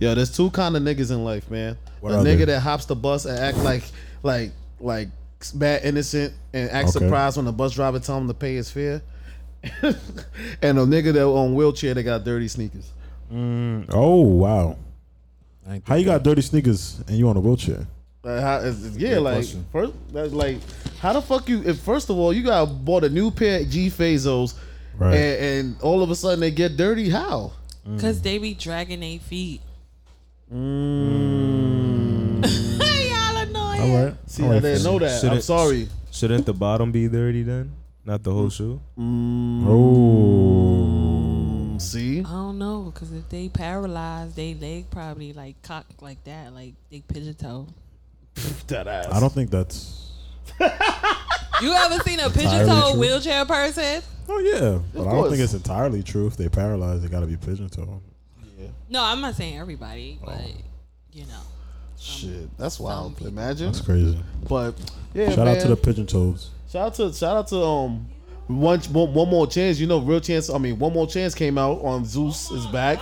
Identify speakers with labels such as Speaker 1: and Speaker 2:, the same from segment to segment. Speaker 1: Yo, there's two kind of niggas in life, man.
Speaker 2: What
Speaker 1: a
Speaker 2: are
Speaker 1: nigga
Speaker 2: they?
Speaker 1: that hops the bus and act like like like bad innocent and act
Speaker 2: Okay.
Speaker 1: surprised when the bus driver tell him to pay his fare. and a nigga that on wheelchair that got dirty sneakers.
Speaker 2: Oh wow.
Speaker 3: I ain't
Speaker 2: How you got dirty sneakers and you on a wheelchair?
Speaker 1: Like, how, is, is- yeah, like
Speaker 3: question.
Speaker 1: first, that's like how the fuck you? If first of all, you got bought a new pair of G Fazos,
Speaker 2: Right.
Speaker 1: and, and all of a sudden they get dirty. How?
Speaker 4: Cause they be dragging their feet.
Speaker 2: Mm.
Speaker 4: Y'all annoying.
Speaker 2: All right.
Speaker 1: See,
Speaker 2: All right,
Speaker 1: I didn't
Speaker 2: fam.
Speaker 1: know that.
Speaker 3: Should
Speaker 1: I'm
Speaker 3: it-
Speaker 1: sorry.
Speaker 3: Shouldn't the bottom be dirty then? Not the whole shoe.
Speaker 5: Mm-hmm.
Speaker 2: Oh.
Speaker 1: See,
Speaker 4: I don't know, cause if they paralyzed, they leg probably like cocked like that, like they pigeon toe.
Speaker 1: that ass.
Speaker 2: I don't think that's.
Speaker 4: You ever seen a pigeon
Speaker 2: Entirely
Speaker 4: toe
Speaker 2: true.
Speaker 4: wheelchair person?
Speaker 2: Oh yeah, but I don't
Speaker 1: course.
Speaker 2: think it's entirely true. If they paralyzed, they got to be pigeon toed.
Speaker 4: No, I'm not saying everybody, but you know.
Speaker 1: Shit, that's wild.
Speaker 4: people.
Speaker 1: Imagine,
Speaker 2: Um, That's crazy.
Speaker 1: but yeah,
Speaker 2: Shout out to
Speaker 1: man.
Speaker 2: the pigeon toes.
Speaker 1: Shout out to shout out to um one one one more chance. You know, real chance. I mean, one more chance came out on Zeus is back.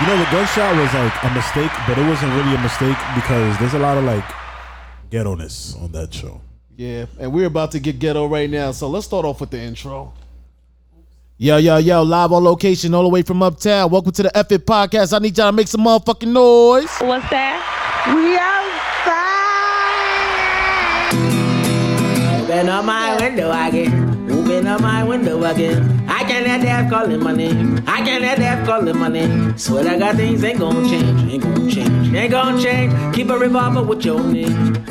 Speaker 2: You know, the gunshot was like a mistake, but it wasn't really a mistake because there's a lot of like ghetto-ness on that show.
Speaker 1: Yeah, and we're about to get ghetto right now. So let's start off with the intro. Yo, yo, yo, live on location, all the way from uptown. Welcome to the F It Podcast. I need y'all to make some motherfucking noise.
Speaker 6: What's that? We outside.
Speaker 7: Open up my window again. Open up my window again. I can't let death calling my name. I can't let death calling my name. Swear to God, things ain't gonna change. Ain't gonna change. Ain't gonna change. Keep a revolver with your name.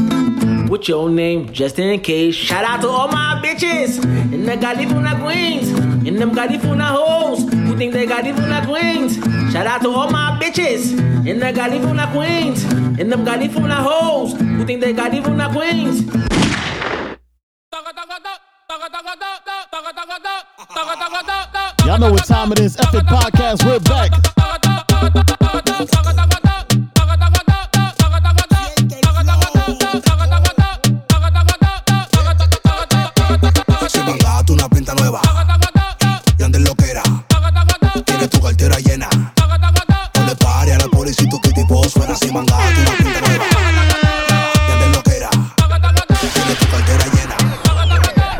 Speaker 7: With your name, just in case. Shout out to all my bitches in the Galifuna queens, in them Galifuna hoes who think they Galifuna queens. Shout out to all my bitches in the Galifuna queens, in them Galifuna hoes who think they Galifuna queens.
Speaker 1: Y'all know what time it is. F It Podcast, we're back.
Speaker 8: Si me pagaste una pinta nueva y andes loquera, tienes tu cartera llena. No le pares a la policía, tu kitty vos suena. Si me pagaste una pinta nueva y andes loquera, tienes tu cartera llena.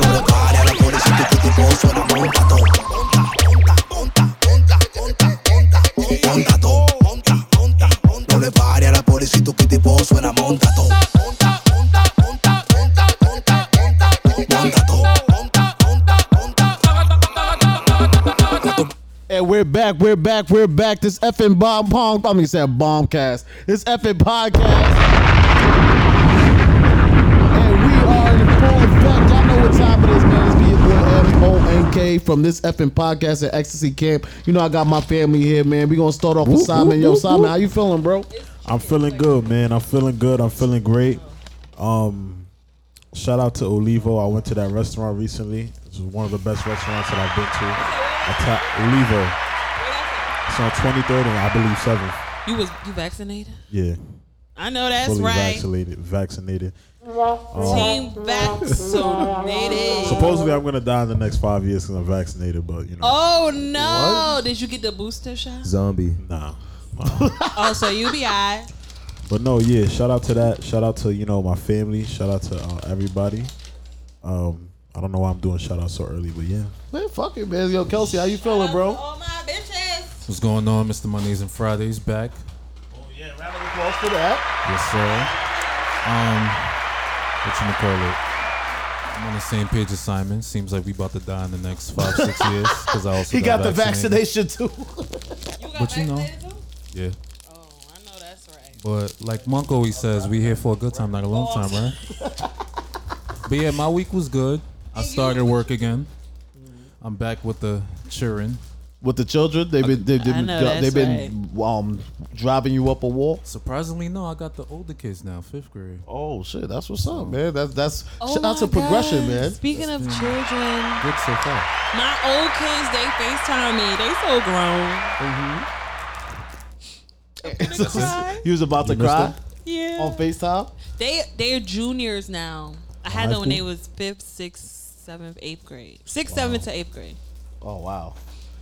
Speaker 8: No le pares a la policía, tu kitty vos suena. Monta todo, monta, monta, monta, monta, monta, monta, monta todo, monta, monta, monta. No le pares a la policía, tu kitty vos suena. Monta todo, monta, monta, monta, monta, monta, monta, monta, monta todo, monta, monta, monta.
Speaker 1: And we're back, we're back, we're back. This effing bomb pong, I mean, said bombcast. This effing podcast. And we are in full effect. Y'all know what time it is, man. It's be your boy M-O-N-K from this effing podcast at Ecstasy Camp. You know, I got my family here, man. we going to start off with
Speaker 2: Whoop,
Speaker 1: Simon.
Speaker 2: whoop,
Speaker 1: Yo,
Speaker 2: whoop,
Speaker 1: Simon,
Speaker 2: whoop.
Speaker 1: how you feeling, bro?
Speaker 2: I'm feeling good, man. I'm feeling good. I'm feeling great. Um, shout out to Olivo. I went to that restaurant recently. This is one of the best restaurants that I've been to. Ata- Olivo. It's on 23rd and I believe 7th.
Speaker 4: You was you vaccinated?
Speaker 2: Yeah,
Speaker 4: I know that's
Speaker 2: fully
Speaker 4: right.
Speaker 2: vaccinated. Vaccinated.
Speaker 4: Team Oh. vaccinated.
Speaker 2: Supposedly, I'm gonna die in the next five years because I'm vaccinated, but you know,
Speaker 4: Oh no! Did you get the booster shot?
Speaker 3: Zombie.
Speaker 2: nah.
Speaker 4: Oh, so you be alright.
Speaker 2: But no, yeah. Shout out to that. Shout out to you know my family. Shout out to uh, everybody. Um, I don't know why I'm doing shout out so early, but yeah.
Speaker 1: Man, fuck it, man. Yo, Kelsey, how you feeling, bro?
Speaker 4: All Oh, my bitches.
Speaker 3: What's going on, Mr. Mondays and Fridays? Back.
Speaker 1: Close for that.
Speaker 3: Yes, sir. Um, what you call it? I'm on the same page as Simon. Seems like we about to die in the next five, six years because I also
Speaker 1: He got the
Speaker 3: vaccinated.
Speaker 1: vaccination, too.
Speaker 4: You got
Speaker 3: But you know.
Speaker 4: vaccinated too?
Speaker 3: Yeah,
Speaker 4: Oh, I know that's right.
Speaker 3: but like Monk always says, we here for a good time, not a long time, right? but yeah, my week was good. I started work again. I'm back with the cheering.
Speaker 1: With the children, they've been they've
Speaker 4: I
Speaker 1: been,
Speaker 4: know
Speaker 1: they've
Speaker 4: that's
Speaker 1: been um driving you up a wall.
Speaker 3: Surprisingly, no, I got the older kids now, fifth grade.
Speaker 1: Oh shit, that's what's up, man. That's that's
Speaker 4: Oh
Speaker 1: shout out
Speaker 4: my
Speaker 1: to progression,
Speaker 4: God.
Speaker 1: man.
Speaker 4: Speaking of children,
Speaker 3: Good so far.
Speaker 4: my old kids they Facetime me. They so grown. cry.
Speaker 1: he was about to
Speaker 2: missed
Speaker 1: cry
Speaker 4: Yeah.
Speaker 1: on Facetime.
Speaker 4: They they're juniors now. I had
Speaker 2: High
Speaker 4: them when
Speaker 2: school?
Speaker 4: they was fifth, sixth, seventh, eighth grade. Sixth, seventh to eighth grade.
Speaker 1: Oh wow,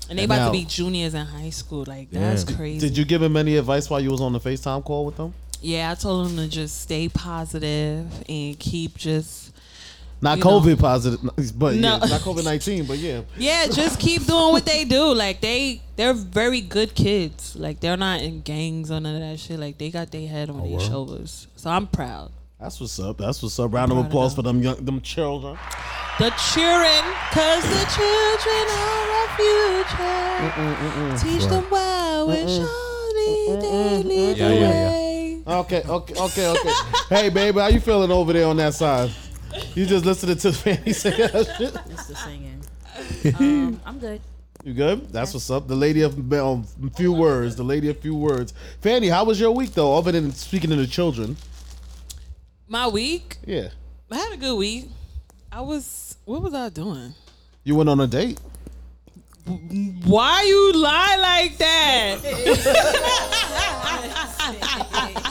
Speaker 4: And they about
Speaker 1: Now-
Speaker 4: to be juniors in high school. Like that's
Speaker 2: Damn.
Speaker 4: crazy.
Speaker 1: Did you give him any advice while you was on the FaceTime call with them?
Speaker 4: yeah, I told them to just stay positive and keep just
Speaker 1: Not
Speaker 4: You know.
Speaker 1: COVID positive, but
Speaker 4: No.
Speaker 1: yeah, not COVID nineteen, but yeah.
Speaker 4: yeah, just keep doing what they do. Like they they're very good kids. Like they're not in gangs or none of that shit. Like they got their head on their shoulders. So I'm proud.
Speaker 1: That's what's up. That's what's up. Round of
Speaker 4: Proud of
Speaker 1: applause
Speaker 4: them.
Speaker 1: for them young, them children.
Speaker 4: The cheering, cause the children are our future. Teach them well and surely they lead
Speaker 3: Yeah,
Speaker 4: the
Speaker 3: yeah, yeah.
Speaker 4: way.
Speaker 1: Okay, okay, okay, okay. hey, baby, how you feeling over there on that side? You just listening to Fanny say that shit.
Speaker 9: It's the singing. um, I'm good.
Speaker 1: You good? That's what's up. The lady of um, few words. The lady of few words. Fanny, how was your week though? Other than speaking to the children,
Speaker 4: My week,
Speaker 1: yeah.
Speaker 4: I had a good week. I was, what was I doing?
Speaker 1: You went on a date.
Speaker 4: Why you lie like that?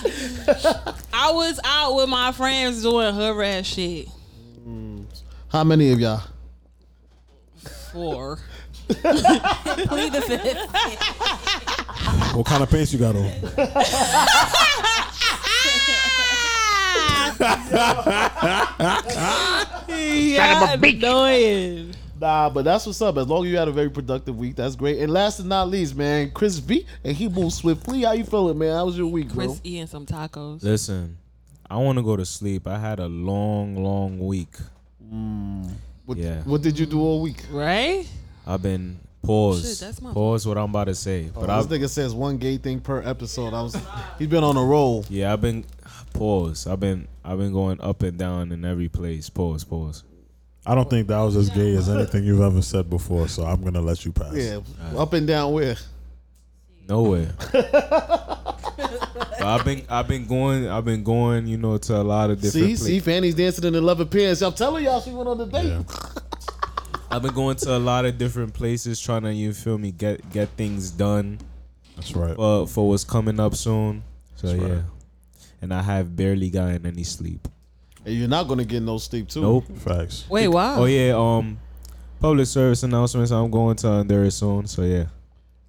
Speaker 4: I was out with my friends doing hood rat shit.
Speaker 1: How many of y'all?
Speaker 4: Four.
Speaker 9: Plead the fifth.
Speaker 2: What kind of pants you got on?
Speaker 4: Yeah, annoying.
Speaker 1: Nah, but that's what's up. As long as you had a very productive week, that's great. And last but not least, man, Chris V, and he moves swiftly. How you feeling, man? How was your week, bro?
Speaker 4: Chris eating some tacos.
Speaker 5: Listen, I want to go to sleep. I had a long, long week.
Speaker 1: What,
Speaker 5: yeah.
Speaker 1: what did you do all week?
Speaker 4: Right?
Speaker 5: I've been pause.
Speaker 4: Shit, that's my
Speaker 5: pause what I'm about to say. But
Speaker 1: this
Speaker 5: I've
Speaker 1: nigga says one gay thing per episode. I was, he's been on a roll.
Speaker 5: yeah, I've been pause. I've been I've been going up and down in every place. Pause, pause.
Speaker 2: I don't think that was as gay as anything you've ever said before, so I'm gonna let you pass.
Speaker 1: Yeah, up and down where?
Speaker 5: Nowhere. but I've been I've been going I've been going, you know, to a lot of different
Speaker 1: See,
Speaker 5: places.
Speaker 1: see, Fanny's dancing in the leather pants. I'm telling y'all, she went on a date.
Speaker 2: Yeah.
Speaker 5: I've been going to a lot of different places trying to you feel me get get things done
Speaker 2: That's right.
Speaker 5: for for what's coming up soon. So
Speaker 2: That's right.
Speaker 5: yeah. And I have barely gotten any sleep.
Speaker 1: And you're not gonna get no sleep too.
Speaker 5: Nope.
Speaker 2: Facts.
Speaker 4: Wait, why?
Speaker 5: Oh yeah, um public service announcements I'm going to Honduras soon, so yeah.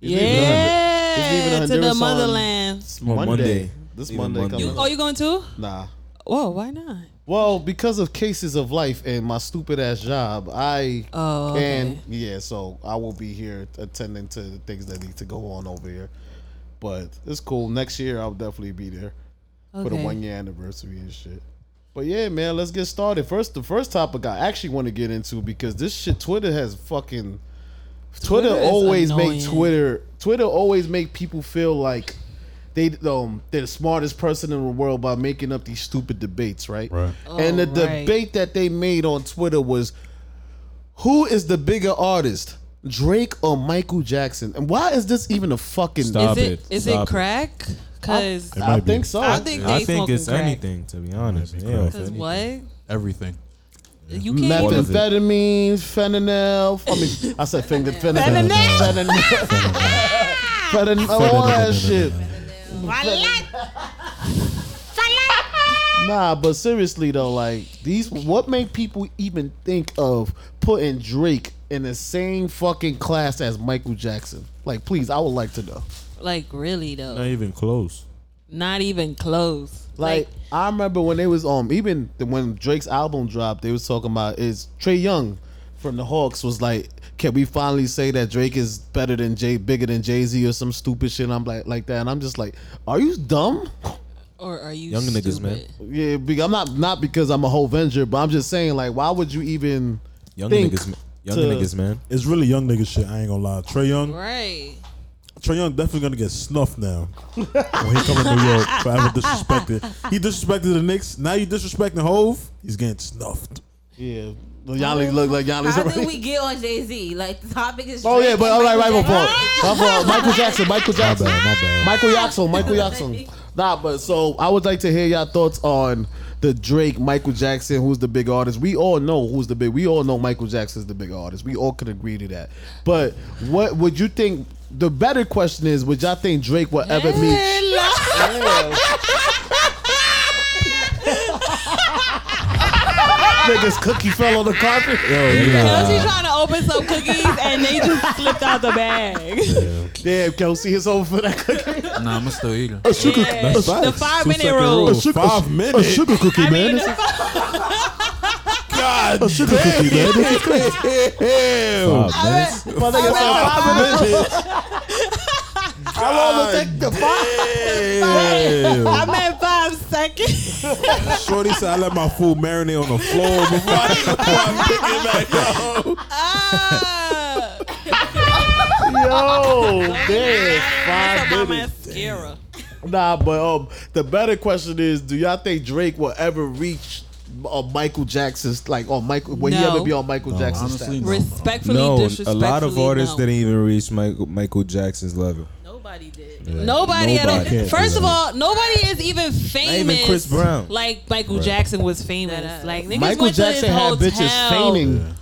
Speaker 1: He's leaving the Honduras- he's leaving
Speaker 4: Yeah, to the
Speaker 1: Honduras on-
Speaker 4: motherland.
Speaker 1: It's
Speaker 5: On
Speaker 1: Monday.
Speaker 5: Monday.
Speaker 1: This
Speaker 5: Leaving
Speaker 1: Monday,
Speaker 5: Monday.
Speaker 1: coming.
Speaker 4: Oh, you going too?
Speaker 1: up. Nah.
Speaker 4: Whoa, why not?
Speaker 1: Well, because of cases of life and my stupid ass job, I
Speaker 4: Oh, okay.
Speaker 1: and yeah, so I will be here attending to the things that need to go on over here. But it's cool. Next year, I'll definitely be there for the
Speaker 4: Oh, Okay.
Speaker 1: one year anniversary and shit. But yeah, man, let's get started. First, the first topic I actually want to get into because this shit, Twitter has fucking. Twitter,
Speaker 4: Twitter is
Speaker 1: always make
Speaker 4: annoying.
Speaker 1: Twitter. Twitter always make people feel like they um they're the smartest person in the world by making up these stupid debates, right?
Speaker 2: Right.
Speaker 1: and the
Speaker 4: Oh, right.
Speaker 1: debate that they made on Twitter was who is the bigger artist, Drake or Michael Jackson? And why is this even a fucking
Speaker 5: Stop.
Speaker 4: is
Speaker 5: it.
Speaker 4: Is
Speaker 5: Stop
Speaker 4: it
Speaker 5: it.
Speaker 4: crack? Cause
Speaker 2: It
Speaker 1: I
Speaker 2: might be.
Speaker 1: think so.
Speaker 4: I think they
Speaker 5: I think
Speaker 4: smoking
Speaker 5: it's
Speaker 4: crack.
Speaker 5: anything to be honest.
Speaker 2: Might be
Speaker 5: Yeah,
Speaker 2: crack.
Speaker 5: if
Speaker 4: Cause
Speaker 5: any-
Speaker 4: what?
Speaker 3: Everything.
Speaker 4: You can't. even-
Speaker 1: Methamphetamines, fentanyl. I mean, I said finger, fentanyl. Fentanyl. Fentanyl. All that shit. Nah, but seriously though, like these, what made people even think of putting Drake in the same fucking class as Michael Jackson? Like, please, I would like to know.
Speaker 4: Like really though,
Speaker 5: Not even close.
Speaker 4: not even close.
Speaker 1: Like, I remember when they was um even the- when Drake's album dropped, they was talking about is Trey Young from the Hawks was like, can we finally say that Drake is better than Jay, bigger than Jay Z or some stupid shit? I'm like like that, and I'm just like, are you dumb?
Speaker 4: or are you
Speaker 5: Young
Speaker 4: stupid?
Speaker 5: niggas, man.
Speaker 1: Yeah, be- I'm not not because I'm a whole venger, but I'm just saying like, why would you even
Speaker 5: Young
Speaker 1: think
Speaker 5: niggas, ma- young
Speaker 1: to-
Speaker 5: niggas, man.
Speaker 2: It's really young nigga shit. I ain't gonna lie. Trey Young,
Speaker 4: Right.
Speaker 2: Trey Young definitely gonna get snuffed now when he come to New York. Forever disrespected. He disrespected the Knicks. Now you disrespecting Hove. He's getting snuffed.
Speaker 1: Yeah, well, Yanni look like Yanni's
Speaker 9: How did
Speaker 1: already.
Speaker 9: we get on Jay Z? Like the topic is.
Speaker 1: Oh yeah,
Speaker 9: Drake
Speaker 1: but
Speaker 9: and
Speaker 1: all right, right,
Speaker 9: Michael
Speaker 1: my fault.
Speaker 9: Jackson.
Speaker 1: My fault. Michael Jackson, Michael Jackson,
Speaker 2: my bad.
Speaker 1: Michael Jackson, Michael Jackson. Nah, but so I would like to hear your thoughts on the Drake, Michael Jackson, who's the big artist. We all know who's the big. We all know Michael Jackson's the big artist. We all could agree to that. But what would you think? The better question is, would y'all think Drake will ever meet? Niggas cookie fell on the carpet.
Speaker 4: Cause he's trying to open some cookies and they just slipped out the bag.
Speaker 1: Damn, Kelsey is over for that cookie.
Speaker 3: Nah, I'm still eating.
Speaker 1: A sugar,
Speaker 4: Yeah,
Speaker 1: a,
Speaker 4: the
Speaker 1: su-
Speaker 4: five
Speaker 3: Two-second
Speaker 4: minute rule.
Speaker 1: a sugar,
Speaker 2: Five
Speaker 1: a
Speaker 2: minutes?
Speaker 1: sugar cookie,
Speaker 4: I
Speaker 1: man.
Speaker 4: mean,
Speaker 1: It's
Speaker 2: God
Speaker 1: a sugar cookie, man. This is crazy.
Speaker 2: damn.
Speaker 1: My nigga said five minutes. How long does it take the five?
Speaker 2: Damn.
Speaker 4: I'm at five seconds.
Speaker 2: Shorty said I let my food marinate on the floor before I
Speaker 4: Ah,
Speaker 1: Yo, damn, five
Speaker 4: my
Speaker 1: minutes.
Speaker 4: mascara.
Speaker 1: Nah, but um, the better question is, do y'all think Drake will ever reach uh, Michael Jackson's like on Michael? Will he
Speaker 4: No.
Speaker 1: ever be on Michael Jackson's
Speaker 3: honestly,
Speaker 1: status?
Speaker 3: no.
Speaker 4: Respectfully,
Speaker 5: No, a
Speaker 4: disrespectfully,
Speaker 5: lot of artists
Speaker 4: no.
Speaker 5: didn't even reach Michael, Michael Jackson's level.
Speaker 9: Nobody did.
Speaker 4: Nobody,
Speaker 5: Nobody.
Speaker 4: at all. First of all, nobody is even famous.
Speaker 5: Chris Brown.
Speaker 4: Like Michael Jackson was famous.
Speaker 9: That ass.
Speaker 4: Like niggas
Speaker 1: Michael
Speaker 4: went
Speaker 1: Jackson
Speaker 4: to his
Speaker 1: had
Speaker 4: hotel
Speaker 1: bitches feigning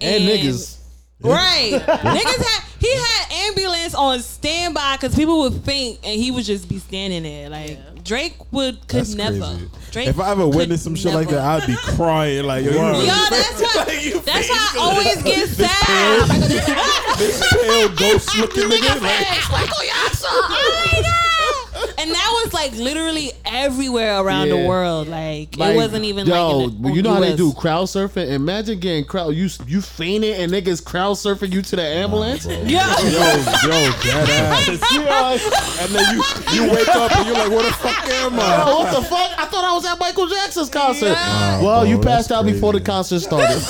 Speaker 1: and niggas.
Speaker 4: Right. niggas had he had ambulance on standby because people would faint and he would just be standing there. Like Drake would could
Speaker 2: That's
Speaker 4: never.
Speaker 2: crazy.
Speaker 4: Drake
Speaker 2: If I ever
Speaker 4: could
Speaker 2: witnessed some shit like
Speaker 4: never.
Speaker 2: that, I'd be crying like, yo, you
Speaker 4: Yo,
Speaker 2: really
Speaker 4: that's why. That's why I always get sad. Like,
Speaker 2: pale ghost looking nigga. Like,
Speaker 4: oh my god! And that was like literally everywhere around
Speaker 1: Yeah.
Speaker 4: the world. Like,
Speaker 1: Like,
Speaker 4: it wasn't even
Speaker 1: yo,
Speaker 4: like in the,
Speaker 1: you
Speaker 4: on
Speaker 1: know how they
Speaker 4: US.
Speaker 1: do crowd surfing? Imagine getting crowd you you fainted and niggas crowd surfing you to the ambulance.
Speaker 4: Yeah.
Speaker 2: yo, yo, that ass.
Speaker 1: You know, like,
Speaker 2: And then you, you wake up and you're like, where the fuck am
Speaker 1: yo,
Speaker 2: I?
Speaker 1: what the fuck? I thought I was at Michael Jackson's concert.
Speaker 2: Nah,
Speaker 1: well,
Speaker 2: bro,
Speaker 1: you
Speaker 2: Oh, that's
Speaker 1: passed out before the
Speaker 2: crazy.
Speaker 1: concert started.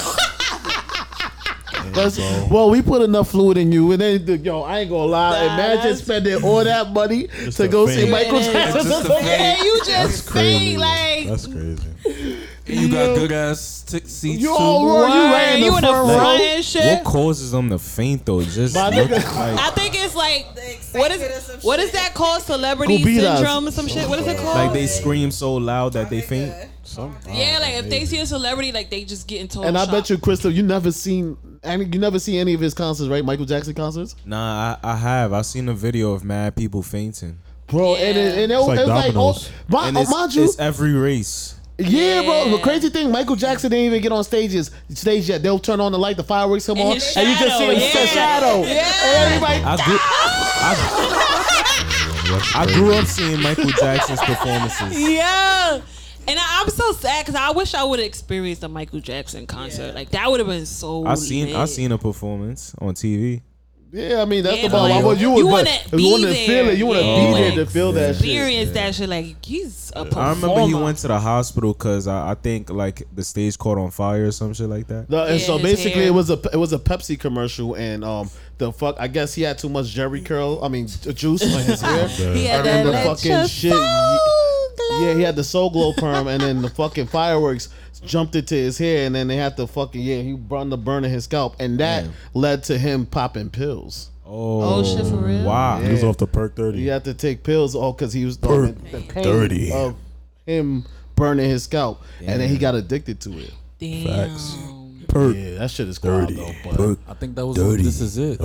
Speaker 1: Let's- well, we put enough fluid in you, and then yo, I ain't gonna lie.
Speaker 4: Nah,
Speaker 1: Imagine
Speaker 4: that's-
Speaker 1: spending all that money to
Speaker 2: a
Speaker 1: go see
Speaker 2: faint.
Speaker 1: Michael Jackson.
Speaker 3: Just a faint.
Speaker 4: Yeah, you just
Speaker 2: Crazy.
Speaker 4: faint like.
Speaker 2: That's crazy.
Speaker 3: You got good ass t- seats
Speaker 1: You
Speaker 3: too.
Speaker 1: all wrong. You right in
Speaker 4: you
Speaker 1: the
Speaker 4: in the
Speaker 1: front
Speaker 4: front
Speaker 1: row.
Speaker 4: and shit.
Speaker 5: What causes them to faint though? Just
Speaker 1: My
Speaker 5: look
Speaker 1: nigga.
Speaker 5: like,
Speaker 4: I think it's like
Speaker 9: excitement
Speaker 4: what
Speaker 9: or
Speaker 4: is
Speaker 9: some
Speaker 4: what is
Speaker 9: shit.
Speaker 4: that called? Celebrity
Speaker 1: Gubidas.
Speaker 4: syndrome or some shit. What is it called?
Speaker 5: like they scream so loud that they faint.
Speaker 4: yeah, like if they see a celebrity, like they just get in total.
Speaker 1: And I
Speaker 4: shock.
Speaker 1: bet you, Crystal, you never seen any, you never seen any of his concerts, right? Michael Jackson concerts,
Speaker 5: Nah, I, I have. I seen a video of mad people fainting.
Speaker 1: bro. And it, and it, was
Speaker 2: like
Speaker 1: it was like, oh,
Speaker 2: dominoes.
Speaker 1: my,
Speaker 5: And
Speaker 1: oh,
Speaker 5: it's,
Speaker 1: mind you,
Speaker 5: it's every race.
Speaker 1: yeah, bro. The
Speaker 4: Yeah.
Speaker 1: crazy thing, Michael Jackson didn't even get on stages stage yet. They'll turn on the light, the fireworks come
Speaker 4: And
Speaker 1: on,
Speaker 4: his
Speaker 1: and you just see
Speaker 4: shadow,
Speaker 1: the
Speaker 4: yeah.
Speaker 1: shadow.
Speaker 4: Yeah.
Speaker 1: And everybody,
Speaker 5: I grew, I, I grew up seeing Michael Jackson's performances.
Speaker 4: Yeah. And I, I'm so sad because I wish I would have experienced a Michael Jackson concert. Like that would have been so.
Speaker 5: I seen I
Speaker 4: lit.
Speaker 5: seen a performance on TV.
Speaker 1: yeah, I mean that's
Speaker 4: Yeah,
Speaker 1: the problem.
Speaker 4: like,
Speaker 1: Well, you
Speaker 4: you
Speaker 1: would,
Speaker 4: wanna
Speaker 1: but you want to
Speaker 4: be
Speaker 1: feel
Speaker 4: there.
Speaker 1: it. You want to
Speaker 4: Yeah.
Speaker 1: be
Speaker 4: Yeah.
Speaker 1: there to feel that shit.
Speaker 4: Experience that shit. Like he's a performer.
Speaker 5: I remember he went to the hospital because I, I think like the stage caught on fire or some shit like that.
Speaker 1: No, and
Speaker 4: Yeah,
Speaker 1: so
Speaker 4: his
Speaker 1: basically,
Speaker 4: hair.
Speaker 1: it was a it was a Pepsi commercial, and um, the fuck, I guess he had too much Jerry curl. I mean, j- juice on his hair.
Speaker 4: He
Speaker 1: and
Speaker 4: had that
Speaker 1: the
Speaker 4: let
Speaker 1: fucking
Speaker 4: your
Speaker 1: shit.
Speaker 4: soul glow.
Speaker 1: Yeah, he had the soul glow perm, and then the fucking fireworks jumped into his hair, and then they had to fucking yeah, he brought the burn in his scalp, and that led to him popping pills.
Speaker 5: Oh,
Speaker 4: shit, for real?
Speaker 5: Wow.
Speaker 2: He was off the perk 30.
Speaker 1: He had to take pills all because he was
Speaker 2: Burn
Speaker 1: the pain
Speaker 2: 30.
Speaker 1: of him burning his scalp, and then he got addicted to it.
Speaker 4: Damn.
Speaker 2: Facts. Perk
Speaker 1: Yeah, that shit is crazy. though. But
Speaker 2: Perk
Speaker 3: I think that was
Speaker 2: Dirty.
Speaker 3: this is it.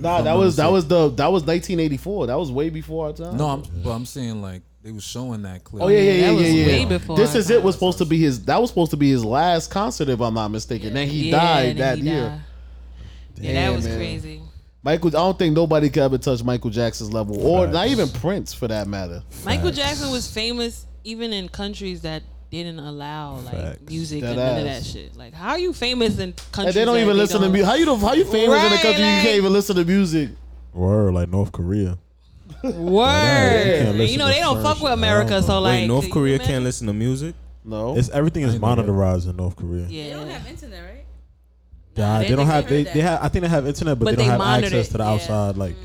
Speaker 1: nah, that was that was the that was 1984. That was way before our time.
Speaker 3: No, I'm but I'm saying like they was showing that clip.
Speaker 1: Oh yeah, yeah, yeah,
Speaker 4: That
Speaker 1: yeah,
Speaker 4: was
Speaker 1: yeah.
Speaker 4: way before
Speaker 1: this
Speaker 4: our
Speaker 1: is it was supposed to be his. That was supposed to be his last concert, if I'm not mistaken. Then he
Speaker 4: Yeah,
Speaker 1: died
Speaker 4: then
Speaker 1: that
Speaker 4: he
Speaker 1: year.
Speaker 4: died. yeah,
Speaker 1: Damn,
Speaker 4: that was
Speaker 1: man.
Speaker 4: crazy.
Speaker 1: Michael, I don't think nobody could ever touch Michael Jackson's level, or not even Prince for that matter.
Speaker 4: Michael Jackson was famous even in countries that didn't allow like
Speaker 2: Facts.
Speaker 4: music
Speaker 1: That
Speaker 4: and none of
Speaker 1: ass.
Speaker 4: that shit. Like, how are you famous in
Speaker 1: And
Speaker 4: countries?
Speaker 1: they don't
Speaker 4: that
Speaker 1: even listen to
Speaker 4: don't-
Speaker 1: music. How you don't- how you famous in the
Speaker 4: Right,
Speaker 1: country you
Speaker 4: like-
Speaker 1: can't even listen to music?
Speaker 2: word like North Korea.
Speaker 4: Word.
Speaker 2: can't listen
Speaker 4: you know
Speaker 2: to
Speaker 4: they don't fuck
Speaker 2: certain
Speaker 4: with
Speaker 2: shit.
Speaker 4: America, so like
Speaker 5: Wait, North
Speaker 4: you
Speaker 5: Korea
Speaker 4: imagine-
Speaker 5: can't listen to music?
Speaker 1: No,
Speaker 2: It's everything is monetized in North Korea.
Speaker 9: They don't
Speaker 4: Yeah.
Speaker 9: have internet, right?
Speaker 2: Nah, they
Speaker 9: they
Speaker 2: don't
Speaker 9: never
Speaker 2: have they,
Speaker 9: heard
Speaker 2: they
Speaker 9: that.
Speaker 2: have I think they have internet, but,
Speaker 4: But
Speaker 2: they don't
Speaker 4: they
Speaker 2: have
Speaker 4: monitor
Speaker 2: access
Speaker 4: it,
Speaker 2: to the
Speaker 4: yeah.
Speaker 2: outside. Like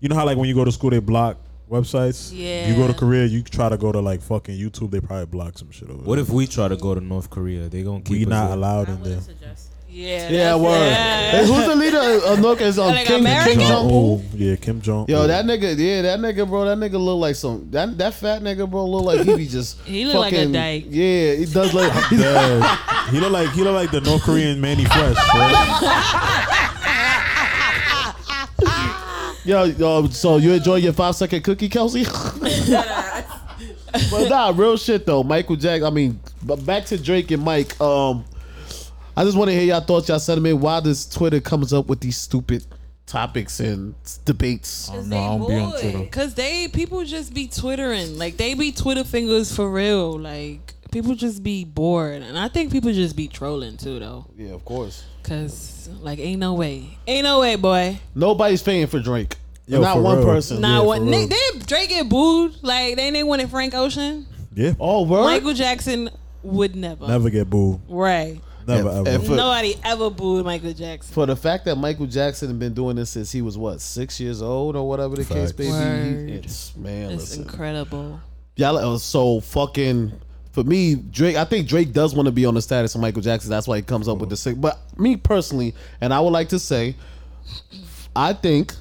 Speaker 2: you know how like when you go to school they block websites? You go to
Speaker 4: Yeah.
Speaker 2: Korea, you try to go to like fucking YouTube, they probably block some shit over.
Speaker 5: What
Speaker 2: there.
Speaker 5: if we try to go to North Korea? They gonna keep
Speaker 2: we
Speaker 5: us
Speaker 2: not
Speaker 5: there.
Speaker 2: allowed
Speaker 9: I
Speaker 2: in there?
Speaker 9: wouldn't suggest.
Speaker 1: yeah,
Speaker 4: Yeah. that's-
Speaker 1: word.
Speaker 4: yeah.
Speaker 1: Hey, who's the leader of North? Is um,
Speaker 4: Like
Speaker 1: King King
Speaker 4: American?
Speaker 1: Jong
Speaker 2: Oh
Speaker 1: Un.
Speaker 2: yeah, Kim Jong.
Speaker 1: Yo, that nigga, yeah, that nigga, bro, that nigga look like some that that fat nigga, bro, look like he be just
Speaker 4: He look like a
Speaker 1: fucking-
Speaker 4: dyke.
Speaker 1: Yeah, he does look. he's-
Speaker 2: Yeah. he look like he look like the North Korean Manny Fresh. Right?
Speaker 1: Yo, yo, uh, so you enjoy your five second cookie, Kelsey? but nah, real shit though. Michael Jackson. I mean, but back to Drake and Mike. Um, I just want to hear y'all thoughts, y'all sentiment. Why does Twitter comes up with these stupid topics and s- debates?
Speaker 3: No, I don't be on Twitter.
Speaker 4: Cause they people just be twittering, like they be Twitter fingers for real. Like people just be bored, and I think people just be trolling too, though.
Speaker 1: Yeah, of course.
Speaker 4: Cause like ain't no way, ain't no way, boy.
Speaker 1: Nobody's paying for Drake.
Speaker 2: Yo,
Speaker 1: Not
Speaker 2: for
Speaker 1: one
Speaker 2: real.
Speaker 1: person.
Speaker 4: Nah,
Speaker 2: for
Speaker 4: what?
Speaker 2: real.
Speaker 4: Nick, did Drake get booed? Like they they wanted Frank Ocean.
Speaker 2: Yeah,
Speaker 1: Oh, word?
Speaker 4: Michael Jackson would never.
Speaker 2: never get booed.
Speaker 4: Right.
Speaker 2: Never
Speaker 1: If-
Speaker 2: ever.
Speaker 1: if- For-
Speaker 4: Nobody ever booed Michael Jackson.
Speaker 1: for the fact that Michael Jackson had been doing this since he was what six years old or whatever the
Speaker 2: Facts.
Speaker 1: case may
Speaker 4: Word.
Speaker 1: be. It's man,
Speaker 4: It's
Speaker 1: listen,
Speaker 4: incredible.
Speaker 1: y'all are so fucking. For me, Drake, I think Drake does want to be on the status of Michael Jackson. That's why he comes up with the sick. But me personally, and I would like to say, I think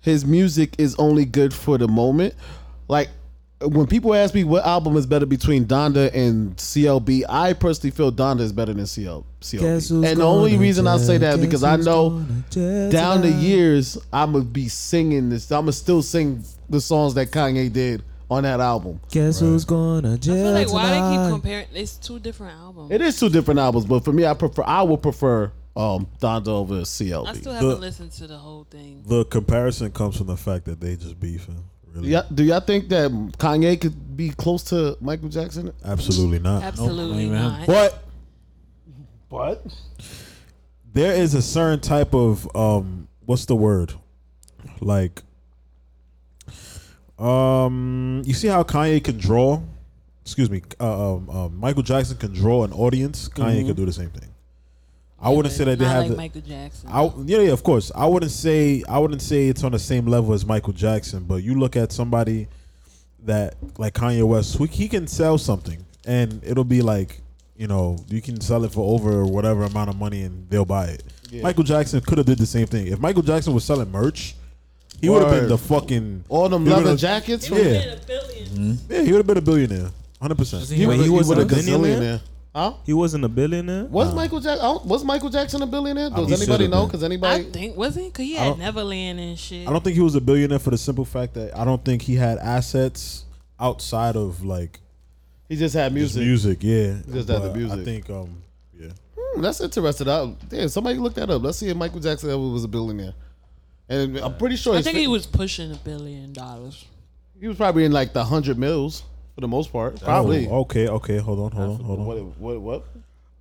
Speaker 1: his music is only good for the moment. Like when people ask me what album is better between Donda and CLB, I personally feel Donda is better than CL, CLB. And the only reason I say that is because I know down the years I'm gonna be singing this. I'm gonna still sing the songs that Kanye did on that album.
Speaker 4: I feel like why they keep comparing? It's two different albums.
Speaker 1: It is two different albums, but for me, I prefer I would prefer um Donda over CLB.
Speaker 4: I still haven't
Speaker 2: The-
Speaker 4: listened to the whole thing.
Speaker 2: the comparison comes from the fact that they just beefing. Really?
Speaker 1: yeah, do y'all think that Kanye could be close to Michael Jackson?
Speaker 2: Absolutely not.
Speaker 4: Absolutely
Speaker 3: Nope,
Speaker 4: not.
Speaker 3: ain't
Speaker 2: But
Speaker 1: What?
Speaker 2: there is a certain type of um what's the word? Like um you see how Kanye can draw? Excuse me. Uh, um, um, Michael Jackson can draw an audience. Kanye can do the same thing. I wouldn't say that they
Speaker 4: Mm-hmm. not
Speaker 2: have
Speaker 4: like
Speaker 2: the,
Speaker 4: Michael Jackson.
Speaker 2: I yeah, yeah, of course. I wouldn't say I wouldn't say it's on the same level as Michael Jackson, but you look at somebody that like Kanye West, who, he can sell something, and it'll be like you know you can sell it for over whatever amount of money, and they'll buy it. Michael Jackson could have did the same thing. If Michael Jackson was selling merch, he would have been
Speaker 1: Word.
Speaker 2: the fucking
Speaker 1: All them
Speaker 2: he would've-
Speaker 1: leather jackets? from-
Speaker 2: Yeah, yeah, he would have been a billionaire, hundred
Speaker 3: Does
Speaker 2: percent.
Speaker 3: he-
Speaker 5: Wait,
Speaker 3: he
Speaker 5: he
Speaker 3: was
Speaker 5: wasn't
Speaker 3: a
Speaker 5: a billionaire.
Speaker 1: Billionaire. Huh?
Speaker 5: He wasn't a billionaire.
Speaker 1: Was Michael Jackson? Was Michael Jackson a billionaire?
Speaker 2: He
Speaker 1: Does anybody
Speaker 2: should've
Speaker 1: know?
Speaker 2: been.
Speaker 1: Because
Speaker 4: I
Speaker 1: anybody?
Speaker 4: think wasn't because he had Neverland and shit.
Speaker 2: I don't think he was a billionaire for the simple fact that I don't think he had assets outside of like
Speaker 1: he just had
Speaker 2: Just
Speaker 1: music.
Speaker 2: music, yeah.
Speaker 1: Just that the
Speaker 2: But I
Speaker 1: music.
Speaker 2: think, um, yeah.
Speaker 1: Hmm, that's interesting. I, damn, somebody look that up. Let's see if Michael Jackson ever was a billionaire. And I'm pretty sure
Speaker 4: I
Speaker 1: his
Speaker 4: think
Speaker 1: fa-
Speaker 4: he was pushing a billion dollars.
Speaker 1: he was probably in like the hundred mils for the most part. Probably.
Speaker 2: Oh, okay, okay. Hold on, hold on, hold
Speaker 1: What? What? What?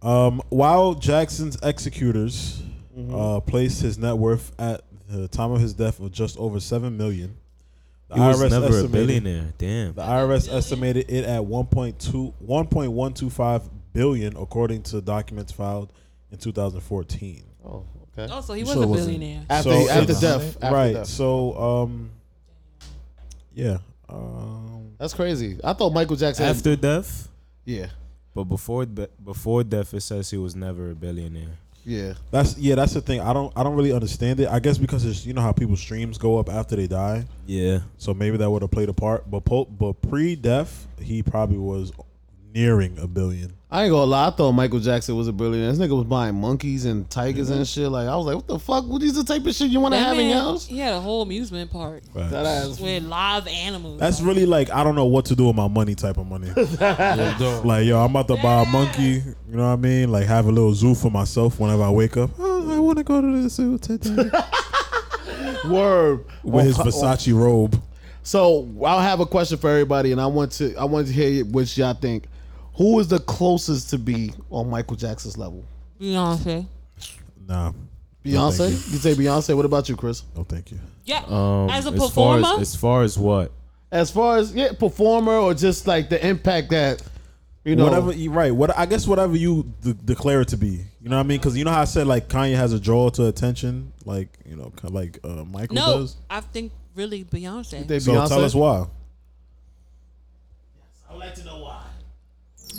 Speaker 2: on. Um, while Jackson's executors
Speaker 1: Mm-hmm.
Speaker 2: uh, placed his net worth at the time of his death of just over seven million, the
Speaker 5: He was never a
Speaker 2: estimated-
Speaker 5: billionaire. Damn.
Speaker 2: The IRS estimated it at 1.2 1.125 billion, according to documents filed in 2014.
Speaker 1: Oh, okay.
Speaker 4: Also, he
Speaker 3: You
Speaker 4: was
Speaker 3: sure
Speaker 4: a
Speaker 3: wasn't.
Speaker 4: billionaire.
Speaker 1: After
Speaker 2: So
Speaker 1: after
Speaker 2: it's-
Speaker 1: death. After
Speaker 2: right.
Speaker 1: Death.
Speaker 2: So, um, yeah. Um,
Speaker 1: That's crazy. I thought Michael Jackson.
Speaker 5: After death,
Speaker 1: yeah.
Speaker 5: but before be- before death, it says he was never a billionaire.
Speaker 1: Yeah.
Speaker 2: That's yeah, that's the thing. I don't I don't really understand it. I guess because it's you know how people's streams go up after they die,
Speaker 5: Yeah.
Speaker 2: so maybe that would have played a part. But po- but pre-death, he probably was nearing a billion.
Speaker 1: I ain't gonna lie, I thought Michael Jackson was a billionaire. This nigga was buying monkeys and tigers and shit. Like I was like, what the fuck? What is the type of shit you want to
Speaker 4: That
Speaker 1: have in your
Speaker 4: man,
Speaker 1: house?
Speaker 4: He had a whole amusement park
Speaker 1: That ass.
Speaker 4: with live animals.
Speaker 2: That's really like I don't know what to do with my money type of money. like yo, I'm about to buy a monkey. You know what I mean? Like have a little zoo for myself whenever I wake up. Oh, I want to go to the zoo today
Speaker 1: Word.
Speaker 2: with his Versace robe.
Speaker 1: So I'll have a question for everybody, and I want to I want to hear what y'all think. Who is the closest to be on Michael Jackson's level?
Speaker 4: Beyonce.
Speaker 2: Nah,
Speaker 1: Beyonce?
Speaker 2: No,
Speaker 1: you.
Speaker 2: thank you.
Speaker 1: say Beyonce. What about you, Chris?
Speaker 2: No, thank you.
Speaker 4: Yeah.
Speaker 5: Um,
Speaker 4: As a
Speaker 5: far
Speaker 4: performer?
Speaker 5: as, as far as what?
Speaker 1: As far as yeah, performer or just like the impact that you know.
Speaker 2: whatever you right what i guess whatever you de- declare it to be you know what i mean because you know how i said like kanye has a draw to attention like you know kind of like uh michael
Speaker 4: no,
Speaker 2: does
Speaker 4: I think really Beyonce.
Speaker 1: They
Speaker 2: so
Speaker 1: Beyonce.
Speaker 2: tell us why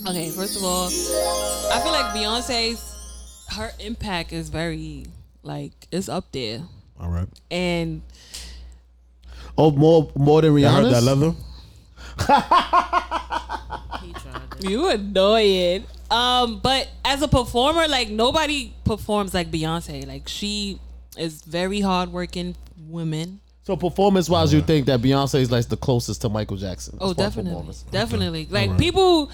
Speaker 4: Okay, first of all, I feel like Beyonce's her impact is very like it's up there,
Speaker 2: all right
Speaker 4: and
Speaker 1: Oh, more more than
Speaker 2: you heard
Speaker 1: Rihanna.
Speaker 2: that leather
Speaker 9: He tried it.
Speaker 4: you annoying. Um, but as a performer, like nobody performs like Beyonce. Like she is very hardworking woman.
Speaker 1: So performance wise, you think that Beyonce is like the closest to Michael Jackson?
Speaker 4: Oh,
Speaker 1: as far as
Speaker 4: definitely,
Speaker 1: performance.
Speaker 4: definitely. Like people.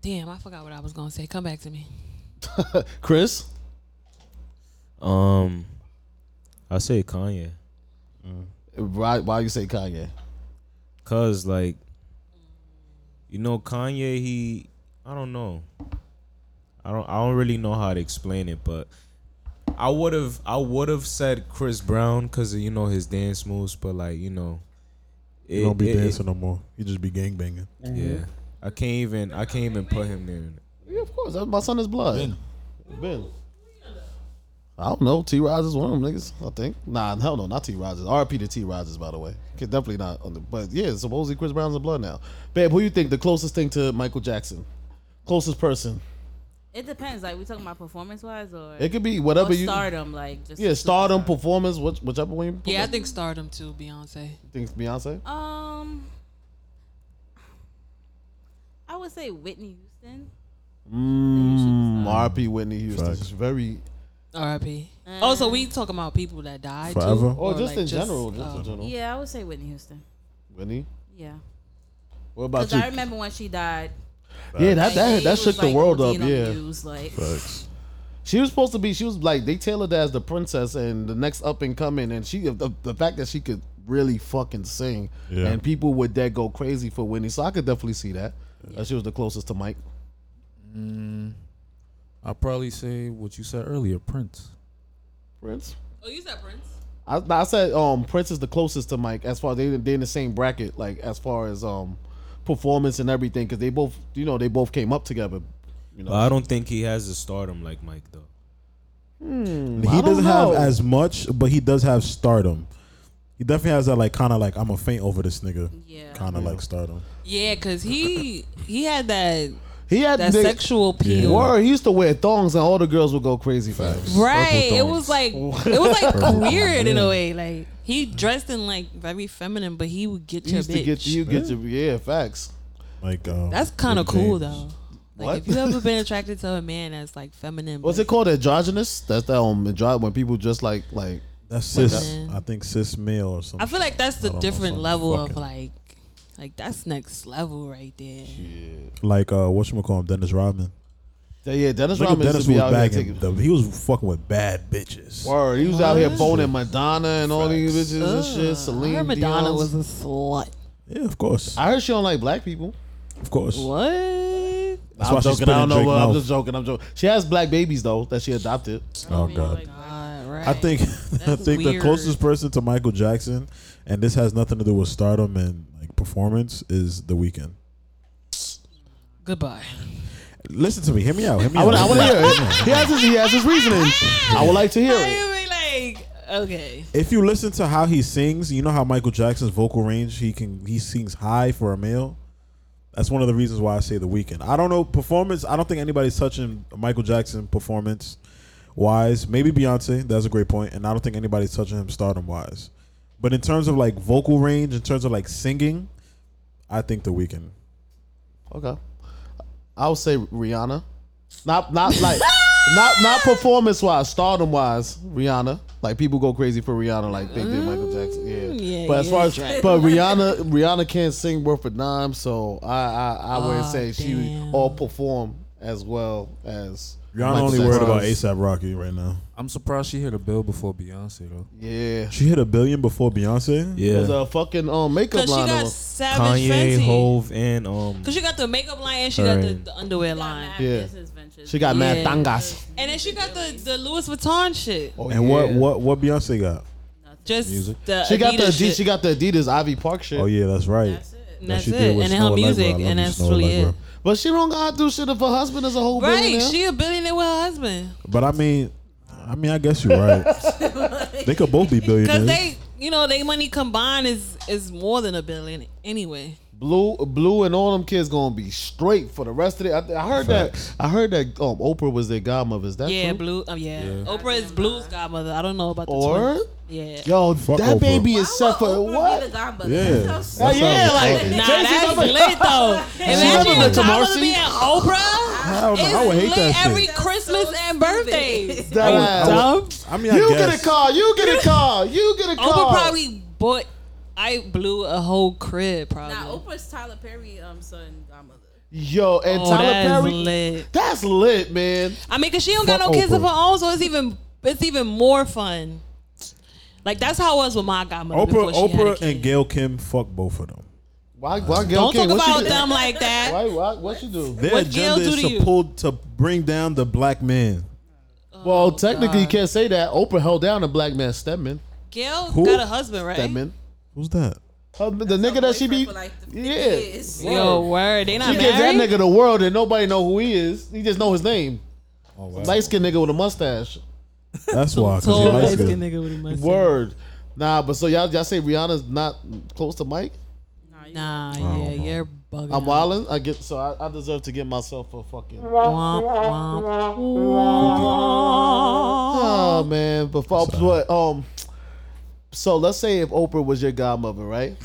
Speaker 4: Damn, I forgot what I was gonna say. Come back to me.
Speaker 1: Chris?
Speaker 5: Um, I say Kanye.
Speaker 1: Why, why you say Kanye?
Speaker 5: Cause like, you know, Kanye, he, I don't know. I don't, I don't really know how to explain it, but I would have, I would have said Chris Brown because you know his dance moves, but like you know,
Speaker 2: You don't be dancing no more. You just be gang banging.
Speaker 5: Yeah, I can't even, I can't even put him there.
Speaker 1: Yeah, of course. That's my son is blood. Ben. I don't know. T Rise is one of them niggas, I think. Nah, hell no, not T Rises. RP to T Rises, by the way. Okay, Definitely not. On the, but yeah, supposedly Chris Brown's in blood now. Babe, who you think the closest thing to Michael Jackson? Closest person?
Speaker 9: It depends. Like we talking about performance wise or
Speaker 1: It could be whatever
Speaker 9: or
Speaker 1: you-
Speaker 9: stardom like just
Speaker 1: Yeah, stardom, performance, which, whichever one you
Speaker 4: Yeah, I think Stardom too, Beyonce.
Speaker 1: think Beyonce.
Speaker 9: Um, I would say Whitney Houston.
Speaker 1: Mm, RP Whitney Houston.
Speaker 2: Facts.
Speaker 1: She's very.
Speaker 4: R.I.P. oh, so we talking about people that died
Speaker 2: Forever?
Speaker 4: too?
Speaker 1: Mm. Or, just
Speaker 4: like,
Speaker 1: in general. Just in
Speaker 4: oh.
Speaker 1: general.
Speaker 9: um, Yeah, I would say Whitney Houston.
Speaker 1: Whitney?
Speaker 9: Yeah,
Speaker 1: What about
Speaker 9: because
Speaker 1: you?
Speaker 9: I remember when she died.
Speaker 1: yeah, that, that,
Speaker 9: she
Speaker 1: that
Speaker 9: was,
Speaker 1: shook the
Speaker 9: like,
Speaker 1: world up.
Speaker 9: OD'd on the
Speaker 1: Yeah.
Speaker 9: news, like
Speaker 2: Facts.
Speaker 1: She was supposed to be. She was like they tailored her as the princess and the next up and coming. And she the, the fact that she could really fucking sing
Speaker 2: Yeah.
Speaker 1: and people would then go crazy for Whitney. So I could definitely see that. Uh, she was the closest to Mike.
Speaker 3: I'll probably say what you said earlier, Prince.
Speaker 1: Prince.
Speaker 4: Oh, you said Prince.
Speaker 1: I, no, I said um Prince is the closest to Mike as far they they in the same bracket like as far as um performance and everything because they both you know they both came up together. You know
Speaker 5: But I don't think he has the stardom like Mike though.
Speaker 2: he
Speaker 1: don't
Speaker 2: doesn't
Speaker 1: know.
Speaker 2: have as much, but he does have stardom. He definitely has that like kind of like I'm a faint over this nigga.
Speaker 9: Yeah.
Speaker 2: Kind of like stardom.
Speaker 4: Yeah, cause he he had that
Speaker 1: he had
Speaker 4: that
Speaker 1: the-
Speaker 4: sexual appeal.
Speaker 1: Word, he used to wear thongs and all the girls would go crazy for him.
Speaker 4: Right.
Speaker 2: Purple
Speaker 4: It
Speaker 2: thongs.
Speaker 4: was like it was like weird in a way. Like he dressed in like very feminine, but he would get
Speaker 1: He
Speaker 4: your
Speaker 1: used to
Speaker 4: bitch.
Speaker 1: get you get your yeah facts.
Speaker 2: Like um,
Speaker 4: that's kind of
Speaker 2: Rick
Speaker 4: cool
Speaker 2: James.
Speaker 4: though. Like
Speaker 1: What?
Speaker 4: if you ever been attracted to a man that's like feminine,
Speaker 1: What's
Speaker 4: but-
Speaker 1: it called? Androgynous? That's that um andro- when people just like like
Speaker 2: That's cis.
Speaker 4: Yeah.
Speaker 2: I think cis male or something.
Speaker 4: I feel like that's
Speaker 2: I
Speaker 4: the
Speaker 2: don't know,
Speaker 4: different
Speaker 2: some
Speaker 4: level of
Speaker 2: fucking-
Speaker 4: like like that's next level right there.
Speaker 2: like uh, what you call him, Dennis Rodman.
Speaker 1: yeah, yeah Dennis
Speaker 2: Look
Speaker 1: Rodman
Speaker 2: at
Speaker 1: used
Speaker 2: Dennis
Speaker 1: to be
Speaker 2: was
Speaker 1: out here
Speaker 2: bagging.
Speaker 1: taking
Speaker 2: though. He was fucking with bad bitches.
Speaker 1: word. He was out here boning Madonna and all these
Speaker 2: Facts.
Speaker 1: bitches and shit. Celine
Speaker 4: I heard Madonna
Speaker 1: Dion's.
Speaker 4: was a slut.
Speaker 2: Yeah, of course,
Speaker 1: I heard she don't like black people.
Speaker 2: of course.
Speaker 4: What?
Speaker 2: That's
Speaker 1: I'm
Speaker 2: why she's
Speaker 1: joking. I
Speaker 2: spitting
Speaker 1: don't know.
Speaker 2: Drake
Speaker 1: but I'm
Speaker 2: mouth.
Speaker 1: just joking. I'm joking. She has black babies though that she adopted.
Speaker 2: Oh god.
Speaker 4: God, right.
Speaker 2: I think I
Speaker 4: That's
Speaker 2: think the
Speaker 4: weird.
Speaker 2: closest person to Michael Jackson, and this has nothing to do with stardom and like performance, is The Weeknd.
Speaker 4: goodbye.
Speaker 2: Listen to me. Hear me out. Hear me
Speaker 1: I
Speaker 2: out.
Speaker 1: want. I want to hear
Speaker 2: Hear me out.
Speaker 1: it. He has his. He has his reasoning. I would like to hear it.
Speaker 4: I would be like, okay.
Speaker 2: If you listen to how he sings, you know how Michael Jackson's vocal range he can he sings high for a male. That's one of the reasons why I say The Weeknd. I don't know performance. I don't think anybody's touching Michael Jackson performance wise. Maybe Beyonce. That's a great point, and I don't think anybody's touching him stardom wise. But in terms of like vocal range, in terms of like singing, I think The Weeknd.
Speaker 1: Okay. I would say Rihanna. Not not like not not performance wise, stardom wise, Rihanna. Like people go crazy for Rihanna, like they did Michael Jackson. Yeah.
Speaker 4: Mm, yeah,
Speaker 1: but as
Speaker 4: yeah,
Speaker 1: far as
Speaker 4: that's right.
Speaker 1: but Rihanna Rihanna can't sing worth a dime, so I I, I wouldn't
Speaker 4: Oh,
Speaker 1: say she
Speaker 4: damn.
Speaker 1: all perform as well as
Speaker 2: You're
Speaker 1: Michael
Speaker 2: only worried
Speaker 1: Jackson.
Speaker 2: about ASAP Rocky right now.
Speaker 3: I'm surprised she hit a bill before Beyonce though.
Speaker 1: Yeah.
Speaker 2: She hit a billion before Beyonce.
Speaker 1: There's
Speaker 5: Yeah,
Speaker 1: a fucking um makeup
Speaker 4: Cause she
Speaker 1: line.
Speaker 4: got
Speaker 1: on-
Speaker 4: savage
Speaker 5: Kanye,
Speaker 4: Fenty.
Speaker 5: Hove, and um,
Speaker 4: Cause she got the makeup line and she got the,
Speaker 5: Alright.
Speaker 4: the underwear line,
Speaker 9: Mad
Speaker 1: Yeah.
Speaker 9: Business Ventures.
Speaker 1: she got mad
Speaker 4: Yeah.
Speaker 1: tangas.
Speaker 4: and then she got the the Louis Vuitton shit.
Speaker 1: Oh,
Speaker 2: And
Speaker 1: yeah.
Speaker 2: what what what Beyonce got?
Speaker 4: Just the
Speaker 1: She got the
Speaker 4: Adidas
Speaker 1: Adidas,
Speaker 4: shit.
Speaker 1: she got the Adidas Ivy Park shit.
Speaker 2: Oh yeah, that's right.
Speaker 9: That's it.
Speaker 4: And that's
Speaker 2: she
Speaker 4: it,
Speaker 2: did
Speaker 4: and
Speaker 2: was
Speaker 4: then her
Speaker 2: Snow Allegra. I
Speaker 4: music,
Speaker 2: love
Speaker 4: and
Speaker 2: you,
Speaker 4: that's
Speaker 2: Snow
Speaker 4: really it.
Speaker 2: Allegra.
Speaker 1: But she don't gotta do shit if her husband is a whole
Speaker 4: Right,
Speaker 1: billionaire.
Speaker 4: she a billionaire with her husband.
Speaker 2: But I mean, I mean, I guess you're right. they could both be
Speaker 4: Cause
Speaker 2: billionaires.
Speaker 4: they, you know, they money combined is is more than a billion anyway.
Speaker 1: Blue, Blue, and all them kids gonna be straight for the rest of the. I, I heard
Speaker 2: Facts.
Speaker 1: that. I heard that um, Oprah was their godmother. Is that
Speaker 4: Yeah,
Speaker 1: true?
Speaker 4: blue. Oh yeah. Oprah is Blue's godmother. I don't know about the
Speaker 1: Or-
Speaker 4: twins. Yeah.
Speaker 1: Yo,
Speaker 2: Fuck
Speaker 1: that
Speaker 2: Oprah.
Speaker 1: baby
Speaker 9: Why
Speaker 1: is set
Speaker 9: would
Speaker 1: for
Speaker 9: Oprah Be
Speaker 1: what?
Speaker 9: the godmother?
Speaker 2: Yeah.
Speaker 9: That sounds
Speaker 1: Oh, yeah,
Speaker 2: sounds
Speaker 1: like
Speaker 2: fucking-
Speaker 4: Nah,
Speaker 1: Tracy
Speaker 4: that's
Speaker 1: Ullman-
Speaker 4: lit though. Imagine
Speaker 1: never
Speaker 4: your
Speaker 1: been to
Speaker 4: godmother
Speaker 1: Marcy?
Speaker 4: being Oprah.
Speaker 2: Hell no, I would hate
Speaker 4: It's
Speaker 2: that
Speaker 4: lit
Speaker 2: shit.
Speaker 4: every Christmas and birthday.
Speaker 1: That ass.
Speaker 4: Dumb.
Speaker 2: I mean, I
Speaker 1: You
Speaker 2: guess.
Speaker 1: get a car. You get a car. You get a car.
Speaker 4: Oprah probably bought I blew a whole crib probably.
Speaker 9: Nah, Oprah's Tyler Perry um son godmother.
Speaker 1: Yo, and
Speaker 4: Oh,
Speaker 1: Tyler
Speaker 4: that's
Speaker 1: Perry.
Speaker 4: lit.
Speaker 1: That's lit, man.
Speaker 4: I mean, cause she don't got
Speaker 1: Fuck
Speaker 4: no kids of her
Speaker 1: Oprah.
Speaker 4: own, so it's even it's even more fun. Like that's how it was with my godmother before
Speaker 2: Oprah,
Speaker 4: she had a
Speaker 2: Oprah,
Speaker 4: kid.
Speaker 2: and Gail Kim fuck both of them.
Speaker 1: Why? Why? Gayle
Speaker 4: Don't
Speaker 1: King?
Speaker 4: talk
Speaker 1: What she
Speaker 4: about
Speaker 1: do?
Speaker 4: them like that.
Speaker 1: Why? Why? What you do?
Speaker 2: Their
Speaker 4: What Gayle
Speaker 2: agenda
Speaker 4: do
Speaker 2: is
Speaker 4: to
Speaker 2: to
Speaker 4: you?
Speaker 2: pull to bring down the black man.
Speaker 1: well, technically, you can't say that. Oprah held down a black man, Stedman.
Speaker 4: Gail
Speaker 2: Who?
Speaker 4: got a husband, right?
Speaker 1: Stedman.
Speaker 2: Who's that?
Speaker 1: Her- the nigga that she be.
Speaker 9: For like 50
Speaker 1: yeah.
Speaker 9: years.
Speaker 4: Yo, word, they not
Speaker 1: She gives that
Speaker 4: married.
Speaker 1: nigga the world and nobody know who he is. He just know his name.
Speaker 2: Oh,
Speaker 1: Light skinned nigga with a mustache.
Speaker 2: That's why. 'cause
Speaker 4: Tall,
Speaker 2: he light
Speaker 4: light-skinned
Speaker 2: skinned.
Speaker 4: nigga with a mustache.
Speaker 1: Word. Nah, but so y'all y'all say Rihanna's not close to Mike?
Speaker 4: Nah, yeah, you're bugging.
Speaker 1: I'm
Speaker 4: out.
Speaker 1: wildin'. I get so I, I deserve to get myself a fucking
Speaker 4: Womp, womp.
Speaker 1: Oh man, but for, but um, so let's say if Oprah was your godmother, right?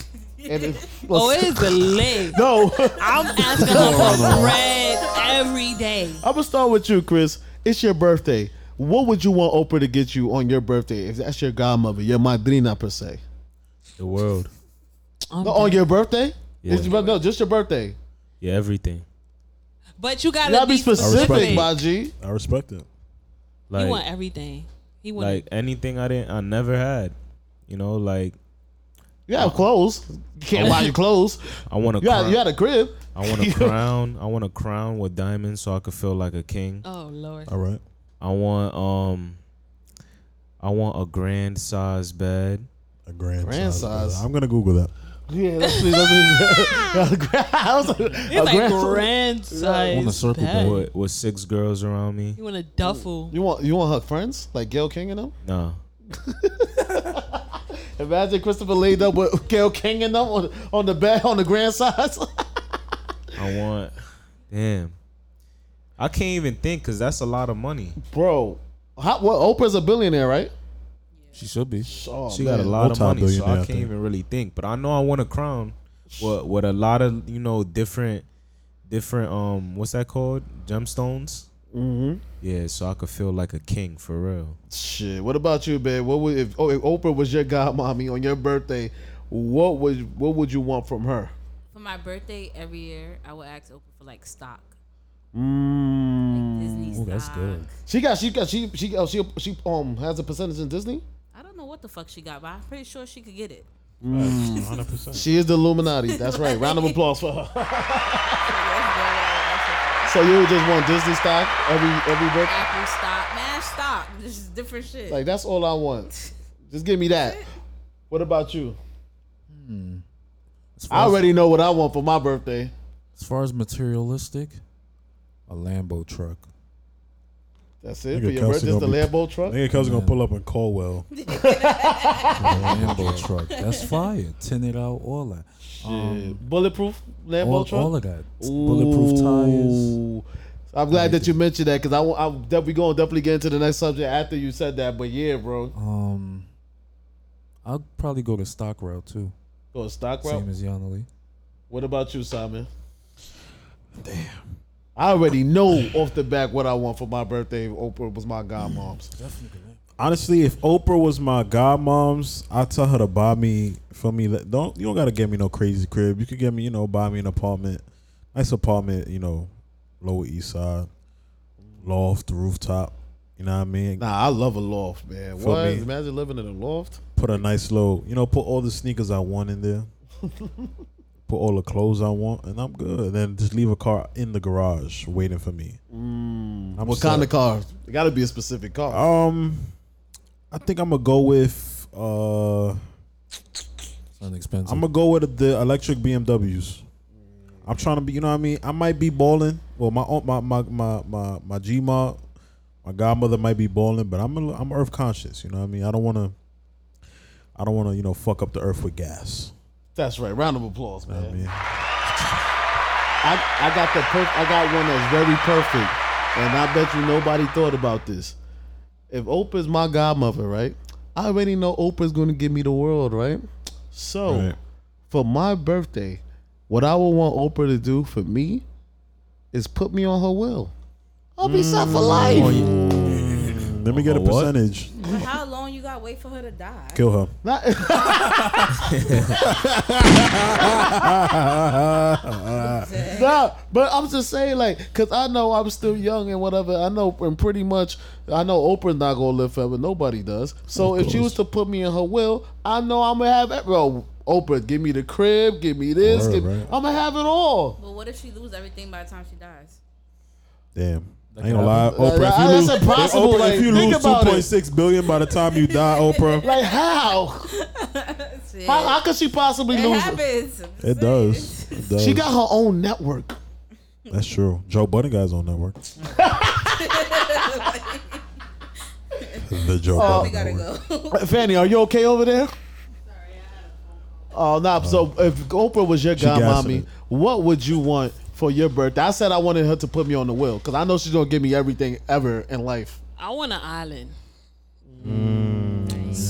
Speaker 1: And if,
Speaker 4: Oh, it is the leg.
Speaker 1: no,
Speaker 4: I'm asking her for bread every day.
Speaker 1: I'm gonna start with you, Chris. It's your birthday. What would you want Oprah to get you on your birthday if that's your godmother, your madrina per se?
Speaker 5: The world.
Speaker 1: No, on your birthday?
Speaker 5: Yeah.
Speaker 1: It's your- no, just your birthday.
Speaker 5: Yeah, everything.
Speaker 4: But you gotta
Speaker 1: You gotta be specific,
Speaker 2: it.
Speaker 1: my G.
Speaker 2: I respect it.
Speaker 4: He
Speaker 5: Like
Speaker 4: want everything. He want
Speaker 5: like anything I didn't I never had. You know, like
Speaker 1: You have clothes. You can't buy your clothes.
Speaker 5: I want a
Speaker 1: You had,
Speaker 5: crown.
Speaker 1: you had a crib.
Speaker 5: I want a crown. I want a crown with diamonds so I could feel like a king.
Speaker 4: Oh lord.
Speaker 2: All right.
Speaker 5: I want um I want a grand size bed.
Speaker 2: A grand,
Speaker 1: Grand
Speaker 2: size.
Speaker 1: size.
Speaker 2: brother. I'm gonna Google that.
Speaker 1: Yeah, that's, that's, I was like, a
Speaker 4: It's like
Speaker 1: grand-
Speaker 4: grand size.
Speaker 3: On the circle
Speaker 4: bag.
Speaker 3: board.
Speaker 5: With, with six girls around me.
Speaker 4: You want a duffel?
Speaker 1: You want you want her friends like Gail King and them?
Speaker 5: Nah.
Speaker 1: Imagine Christopher laid up with Gail King and them on, on the bed on the grand size.
Speaker 5: I want damn. I can't even think because that's a lot of money.
Speaker 1: Bro, how, what Oprah's a billionaire, right?
Speaker 3: She should be.
Speaker 1: Oh,
Speaker 5: She got a
Speaker 1: man.
Speaker 5: lot of
Speaker 2: multi-billionaire,
Speaker 5: money, so
Speaker 2: I
Speaker 5: I can't
Speaker 2: think.
Speaker 5: even really think. But I know I want a crown with with a lot of you know different different um what's that called gemstones. Mm-hmm. Yeah, so I could feel like a king for real.
Speaker 1: Shit. What about you, babe? What would if, oh, if Oprah was your godmommy on your birthday? What would what would you want from her?
Speaker 9: For my birthday every year, I will ask Oprah for like stock.
Speaker 1: Mm.
Speaker 9: Disney stock.
Speaker 5: that's good.
Speaker 1: She got she got she she oh, she she um has a percentage in Disney.
Speaker 9: I don't know what the fuck she got, but I'm pretty sure she could get it.
Speaker 2: 100. percent
Speaker 1: She is the Illuminati. That's right. Round of applause for her. so you would just want Disney stock every every birthday.
Speaker 9: Apple stock, man, stock. This is different shit.
Speaker 1: Like that's all I want. Just give me that. What about you?
Speaker 3: As far
Speaker 1: I
Speaker 3: as-
Speaker 1: already know what I want for my birthday.
Speaker 3: As far as materialistic, a Lambo truck.
Speaker 1: That's it.
Speaker 2: Nigga,
Speaker 1: For your birthday,
Speaker 2: Kelsey
Speaker 1: just the
Speaker 2: gonna be-
Speaker 1: Lambo
Speaker 2: I
Speaker 1: truck.
Speaker 2: think Kelsey gonna pull up in Caldwell.
Speaker 3: Lambo truck. That's fire. Tinted out, all that.
Speaker 1: Yeah. Bulletproof Lambo
Speaker 3: all,
Speaker 1: truck.
Speaker 3: all of that. Bulletproof tires.
Speaker 1: Ooh. I'm glad that you mentioned that because I want. I'm definitely going to definitely get into the next subject after you said that. But yeah, bro,
Speaker 3: Um, I'll probably go the stock route too.
Speaker 1: go stock route.
Speaker 3: Same as Yanali.
Speaker 1: What about you, Simon? Damn. I already know off the back what I want for my birthday. If Oprah was my godmom's.
Speaker 2: Honestly, if Oprah was my godmom's, I'd tell her to buy me. For me, let- don't you don't gotta get me no crazy crib. You could get me, you know, buy me an apartment, nice apartment, you know, Lower East Side, loft, rooftop. You know what I mean?
Speaker 1: Nah, I love a loft, man.
Speaker 2: For
Speaker 1: What?
Speaker 2: me.
Speaker 1: Imagine living in a loft.
Speaker 2: Put a nice little, you know, put all the sneakers I want in there. put all the clothes I want, and I'm good. Then just leave a car in the garage waiting for me. I'm
Speaker 1: Mm. What
Speaker 2: set.
Speaker 1: kind of car? It got to be a specific car.
Speaker 2: Um, I think I'm gonna go with uh, I'm
Speaker 3: It's inexpensive.
Speaker 2: gonna go with the electric BMWs. I'm trying to be, you know what I mean. I might be balling. Well, my own- my my my my my Gma, my godmother might be balling, but I'm a, I'm earth conscious. You know what I mean. I don't wanna, I don't wanna, you know, fuck up the earth with gas.
Speaker 1: That's right. Round of applause, man.
Speaker 2: You know what I mean,
Speaker 1: I, I got the perf- I got one that's very perfect, and I bet you nobody thought about this. If Oprah's my godmother, right? I already know Oprah's gonna give me the world, right? So,
Speaker 2: Right.
Speaker 1: for my birthday, what I would want Oprah to do for me is put me on her will. I'll be set for life.
Speaker 2: Mm. let me get a
Speaker 5: what?
Speaker 2: percentage.
Speaker 9: But how long you
Speaker 10: gotta wait for her to die.
Speaker 2: Kill her.
Speaker 1: nah, but I'm just saying, like, cause I know I'm still young and whatever. I know, and pretty much, I know Oprah's not gonna live forever. Nobody does. So
Speaker 2: Of
Speaker 1: if she was to put me in her will, I know I'm gonna have. ev- Well, Oprah, give me the crib, give me this.
Speaker 2: Word,
Speaker 1: give,
Speaker 2: right.
Speaker 1: I'm gonna have it all.
Speaker 9: But what if she lose everything by the time she dies?
Speaker 2: Damn. I ain't gonna lie, Oprah. If
Speaker 1: Like,
Speaker 2: you
Speaker 1: that's
Speaker 2: lose, if
Speaker 1: impossible,
Speaker 2: Oprah,
Speaker 1: like,
Speaker 2: if you
Speaker 1: think
Speaker 2: lose two
Speaker 1: about it.
Speaker 2: point six billion by the time you die, Oprah,
Speaker 1: Like how? how? How could she possibly
Speaker 9: It
Speaker 1: lose?
Speaker 9: happens.
Speaker 2: it does. It does.
Speaker 1: She got her own network.
Speaker 2: That's true. Joe Budden guy's on network. the Joe
Speaker 1: Uh,
Speaker 2: Budden. Network.
Speaker 1: Fanny, are you okay over there? Oh, nah. So if Oprah was your
Speaker 2: She gassing
Speaker 1: godmommy,
Speaker 2: it.
Speaker 1: what would you want for your birthday? I said I wanted her to put me on the will because I know she's gonna give me everything ever in life.
Speaker 4: I want an island.
Speaker 2: Mm.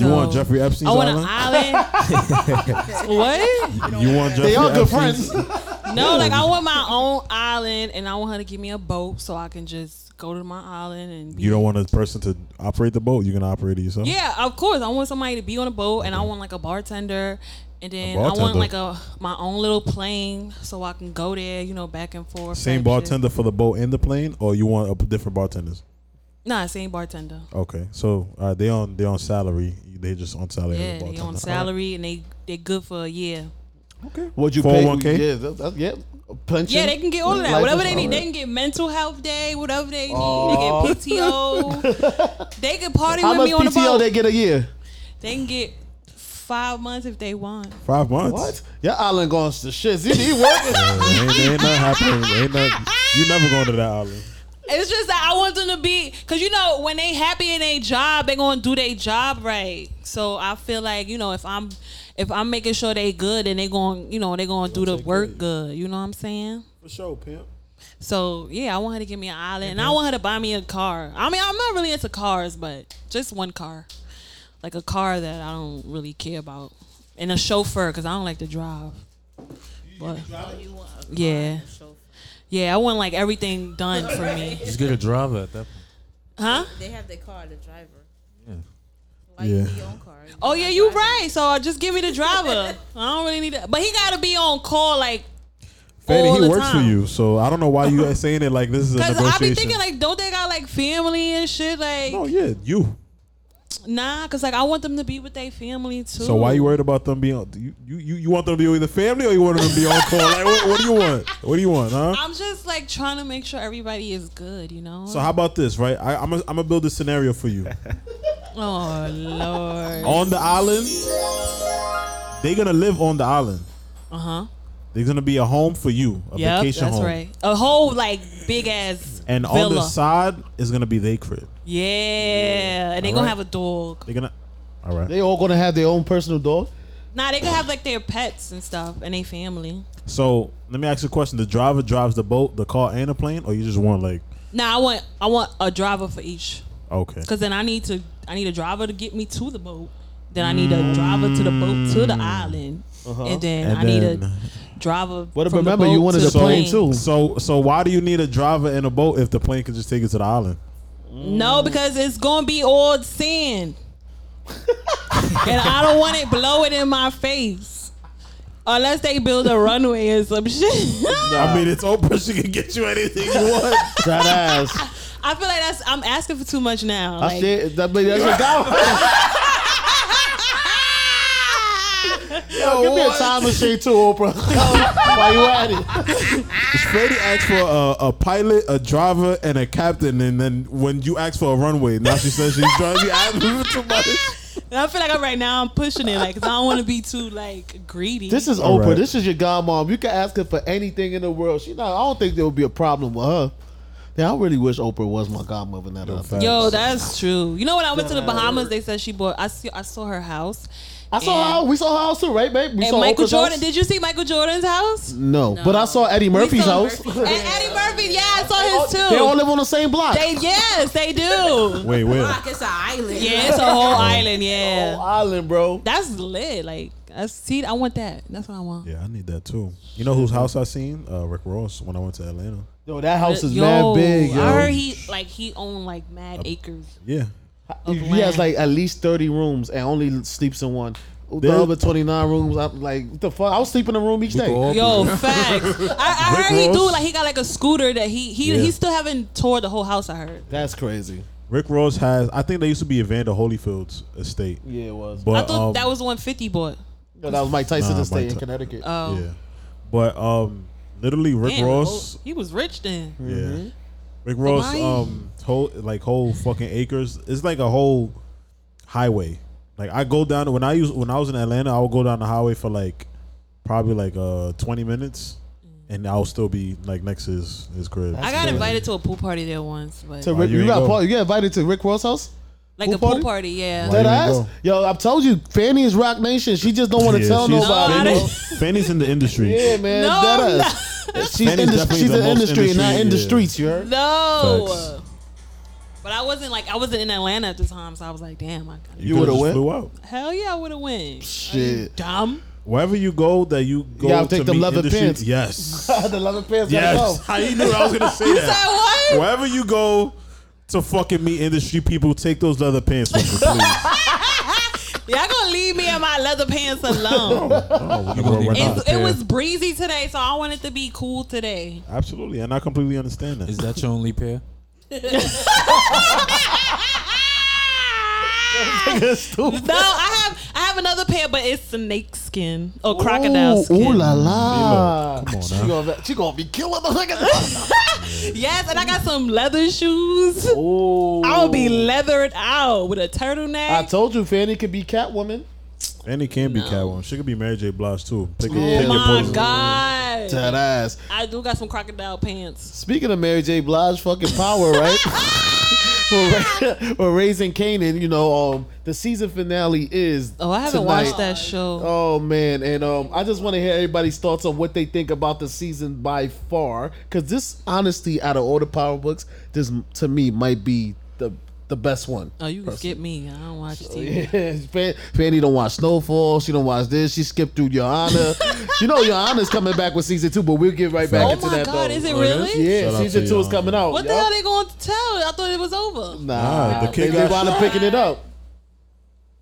Speaker 2: you want
Speaker 4: So-
Speaker 2: Jeffrey Epstein's
Speaker 4: Oh. I want
Speaker 2: island?
Speaker 4: an island. what?
Speaker 2: You want Jeffrey?
Speaker 1: They all good
Speaker 2: Epstein's-
Speaker 1: friends.
Speaker 4: No, like I want my own island, and I want her to give me a boat so I can just go to my island and. Be-
Speaker 2: You don't want a person to operate the boat. You're gonna operate it yourself.
Speaker 4: yeah, of course. I want somebody to be on a boat, and I want like a bartender, and then I want
Speaker 2: bartender?
Speaker 4: like a my own little plane so I can go there, you know, back and forth.
Speaker 2: Same
Speaker 4: type shit.
Speaker 2: bartender for the boat and the plane, or you want a different bartenders?
Speaker 4: Nah, same bartender.
Speaker 2: Okay, so uh, they on they on salary. They just on salary.
Speaker 4: Yeah, they on salary and they they good for a year.
Speaker 1: Would you pay?
Speaker 2: 401k?
Speaker 1: Yeah, that, that, yeah. Pension.
Speaker 4: Yeah, they can get all of that.
Speaker 1: Life
Speaker 4: whatever
Speaker 1: is- Oh.
Speaker 4: they need, they can get mental health day, whatever they need. They get PTO. they can party
Speaker 1: How
Speaker 4: with
Speaker 1: much
Speaker 4: me on the
Speaker 1: PTO
Speaker 4: boat.
Speaker 1: they get a year?
Speaker 4: They can get five months if they want.
Speaker 2: Five months.
Speaker 1: What? Your island going to shit. See, he working.
Speaker 2: ain't, ain't nothing happening. Ain't nothing. You never going to that island.
Speaker 4: It's just that I want them to be, cause you know when they happy in their job, they gonna do their job right. So I feel like you know if I'm if I'm making sure they good and they going you know they gonna do the work good. You know what I'm saying?
Speaker 2: For sure, pimp.
Speaker 4: So yeah, I want her to give me an island, and I want her to buy me a car. I mean, I'm not really into cars, but just one car, like a car that I don't really care about, and a chauffeur because I don't like to drive. But yeah, yeah, I want like everything done for me,
Speaker 3: Just get a driver at that point.
Speaker 4: huh?
Speaker 10: They have their car, the driver.
Speaker 2: Yeah.
Speaker 4: Oh yeah, you right. So uh, just give me the driver. I don't really need it, but he gotta be on call like
Speaker 2: Fanny,
Speaker 4: all
Speaker 2: he
Speaker 4: the
Speaker 2: works
Speaker 4: time.
Speaker 2: for you, so I don't know why you are saying it like this is a
Speaker 4: Cause I be
Speaker 2: negotiation.
Speaker 4: thinking like, don't they got like family and shit? Like,
Speaker 2: oh yeah, you.
Speaker 4: nah, cause like I want them to be with their family too.
Speaker 2: So why you worried about them being? on- You you you, you want them to be with the family, or you want them to be on call? Like, what, what do you want? What do you want, huh?
Speaker 4: I'm just like trying to make sure everybody is good, you know.
Speaker 2: So how about this, right? I, I'm gonna I'm gonna build a scenario for you.
Speaker 4: oh lord.
Speaker 2: on the island, they're gonna live on the island.
Speaker 4: Uh huh.
Speaker 2: There's gonna be a home for you, a
Speaker 4: Yep, that's
Speaker 2: vacation home,
Speaker 4: right. A whole like big ass
Speaker 2: and
Speaker 4: villa.
Speaker 2: on the side is gonna be they crib.
Speaker 4: yeah. and they gonna
Speaker 2: Alright.
Speaker 4: have a dog.
Speaker 2: They're gonna, all right.
Speaker 1: They all gonna have their own personal dog.
Speaker 4: Nah, they gonna have like their pets and stuff and their family.
Speaker 2: So let me ask you a question: The driver drives the boat, the car, and the plane, or you just want like,
Speaker 4: Nah, I want I want a driver for each.
Speaker 2: okay,
Speaker 4: Cause then I need to I need a driver to get me to the boat. Then I need a driver to the boat to the
Speaker 1: Mm.
Speaker 4: island. And then
Speaker 2: And
Speaker 4: I need
Speaker 2: then- uh,
Speaker 4: a driver.
Speaker 1: What if-
Speaker 4: from the
Speaker 1: Uh-huh. remember you
Speaker 4: boat
Speaker 1: wanted
Speaker 4: to
Speaker 1: a plane too.
Speaker 2: So so why do you need a driver and a boat if the plane could just take you to the island?
Speaker 4: No, because it's gonna be all sand, and I don't want it blowing in my face. Unless they build a runway or some shit.
Speaker 2: I mean, it's Oprah. She can get you anything you want.
Speaker 1: That ass.
Speaker 4: I feel like that's I'm asking for too much now.
Speaker 1: I
Speaker 4: Like,
Speaker 1: said that. That's a guy. Yo, give me a time machine too, Oprah. Why you at it?
Speaker 2: Brady asked for a, a pilot, a driver, and a captain, and then when you ask for a runway, now she says she's driving. You asked for too much.
Speaker 4: I feel like I'm right now I'm pushing it, like 'cause I don't want to be too like greedy.
Speaker 1: This is
Speaker 2: All
Speaker 1: Oprah.
Speaker 2: right.
Speaker 1: This is your godmom. You can ask her for anything in the world. She not. I don't think there would be a problem with her. Yeah, I really wish Oprah was my godmother. Now that I think-
Speaker 4: Yo, that's true. You know when I went to the Bahamas, they said she bought. I see, I saw her house.
Speaker 1: I saw
Speaker 4: and-
Speaker 1: how we saw her house too, right, babe? We
Speaker 4: And
Speaker 1: saw
Speaker 4: Michael
Speaker 1: Oprah's
Speaker 4: Jordan.
Speaker 1: house?
Speaker 4: Did you see Michael Jordan's house?
Speaker 1: no, but I saw Eddie Murphy's
Speaker 9: saw
Speaker 1: house. Oh,
Speaker 9: Murphy's.
Speaker 4: And Eddie Murphy. Yeah, I saw his too.
Speaker 1: they all live on the same block. Oh,
Speaker 4: They yes, they do.
Speaker 2: Wait, where?
Speaker 10: Fuck, it's an island.
Speaker 4: Yeah, it's a whole island.
Speaker 1: Oh,
Speaker 4: Yeah,
Speaker 1: island, bro.
Speaker 4: that's lit. Like, I see. I want that. That's what I want.
Speaker 2: Yeah, I need that too. You know whose house I seen? Uh, Rick Ross when I went to Atlanta.
Speaker 1: Yo, that house is
Speaker 4: Yo,
Speaker 1: mad big. Yo.
Speaker 4: I heard he like he owned like mad acres.
Speaker 2: Yeah,
Speaker 1: If he has like at least thirty rooms and only sleeps in one. The
Speaker 2: There-
Speaker 1: other twenty nine rooms, I'm like, what the fuck? I was sleeping in a room each day.
Speaker 4: Yo, facts. I, I heard he
Speaker 1: Rick
Speaker 4: do
Speaker 1: Ross?
Speaker 4: like he got like a scooter that he he
Speaker 2: Yeah.
Speaker 4: he still haven't toured the whole house. I heard.
Speaker 1: That's crazy.
Speaker 2: Rick Ross has. I think they used to be Evander Holyfield's estate.
Speaker 1: Yeah, it was.
Speaker 2: But
Speaker 4: I thought
Speaker 2: um,
Speaker 4: that was one fifty bought.
Speaker 1: No, that was Mike Tyson's
Speaker 2: Nah,
Speaker 1: estate
Speaker 2: Mike
Speaker 1: in
Speaker 2: Ty-
Speaker 1: Connecticut.
Speaker 4: Oh.
Speaker 2: yeah, but um, literally Rick
Speaker 4: Damn,
Speaker 2: Ross.
Speaker 4: oh, he was rich then.
Speaker 2: Yeah.
Speaker 1: Mhm.
Speaker 2: Rick Ross,
Speaker 4: Why?
Speaker 2: um, whole like whole fucking acres. It's like a whole highway. Like I go down when I use when I was in Atlanta, I would go down the highway for like probably like uh twenty minutes, and I'll still be like next to his his crib.
Speaker 4: I got invited to a pool party there once, but
Speaker 1: To Rick,
Speaker 2: you
Speaker 1: you,
Speaker 2: ain't
Speaker 1: got
Speaker 2: go?
Speaker 1: part, you got invited to Rick Ross' house?
Speaker 4: like a pool party, yeah.
Speaker 1: Dead
Speaker 2: you ain't
Speaker 1: ass?
Speaker 2: go?
Speaker 1: Yo, I told you, Fanny is Rock Nation. She just don't want to
Speaker 2: Yeah,
Speaker 1: tell
Speaker 2: she's-
Speaker 1: nobody.
Speaker 4: No, I
Speaker 1: bro.
Speaker 2: Fanny's in the industry.
Speaker 1: Yeah, man.
Speaker 4: No,
Speaker 1: dead
Speaker 4: I'm
Speaker 1: ass. She's,
Speaker 2: Fanny's
Speaker 1: in the,
Speaker 2: definitely
Speaker 1: she's
Speaker 2: the
Speaker 1: in the
Speaker 2: most
Speaker 1: industry, and not in the
Speaker 2: industry, yeah.
Speaker 1: streets, you heard?
Speaker 4: No.
Speaker 2: Facts.
Speaker 4: But I wasn't like I wasn't in Atlanta at the time, so I was like, damn, I got
Speaker 1: You
Speaker 2: could've
Speaker 1: would've went?
Speaker 2: just flew out.
Speaker 4: hell yeah, I would have win.
Speaker 1: Shit.
Speaker 4: Dumb.
Speaker 2: Wherever you go, that you go
Speaker 1: gotta
Speaker 2: to
Speaker 1: take them
Speaker 2: meet
Speaker 1: leather
Speaker 2: industry-
Speaker 1: pins.
Speaker 2: Yes,
Speaker 1: the leather pants
Speaker 2: yes.
Speaker 1: gotta
Speaker 2: How you knew I was gonna say that?
Speaker 4: Said what?
Speaker 2: Wherever you go to fucking meet industry people, take those leather pants with you, please.
Speaker 4: Y'all gonna leave me in my leather pants alone?
Speaker 2: oh,
Speaker 3: gonna
Speaker 2: we're
Speaker 3: need
Speaker 2: not.
Speaker 4: It's- it was breezy today, so I wanted to be cool today.
Speaker 2: Absolutely, and I completely understand that.
Speaker 3: Is that your only pair?
Speaker 1: go.
Speaker 4: No, I have I have another pair, but it's snake skin or crocodile
Speaker 1: Ooh, ooh
Speaker 4: skin.
Speaker 1: la la.
Speaker 2: Come on
Speaker 1: She
Speaker 2: now.
Speaker 1: gonna, she gonna be killing the niggas.
Speaker 4: Yes, and I got some leather shoes.
Speaker 1: Ooh.
Speaker 4: I'll be leathered out with a turtleneck.
Speaker 1: I told you, Fanny could be Catwoman.
Speaker 2: And it can be Catwoman. She could be Mary J. Blige too. Pick, a,
Speaker 1: Yeah.
Speaker 2: pick
Speaker 4: oh
Speaker 2: your
Speaker 4: my
Speaker 2: poison.
Speaker 4: god!
Speaker 1: Dead ass.
Speaker 4: I do got some crocodile pants.
Speaker 1: Speaking of Mary J. Blige, fucking power, right? we're, ra- we're raising Canaan. You know, um, the season finale is.
Speaker 4: Oh, I haven't
Speaker 1: tonight.
Speaker 4: watched that show.
Speaker 1: Oh man, and um, I just want to hear everybody's thoughts on what they think about the season by far, because this, honestly, out of all the power books, this to me might be the the best one.
Speaker 4: Oh, you can skip me. I don't watch TV.
Speaker 1: Yeah, Fan- Fanny don't watch Snowfall. She don't watch this. She skipped through Johanna. you know Johanna's coming back with season two, but we'll get right back
Speaker 4: Oh
Speaker 1: into
Speaker 4: my
Speaker 1: that.
Speaker 4: god,
Speaker 1: though.
Speaker 4: is it
Speaker 3: Oh, it
Speaker 4: really?
Speaker 1: Yeah,
Speaker 2: Shout out
Speaker 1: season
Speaker 2: to
Speaker 1: two is
Speaker 2: Johanna.
Speaker 1: coming out.
Speaker 4: What the
Speaker 1: yo.
Speaker 4: hell they going to tell? I thought it was over.
Speaker 1: Nah,
Speaker 2: Nah, the kid
Speaker 1: they, they
Speaker 2: got
Speaker 1: wound up
Speaker 2: shot.
Speaker 1: picking it up.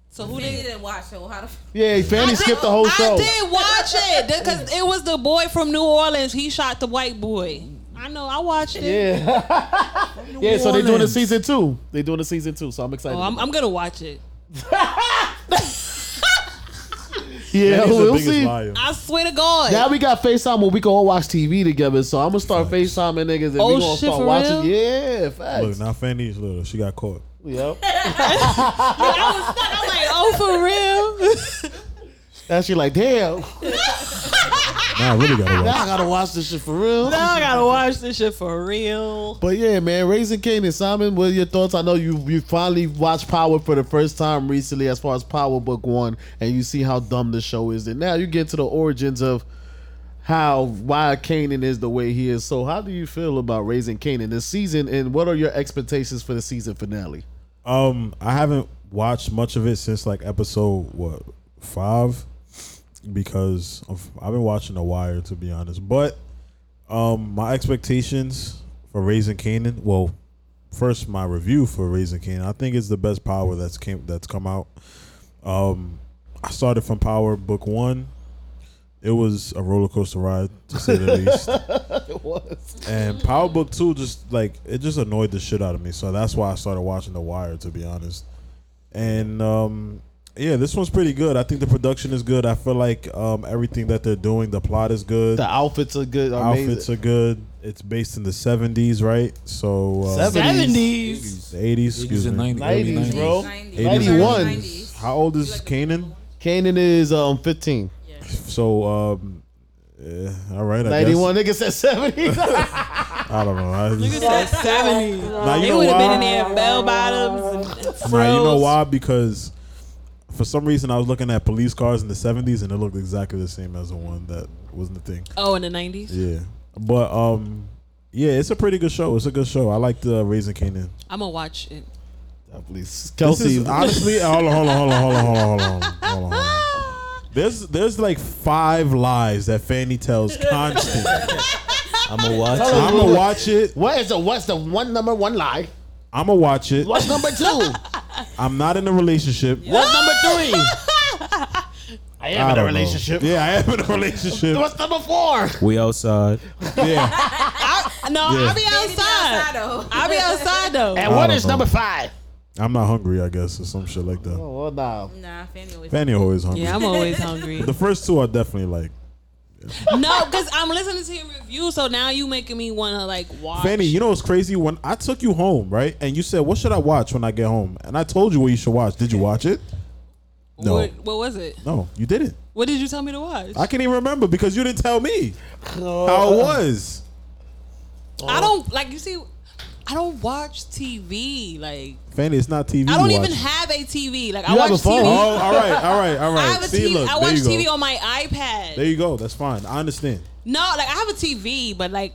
Speaker 4: So who
Speaker 10: Who
Speaker 4: did?
Speaker 10: didn't watch it? Well, how the f-
Speaker 1: Yeah, Fanny skipped the whole show.
Speaker 4: I did watch it because it was the boy from New Orleans. He shot the white boy. I know. I watched it.
Speaker 1: Yeah, yeah. So they doing a season two. They doing a season two. So I'm excited.
Speaker 4: Oh, I'm, I'm gonna watch it.
Speaker 1: yeah,
Speaker 2: Fanny's the
Speaker 1: we'll
Speaker 2: biggest
Speaker 1: see.
Speaker 2: liar.
Speaker 4: I swear to God.
Speaker 1: Now we got FaceTime where we can all watch TV together. So I'm gonna start FaceTiming niggas and
Speaker 4: Oh,
Speaker 1: we gonna
Speaker 4: shit,
Speaker 1: start
Speaker 4: for
Speaker 1: watching.
Speaker 4: real?
Speaker 1: Yeah,
Speaker 2: Look,
Speaker 1: facts.
Speaker 2: now Fanny's little. She got caught.
Speaker 1: Yep.
Speaker 4: I'm like, oh, for real?
Speaker 1: And she like, damn, now
Speaker 2: Now I really gotta watch.
Speaker 1: I gotta watch this shit for real.
Speaker 4: now I gotta watch this shit for real.
Speaker 1: But yeah, man, Raising Kane and Simon, what are your thoughts? I know you you finally watched Power for the first time recently, as far as Power Book One, and you see how dumb the show is. And now you get to the origins of how why Kanan is the way he is. So how do you feel about Raising Kanan this season, and what are your expectations for the season finale?
Speaker 2: Um, I haven't watched much of it since like episode what five, because of, I've been watching The Wire to be honest. But um, my expectations for Raising Canaan. Well, first my review for Raising Canaan. I think it's the best Power that's came that's come out. Um, I started from Power Book One. It was a roller coaster ride to say the least.
Speaker 1: It was.
Speaker 2: And Power Book Two just like it just annoyed the shit out of me, so that's why I started watching The Wire to be honest. And um, yeah, this one's pretty good. I think the production is good. I feel like um, everything that they're doing, the plot is good.
Speaker 1: The outfits are good. Are
Speaker 2: outfits are good. It's based in the seventies, right? So uh,
Speaker 1: Seven- 70s.
Speaker 3: Eighties.
Speaker 2: the eighties. Excuse
Speaker 3: Eighties and
Speaker 2: me.
Speaker 3: nineties.
Speaker 1: 90s, bro.
Speaker 10: 90s.
Speaker 1: 91.
Speaker 10: 90s.
Speaker 2: How old is Kanan?
Speaker 1: Kanan is um 15.
Speaker 2: So um, eh, all right, I
Speaker 1: 91 nigga said 70.
Speaker 2: Guess. I don't know. I just,
Speaker 4: That 70.
Speaker 2: Nah, you
Speaker 4: they
Speaker 2: know
Speaker 4: would have been
Speaker 2: why?
Speaker 4: in there in bell bottoms and
Speaker 2: Nah, you know
Speaker 4: frills.
Speaker 2: why? Because for some reason I was looking at police cars in the seventies and it looked exactly the same as the one that was the thing.
Speaker 4: Oh, in the 90s?
Speaker 2: Yeah. But um yeah, it's a pretty good show. It's a good show. I like the Raising Canaan.
Speaker 4: I'm gonna watch it.
Speaker 1: Please,
Speaker 2: This
Speaker 1: Kelsey.
Speaker 2: is honestly hold on, hold on, hold on, hold on, hold on, hold on, hold on, hold on. There's there's like five lies that Fanny tells constant.
Speaker 5: I'm gonna watch it.
Speaker 1: us.
Speaker 2: I'ma watch it.
Speaker 1: what is the what's the one number one lie?
Speaker 2: I'ma watch it.
Speaker 1: What's number two?
Speaker 2: I'm not in a relationship.
Speaker 11: What's number three? I am in
Speaker 2: don't
Speaker 11: a
Speaker 2: know.
Speaker 11: relationship.
Speaker 2: Yeah, I am in a relationship.
Speaker 11: What's number four?
Speaker 5: We outside.
Speaker 2: Yeah.
Speaker 4: No,
Speaker 2: Yeah.
Speaker 4: I be outside. I be outside though.
Speaker 11: And what is number five?
Speaker 2: I'm not hungry, I guess, or some shit like that.
Speaker 11: Oh, no.
Speaker 9: Nah, Fanny always.
Speaker 2: Fanny always hungry.
Speaker 4: Yeah, I'm always hungry.
Speaker 2: But the first two are definitely like
Speaker 4: no, because I'm listening to your review, so now you making me wanna like watch.
Speaker 2: Fanny. You know what's crazy? When I took you home, right, and you said, "What should I watch when I get home?" and I told you what you should watch. Did you watch it? No,
Speaker 4: What, what was it?
Speaker 2: no, you didn't.
Speaker 4: What did you tell me to watch?
Speaker 2: I can't even remember because you didn't tell me how it was.
Speaker 4: I don't like you see. I don't watch TV. Like
Speaker 2: Fanny, it's not TV.
Speaker 4: I don't
Speaker 2: you
Speaker 4: even
Speaker 2: watch.
Speaker 4: have a TV. Like
Speaker 2: You have
Speaker 4: I watch
Speaker 2: a phone.
Speaker 4: TV.
Speaker 2: Oh, all right, all right, all right.
Speaker 4: I have a
Speaker 2: See,
Speaker 4: TV.
Speaker 2: look,
Speaker 4: I
Speaker 2: there
Speaker 4: watch
Speaker 2: you go.
Speaker 4: TV on my iPad.
Speaker 2: There you go. That's fine. I understand.
Speaker 4: No, like I have a TV, but like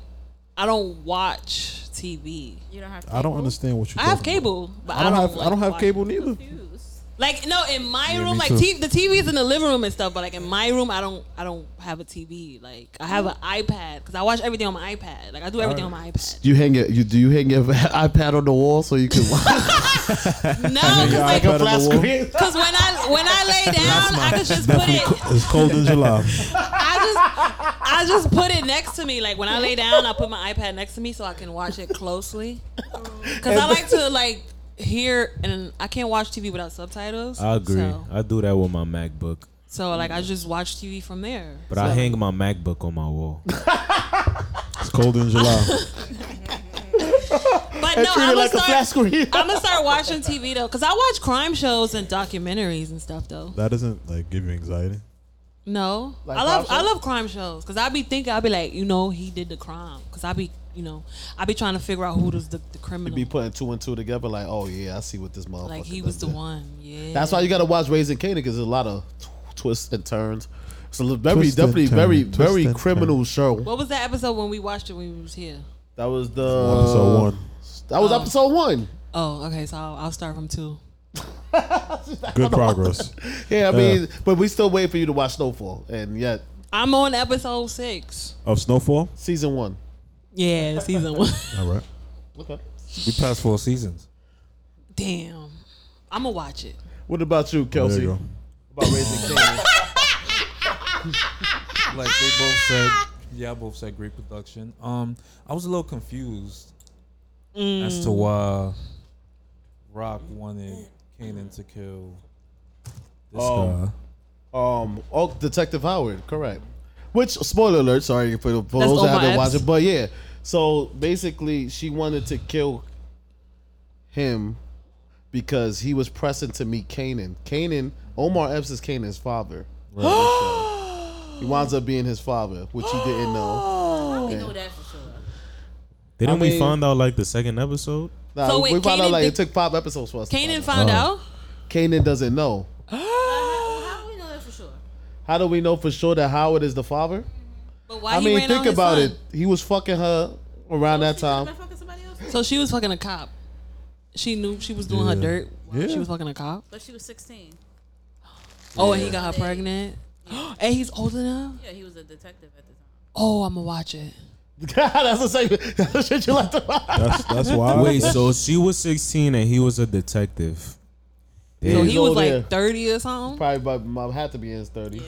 Speaker 4: I don't watch TV. You don't have.
Speaker 2: I don't understand what you.
Speaker 4: I have cable, but I
Speaker 2: I don't
Speaker 4: don't
Speaker 2: have. I
Speaker 4: like
Speaker 2: don't have
Speaker 4: watching.
Speaker 2: cable neither.
Speaker 4: Like no, in my
Speaker 2: Yeah,
Speaker 4: room,
Speaker 2: me
Speaker 4: like
Speaker 2: too.
Speaker 4: t- the TV is in the living room and stuff, but like in my room, I don't, I don't have a TV. Like I have an iPad because I watch everything on my iPad. Like I do everything on my iPad.
Speaker 1: Do you hang it? You do you hang your iPad on the wall so you can watch?
Speaker 4: no, because
Speaker 1: your
Speaker 4: like,
Speaker 1: iPad on the wall?
Speaker 4: because when I when I lay down, I could just put it.
Speaker 2: It's cold in July.
Speaker 4: I just put it next to me. Like when I lay down, I put my iPad next to me so I can watch it closely. Because I like to like hear, and I can't watch TV without subtitles.
Speaker 5: I agree.
Speaker 4: So,
Speaker 5: I do that with my MacBook,
Speaker 4: so, like I just watch TV from there.
Speaker 5: but I hang my MacBook on my wall.
Speaker 2: it's cold in July.
Speaker 4: But
Speaker 11: And
Speaker 4: no,
Speaker 11: treat it
Speaker 4: I'm
Speaker 11: like a
Speaker 4: gonna
Speaker 11: flat
Speaker 4: start.
Speaker 11: screen.
Speaker 4: I'm gonna start watching TV though, because I watch crime shows and documentaries and stuff though.
Speaker 2: That doesn't like give you anxiety.
Speaker 4: No,
Speaker 11: Like
Speaker 4: I
Speaker 11: crime
Speaker 4: love I
Speaker 11: shows?
Speaker 4: love crime shows because I be thinking I be like you know he did the crime because I be you know I be trying to figure out who was the, the
Speaker 1: You
Speaker 4: criminal.
Speaker 1: be putting two and two together, like, oh yeah, I see what this motherfucker.
Speaker 4: Like he
Speaker 1: done
Speaker 4: was the
Speaker 1: did.
Speaker 4: one. Yeah.
Speaker 1: That's why you gotta watch Raising Canaan because there's a lot of t- twists and turns. It's a li- very
Speaker 2: Twist and
Speaker 1: definitely
Speaker 2: turn,
Speaker 1: very
Speaker 2: twist
Speaker 1: very
Speaker 2: and
Speaker 1: criminal show.
Speaker 4: What was that episode when we watched it when we was here?
Speaker 1: That was the
Speaker 2: Episode one.
Speaker 1: That was
Speaker 4: Oh.
Speaker 1: episode one.
Speaker 4: Oh, okay. So I'll, I'll start from two.
Speaker 2: Good progress.
Speaker 1: Yeah, I
Speaker 2: Yeah.
Speaker 1: mean, but we still wait for you to watch Snowfall, and yet
Speaker 4: I'm on episode six.
Speaker 2: Of snowfall.
Speaker 1: season one.
Speaker 4: Yeah, season one.
Speaker 2: All right.
Speaker 1: Okay.
Speaker 3: We passed four seasons.
Speaker 4: Damn. I'm gonna watch it.
Speaker 1: What about you, Kelsey?
Speaker 2: you go.
Speaker 1: about Raising Canaan?
Speaker 3: like they both said yeah both said great production um i was a little confused as to why rock wanted kanan to kill this
Speaker 1: Oh.
Speaker 3: guy
Speaker 1: Um, oh, Detective Howard, correct. Which spoiler alert? Sorry for, the, for
Speaker 4: That's
Speaker 1: those that
Speaker 4: Omar
Speaker 1: haven't watched
Speaker 4: Epps.
Speaker 1: it, but yeah. So basically, she wanted to kill him because he was pressing to meet Canaan. Canaan, Omar Epps is Canaan's father. he winds up being his father, which he didn't know.
Speaker 9: We know that for sure.
Speaker 5: Didn't
Speaker 1: I
Speaker 5: we
Speaker 1: mean-
Speaker 5: find out like the second episode?
Speaker 1: Nah,
Speaker 4: So
Speaker 1: we
Speaker 4: wait,
Speaker 1: found out
Speaker 4: Kanan
Speaker 1: like
Speaker 4: did-
Speaker 1: it took five episodes for us. to find
Speaker 4: Kanan
Speaker 1: out.
Speaker 4: found
Speaker 2: Oh.
Speaker 4: out.
Speaker 1: Kanan doesn't know.
Speaker 9: How do we know that for sure?
Speaker 1: How do we know for sure that Howard is the father?
Speaker 4: But why
Speaker 1: I
Speaker 4: he
Speaker 1: mean,
Speaker 4: ran
Speaker 1: think
Speaker 4: on his
Speaker 1: about
Speaker 4: son?
Speaker 1: it. He was fucking her around that time.
Speaker 9: Fucking somebody else?
Speaker 4: So she was fucking a cop. She knew she was doing her
Speaker 2: Yeah.
Speaker 4: dirt. while
Speaker 2: Yeah.
Speaker 4: She was fucking a cop.
Speaker 9: But she was 16.
Speaker 4: Oh, and he got her pregnant. and he's older now.
Speaker 9: Yeah, he was a detective at the time.
Speaker 4: Oh, I'm gonna watch it.
Speaker 1: that's the same. That's the shit you like to watch.
Speaker 2: That's that's why.
Speaker 5: Wait, so she was 16 and he was a detective.
Speaker 4: So
Speaker 2: Oh,
Speaker 5: Yeah.
Speaker 4: he was
Speaker 1: He's older.
Speaker 4: like 30 or something.
Speaker 1: Probably about my, had to be in his thirty.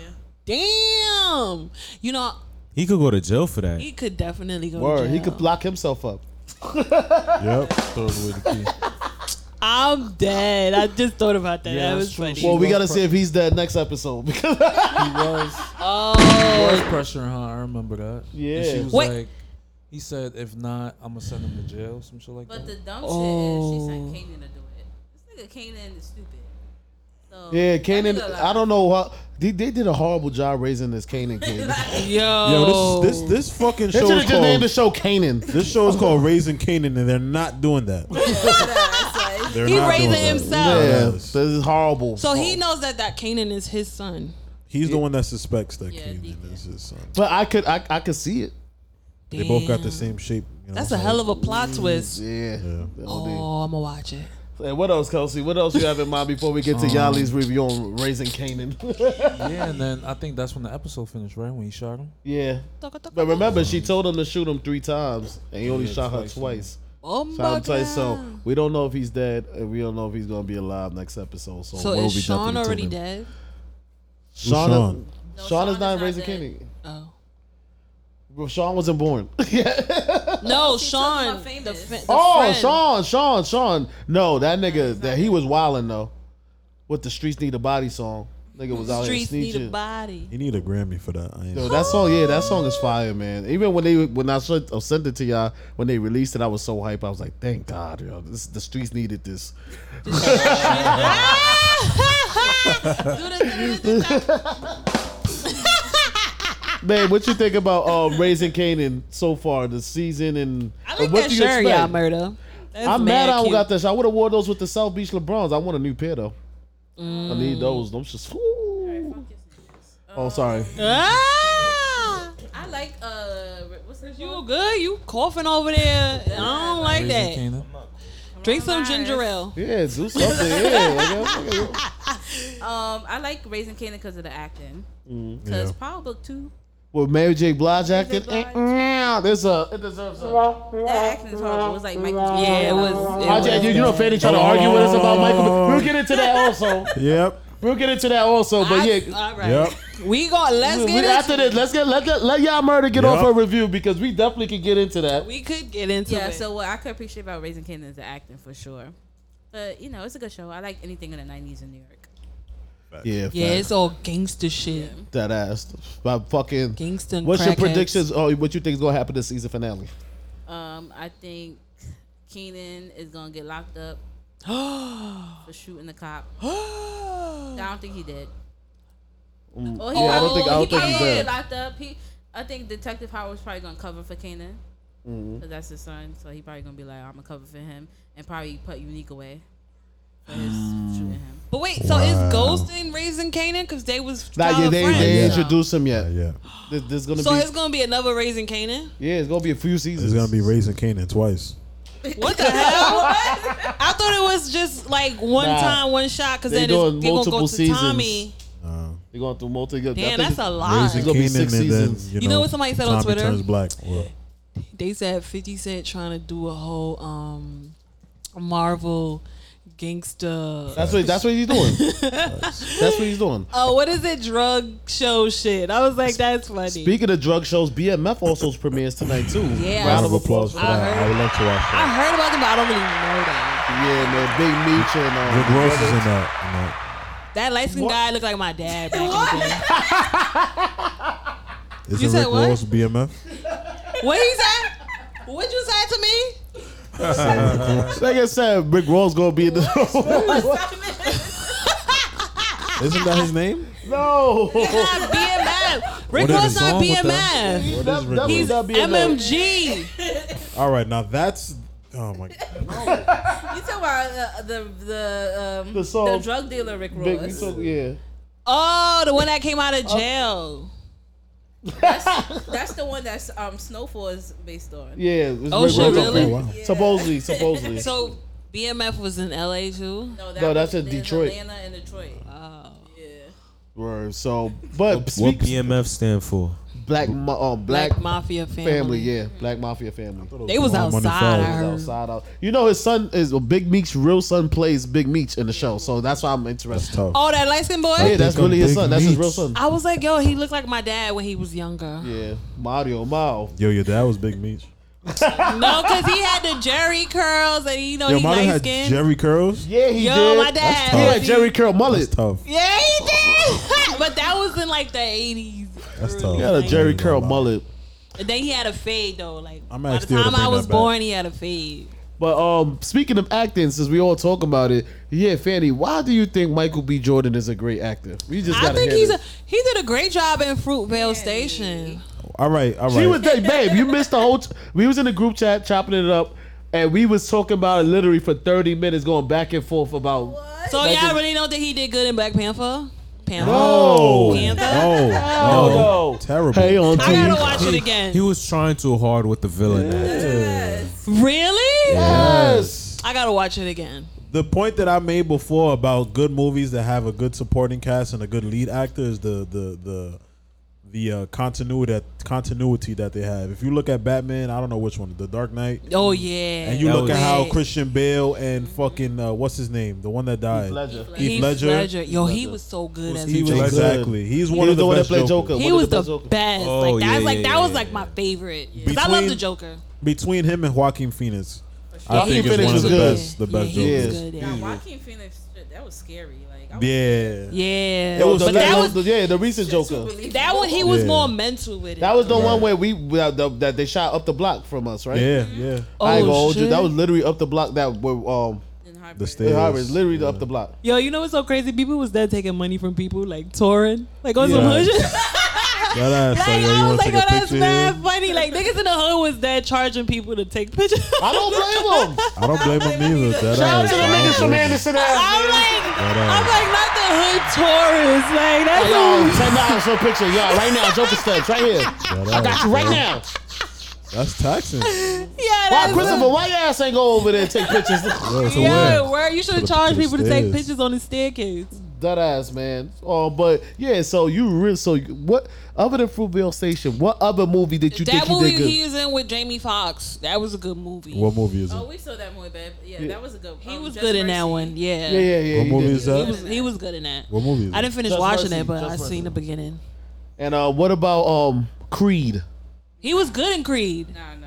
Speaker 4: Damn. You know,
Speaker 5: He could go to jail for that. E
Speaker 4: he could definitely go.
Speaker 1: Word,
Speaker 4: to jail.
Speaker 1: he could lock himself up.
Speaker 2: Yep.
Speaker 3: throw away the key
Speaker 4: I'm dead. I just thought about that. that
Speaker 3: that's
Speaker 4: was
Speaker 3: true.
Speaker 4: funny.
Speaker 1: Well, we
Speaker 3: was
Speaker 1: gotta
Speaker 3: pro-
Speaker 1: see if he's dead next episode because
Speaker 3: he was he
Speaker 4: oh,
Speaker 3: was pressuring her i remember that and she
Speaker 1: Yeah.
Speaker 3: was
Speaker 4: Wait.
Speaker 3: like he said if not i'm gonna send him to jail some shit like
Speaker 9: But the
Speaker 3: that
Speaker 9: dumb
Speaker 4: Oh.
Speaker 9: shit is she sent Kanan to do it. This nigga Kanan is stupid. So,
Speaker 1: yeah,
Speaker 9: that
Speaker 1: Kanan.
Speaker 9: nigga
Speaker 1: I don't know how they, they did a horrible job raising this Kanan kid.
Speaker 9: like-
Speaker 4: yo,
Speaker 2: Yo, this this this fucking
Speaker 1: They
Speaker 2: show
Speaker 1: should
Speaker 2: is
Speaker 1: have just named the
Speaker 2: called.
Speaker 1: show Kanan.
Speaker 2: This show is called Raising Canaan, and they're not doing that. They're
Speaker 4: He
Speaker 2: not
Speaker 4: raising
Speaker 2: doing that.
Speaker 4: himself.
Speaker 1: Yeah,
Speaker 2: Yes.
Speaker 1: this is horrible.
Speaker 4: So he
Speaker 2: Oh.
Speaker 4: knows that that Canaan is his son.
Speaker 2: He's the one that suspects that
Speaker 9: Yeah,
Speaker 2: Canaan
Speaker 9: Deacon.
Speaker 2: is his son.
Speaker 1: But I could, I, I could see it.
Speaker 2: They both got the
Speaker 4: Damn.
Speaker 2: same shape. You know,
Speaker 4: That's a hell of a plot twist.
Speaker 1: Yeah. LD.
Speaker 4: Oh, I'm gonna watch it.
Speaker 1: And what else, Kelsey? What else you have in mind before we get to Yali's review on raising Kanan?
Speaker 3: yeah and then i think that's when the episode finished right when he shot him
Speaker 1: yeah. But remember, she told him to shoot him three times, and he only shot her
Speaker 3: twice.
Speaker 1: twice.
Speaker 4: Oh
Speaker 1: Sound tight. So we don't know if he's dead. and we don't know if he's gonna be alive next episode. So,
Speaker 4: So
Speaker 1: we'll
Speaker 4: is
Speaker 1: be
Speaker 4: Sean
Speaker 1: definitely
Speaker 4: already
Speaker 1: tuning in.
Speaker 4: dead?
Speaker 1: Sean,
Speaker 2: Sean?
Speaker 1: Sean, is not in Raising Kenny.
Speaker 4: Oh.
Speaker 1: Well, Sean wasn't born.
Speaker 4: No, Sean. The, fri- the
Speaker 1: oh,
Speaker 4: friend.
Speaker 1: Sean, Sean, Sean. No, that nigga, that he was wilding though. With the streets need a body song, nigga was out
Speaker 4: Streets
Speaker 1: here
Speaker 4: need a
Speaker 1: sneaking.
Speaker 4: body.
Speaker 2: You need a Grammy for that. I ain't
Speaker 1: Yo, that song, yeah, that song is fire, man. Even when they when I sent, I sent it to y'all when they released it, I was so hyped. I was like, thank God, yo, this, the streets needed this. Babe, what you think about uh, raising Canaan so far the season and I
Speaker 4: like
Speaker 1: what
Speaker 4: that
Speaker 1: do you
Speaker 4: shirt
Speaker 1: expect?
Speaker 4: y'all murder. That's
Speaker 1: I'm
Speaker 4: mad
Speaker 1: mad I don't
Speaker 4: cute.
Speaker 1: got that. shirt. I would have wore those with the South Beach LeBrons. I want a new pair though. I
Speaker 4: Mm.
Speaker 1: need those. Those just. Ooh. Oh, sorry.
Speaker 4: Ah!
Speaker 10: I like uh, what's this?
Speaker 4: You good? You coughing over there? I don't like that. Drink some ginger ale.
Speaker 1: Yeah, do something. Yeah. nigga.
Speaker 10: Um, I like Raising Canaan because of the acting.
Speaker 1: Mm.
Speaker 10: Because
Speaker 1: Yeah.
Speaker 10: Power Book Two,
Speaker 1: With Mary J. Blige acting.
Speaker 10: Blige.
Speaker 1: eh, eh, There's a. It deserves a.
Speaker 10: the acting is horrible. It was like Michael.
Speaker 4: Yeah, it was. It
Speaker 1: I just- you, you know, Fanny trying to
Speaker 2: Hold on,
Speaker 1: argue with us
Speaker 2: hold on,
Speaker 1: about
Speaker 2: hold on,
Speaker 1: Michael.
Speaker 2: hold
Speaker 1: but
Speaker 2: on.
Speaker 1: We'll get into that also.
Speaker 2: Yep.
Speaker 1: We'll get into that also. But yeah.
Speaker 4: all right.
Speaker 2: Yep.
Speaker 4: We gonna uh, let's
Speaker 1: we-
Speaker 4: get
Speaker 1: we-
Speaker 4: into
Speaker 1: after this, let's get let let, let y'all murder get
Speaker 2: Yup.
Speaker 1: off her review because we definitely could get into that.
Speaker 4: We could get into
Speaker 10: yeah.
Speaker 4: it.
Speaker 10: So what I could appreciate about Raising Canaan is the acting for sure. But you know, it's a good show. I like anything in the '90s in New York.
Speaker 1: yeah,
Speaker 4: yeah,
Speaker 1: facts.
Speaker 4: it's all gangster shit.
Speaker 1: that ass. By fucking
Speaker 4: Kingston
Speaker 1: What's your
Speaker 4: crackheads.
Speaker 1: predictions? Oh, what you think is gonna happen this season finale?
Speaker 10: Um, I think Keenan is gonna get locked up for shooting the cop. I don't think he did.
Speaker 1: Mm,
Speaker 10: Or he
Speaker 1: yeah, I don't
Speaker 10: probably-
Speaker 1: think I
Speaker 10: he
Speaker 1: don't think
Speaker 10: probably
Speaker 1: he's
Speaker 10: gonna get
Speaker 1: dead.
Speaker 10: locked up. He, I think Detective Howard's probably gonna cover for Keenan.
Speaker 1: Mhm.
Speaker 10: Cause that's his son, so he probably gonna be like, I'm gonna cover for him, and probably put Unique away for his
Speaker 1: Mm.
Speaker 10: shooting him.
Speaker 4: But wait, so is
Speaker 1: Wow.
Speaker 4: Ghost in Raising Canaan? Because they was
Speaker 1: Nah, yeah,
Speaker 4: childhood
Speaker 1: they
Speaker 4: friends.
Speaker 1: they introduced him yet.
Speaker 2: Yeah.
Speaker 1: This, this is gonna
Speaker 4: So
Speaker 1: be
Speaker 4: it's gonna be another Raising Canaan.
Speaker 1: yeah, it's gonna be a few
Speaker 2: It's
Speaker 1: seasons.
Speaker 2: gonna be raising Canaan twice.
Speaker 4: What the hell? I thought it was just like one
Speaker 1: Nah.
Speaker 4: time, one shot. Because
Speaker 1: They
Speaker 4: then it's,
Speaker 1: doing
Speaker 4: they gonna go
Speaker 1: multiple
Speaker 4: to
Speaker 1: seasons.
Speaker 4: Tommy.
Speaker 1: They're going through multiple.
Speaker 4: Damn, that's a lot.
Speaker 1: It's gonna be six
Speaker 2: and then,
Speaker 1: seasons.
Speaker 4: You know what somebody said on
Speaker 2: Tommy
Speaker 4: Twitter?
Speaker 2: Turns black. Well,
Speaker 4: They said Fifty Cent trying to do a whole um Marvel gangsta.
Speaker 1: That's what that's what he's doing. that's what he's doing.
Speaker 4: Oh, what is it? Drug show shit. I was like, that's funny.
Speaker 1: Speaking of drug shows, BMF also premieres tonight too.
Speaker 4: Yeah.
Speaker 1: Round of applause for
Speaker 4: I
Speaker 1: that.
Speaker 4: heard-
Speaker 2: I would love to watch.
Speaker 4: I heard about them, but I don't really know that.
Speaker 1: Yeah, man, Big Meech and um,
Speaker 2: Rick Ross is in that. in that.
Speaker 4: That light skinned guy looked like my dad. Back in the day.
Speaker 2: Is
Speaker 4: You
Speaker 2: it
Speaker 4: said
Speaker 2: Rick
Speaker 4: what?
Speaker 2: Ross BMF?
Speaker 4: What he said? What you said to me?
Speaker 1: like I said, Rick Ross gonna be in the.
Speaker 2: Isn't that his name?
Speaker 1: no.
Speaker 4: He's not BMF. Rick
Speaker 2: What is
Speaker 4: Ross
Speaker 2: he
Speaker 4: not
Speaker 2: on with
Speaker 4: BMF.
Speaker 2: What is Rick
Speaker 4: He's
Speaker 2: Ross?
Speaker 4: MMG.
Speaker 2: All right, now that's. Oh my god.
Speaker 10: You talk about uh, the the um
Speaker 1: The
Speaker 10: the,
Speaker 1: song.
Speaker 10: drug dealer Rick Ross.
Speaker 1: Big, we talk- yeah.
Speaker 4: Oh, the one that came out of jail.
Speaker 10: That's the one that's um Snowfall is based on.
Speaker 1: Yeah. it's
Speaker 4: Oh,
Speaker 1: Rick
Speaker 4: shit,
Speaker 1: Ross.
Speaker 4: really?
Speaker 1: Okay, wow. Supposedly, supposedly.
Speaker 4: So BMF was in LA too.
Speaker 10: No,
Speaker 1: No, that's in Detroit.
Speaker 10: Atlanta and Detroit.
Speaker 4: Oh.
Speaker 1: Word. So, but
Speaker 5: What
Speaker 1: speak
Speaker 5: BMF stand for?
Speaker 1: black, ma- uh, black,
Speaker 4: Black Mafia family.
Speaker 1: family. yeah, black mafia family.
Speaker 4: They was
Speaker 2: Long Money
Speaker 4: outside. I
Speaker 2: Fallon.
Speaker 1: He
Speaker 4: heard.
Speaker 1: was outside, out. You know, his son is well, Big Meech's real son plays Big Meech in the show, so that's why I'm interested.
Speaker 2: Tough.
Speaker 4: Oh, that light skinned boy.
Speaker 1: yeah, that's
Speaker 2: think I'm
Speaker 1: really his
Speaker 2: Big
Speaker 1: son. That's his real
Speaker 2: Meech.
Speaker 1: son.
Speaker 4: I was like, yo, he looked like my dad when he was younger.
Speaker 1: Yeah, Mario Mao.
Speaker 2: Yo, your dad was Big Meech.
Speaker 4: No, because he had the Jerry curls and you know
Speaker 2: Your
Speaker 4: he
Speaker 2: mother
Speaker 4: light
Speaker 2: had
Speaker 4: skinned.
Speaker 2: Jerry curls.
Speaker 1: Yeah, he
Speaker 4: Yo,
Speaker 1: did.
Speaker 4: my dad.
Speaker 1: Yeah,
Speaker 4: was-
Speaker 1: Jerry Curl mullet.
Speaker 2: That's tough.
Speaker 4: Yeah, he did. but that was in like the eighties.
Speaker 2: That's tough.
Speaker 1: He had a Jerry Curl mullet.
Speaker 4: And then he had a fade though. Like
Speaker 2: I'm
Speaker 4: by the
Speaker 2: actually gonna
Speaker 4: time I
Speaker 2: bring
Speaker 4: was
Speaker 2: that back.
Speaker 4: born, he had a fade.
Speaker 1: But um, speaking of acting, since we all talk about it, yeah, Fanny, why do you think Michael B. Jordan is a great actor? We just
Speaker 4: I
Speaker 1: gotta
Speaker 4: think
Speaker 1: hear
Speaker 4: he's a,
Speaker 1: this.
Speaker 4: he did a great job in Fruitvale Station.
Speaker 2: All right, all right.
Speaker 1: She was like, babe, you missed the whole. T- we was in the group chat chopping it up, and we was talking about it literally for thirty minutes, going back and forth about.
Speaker 4: So
Speaker 1: Like
Speaker 4: y'all
Speaker 1: it-
Speaker 4: really don't think he did good in Black Panther? Panther.
Speaker 2: Oh,
Speaker 4: Panther.
Speaker 2: no,
Speaker 1: no.
Speaker 2: no, Oh, terrible.
Speaker 1: Hey, auntie.
Speaker 4: I gotta watch it again.
Speaker 5: He was trying too hard with the villain.
Speaker 4: Really?
Speaker 1: Yes.
Speaker 4: I gotta watch it again.
Speaker 2: The point that I made before about good movies that have a good supporting cast and a good lead actor is the the the the uh, continuity that continuity that they have. If you look at Batman, I don't know which one, The Dark Knight.
Speaker 4: Oh, yeah.
Speaker 2: And you
Speaker 4: That
Speaker 2: look
Speaker 4: was-
Speaker 2: at how
Speaker 4: Right.
Speaker 2: Christian Bale and fucking uh, what's his name, the one that died,
Speaker 1: Ledger.
Speaker 4: Heath
Speaker 2: Heath Ledger.
Speaker 4: Ledger. Yo, he was so good as
Speaker 2: he
Speaker 4: a
Speaker 2: was
Speaker 4: Joker.
Speaker 2: exactly. He's
Speaker 1: He
Speaker 2: one
Speaker 1: was
Speaker 2: of the,
Speaker 1: the one that
Speaker 2: best
Speaker 1: played
Speaker 2: Joker.
Speaker 1: Joker.
Speaker 4: He was the best.
Speaker 2: Oh,
Speaker 4: like that's
Speaker 2: yeah,
Speaker 4: like
Speaker 2: yeah,
Speaker 4: that
Speaker 2: yeah,
Speaker 4: was like my favorite. 'Cause I
Speaker 2: Between-
Speaker 4: love the Joker.
Speaker 2: Between him and Joaquin Phoenix, I
Speaker 4: Joaquin
Speaker 2: think is
Speaker 4: Phoenix
Speaker 2: one of
Speaker 4: was
Speaker 2: the
Speaker 4: good.
Speaker 2: best. The
Speaker 4: Yeah,
Speaker 2: best
Speaker 4: he was
Speaker 2: Jokers.
Speaker 4: good,
Speaker 10: Yeah, Joaquin Phoenix, shit, that was scary. Like, I was
Speaker 2: Yeah.
Speaker 4: Yeah.
Speaker 1: It was
Speaker 4: But
Speaker 1: the,
Speaker 4: that
Speaker 1: that
Speaker 4: was-
Speaker 1: was, yeah, the recent Joker.
Speaker 4: That one he was
Speaker 1: Yeah.
Speaker 4: more mental with it.
Speaker 1: That was the
Speaker 4: though.
Speaker 1: one where we that, that that they shot up the block from us, right?
Speaker 2: Yeah, yeah.
Speaker 1: I ain't
Speaker 4: Oh,
Speaker 1: gonna hold you.
Speaker 4: shit.
Speaker 1: That was literally up the block. That were um
Speaker 2: the
Speaker 1: in
Speaker 2: stairs.
Speaker 1: Harvard, literally up the block.
Speaker 4: Yo, you know what's so crazy? People was dead taking money from people like touring, like on some
Speaker 2: Yeah.
Speaker 4: hood shit.
Speaker 2: That ass, like, yo, you
Speaker 4: I was
Speaker 2: want to
Speaker 4: like,
Speaker 2: take
Speaker 4: oh,
Speaker 2: a
Speaker 4: that's
Speaker 2: picture? here?
Speaker 4: mad funny. Like niggas in the hood was dead charging people to take pictures.
Speaker 1: I don't blame them.
Speaker 2: I don't blame him either. That
Speaker 1: Shout out
Speaker 2: ass,
Speaker 1: to the
Speaker 2: I don't
Speaker 1: niggas from
Speaker 2: blame him.
Speaker 1: Anderson ass.
Speaker 2: That ass.
Speaker 4: I'm like not the hood tourists. Like that's
Speaker 1: Yo,
Speaker 4: a-
Speaker 1: ten dollars for a picture, y'all right now. Joker steps right here. I got you right now.
Speaker 2: That's taxing.
Speaker 4: yeah.
Speaker 1: Why,
Speaker 4: that's
Speaker 1: Christopher? Why your ass ain't go over there and take pictures?
Speaker 4: Yo, where you should
Speaker 1: To
Speaker 4: have
Speaker 1: the-
Speaker 4: charged
Speaker 1: to the
Speaker 4: people to take
Speaker 1: stairs.
Speaker 4: pictures on the staircase.
Speaker 1: That ass, man. Oh, but yeah. So you really so you- what other than Fruitvale Station? What other movie did you think
Speaker 4: that
Speaker 1: you
Speaker 4: movie
Speaker 1: did good?
Speaker 4: he was in with Jamie Foxx. That was a good movie.
Speaker 2: What movie is it?
Speaker 10: Oh, we saw that movie, babe. Yeah, that was a good.
Speaker 4: He was good in that one. Yeah.
Speaker 2: Yeah, yeah, yeah, What he movie did. is that?
Speaker 4: He was, he was good in that.
Speaker 2: What movie is
Speaker 4: I
Speaker 2: that?
Speaker 4: didn't finish
Speaker 1: Just
Speaker 4: watching
Speaker 1: Mercy,
Speaker 4: it, but
Speaker 1: Just
Speaker 4: I
Speaker 1: Mercy.
Speaker 4: seen the beginning.
Speaker 1: and uh, what about um Creed?
Speaker 4: He was good in Creed. No, no, no.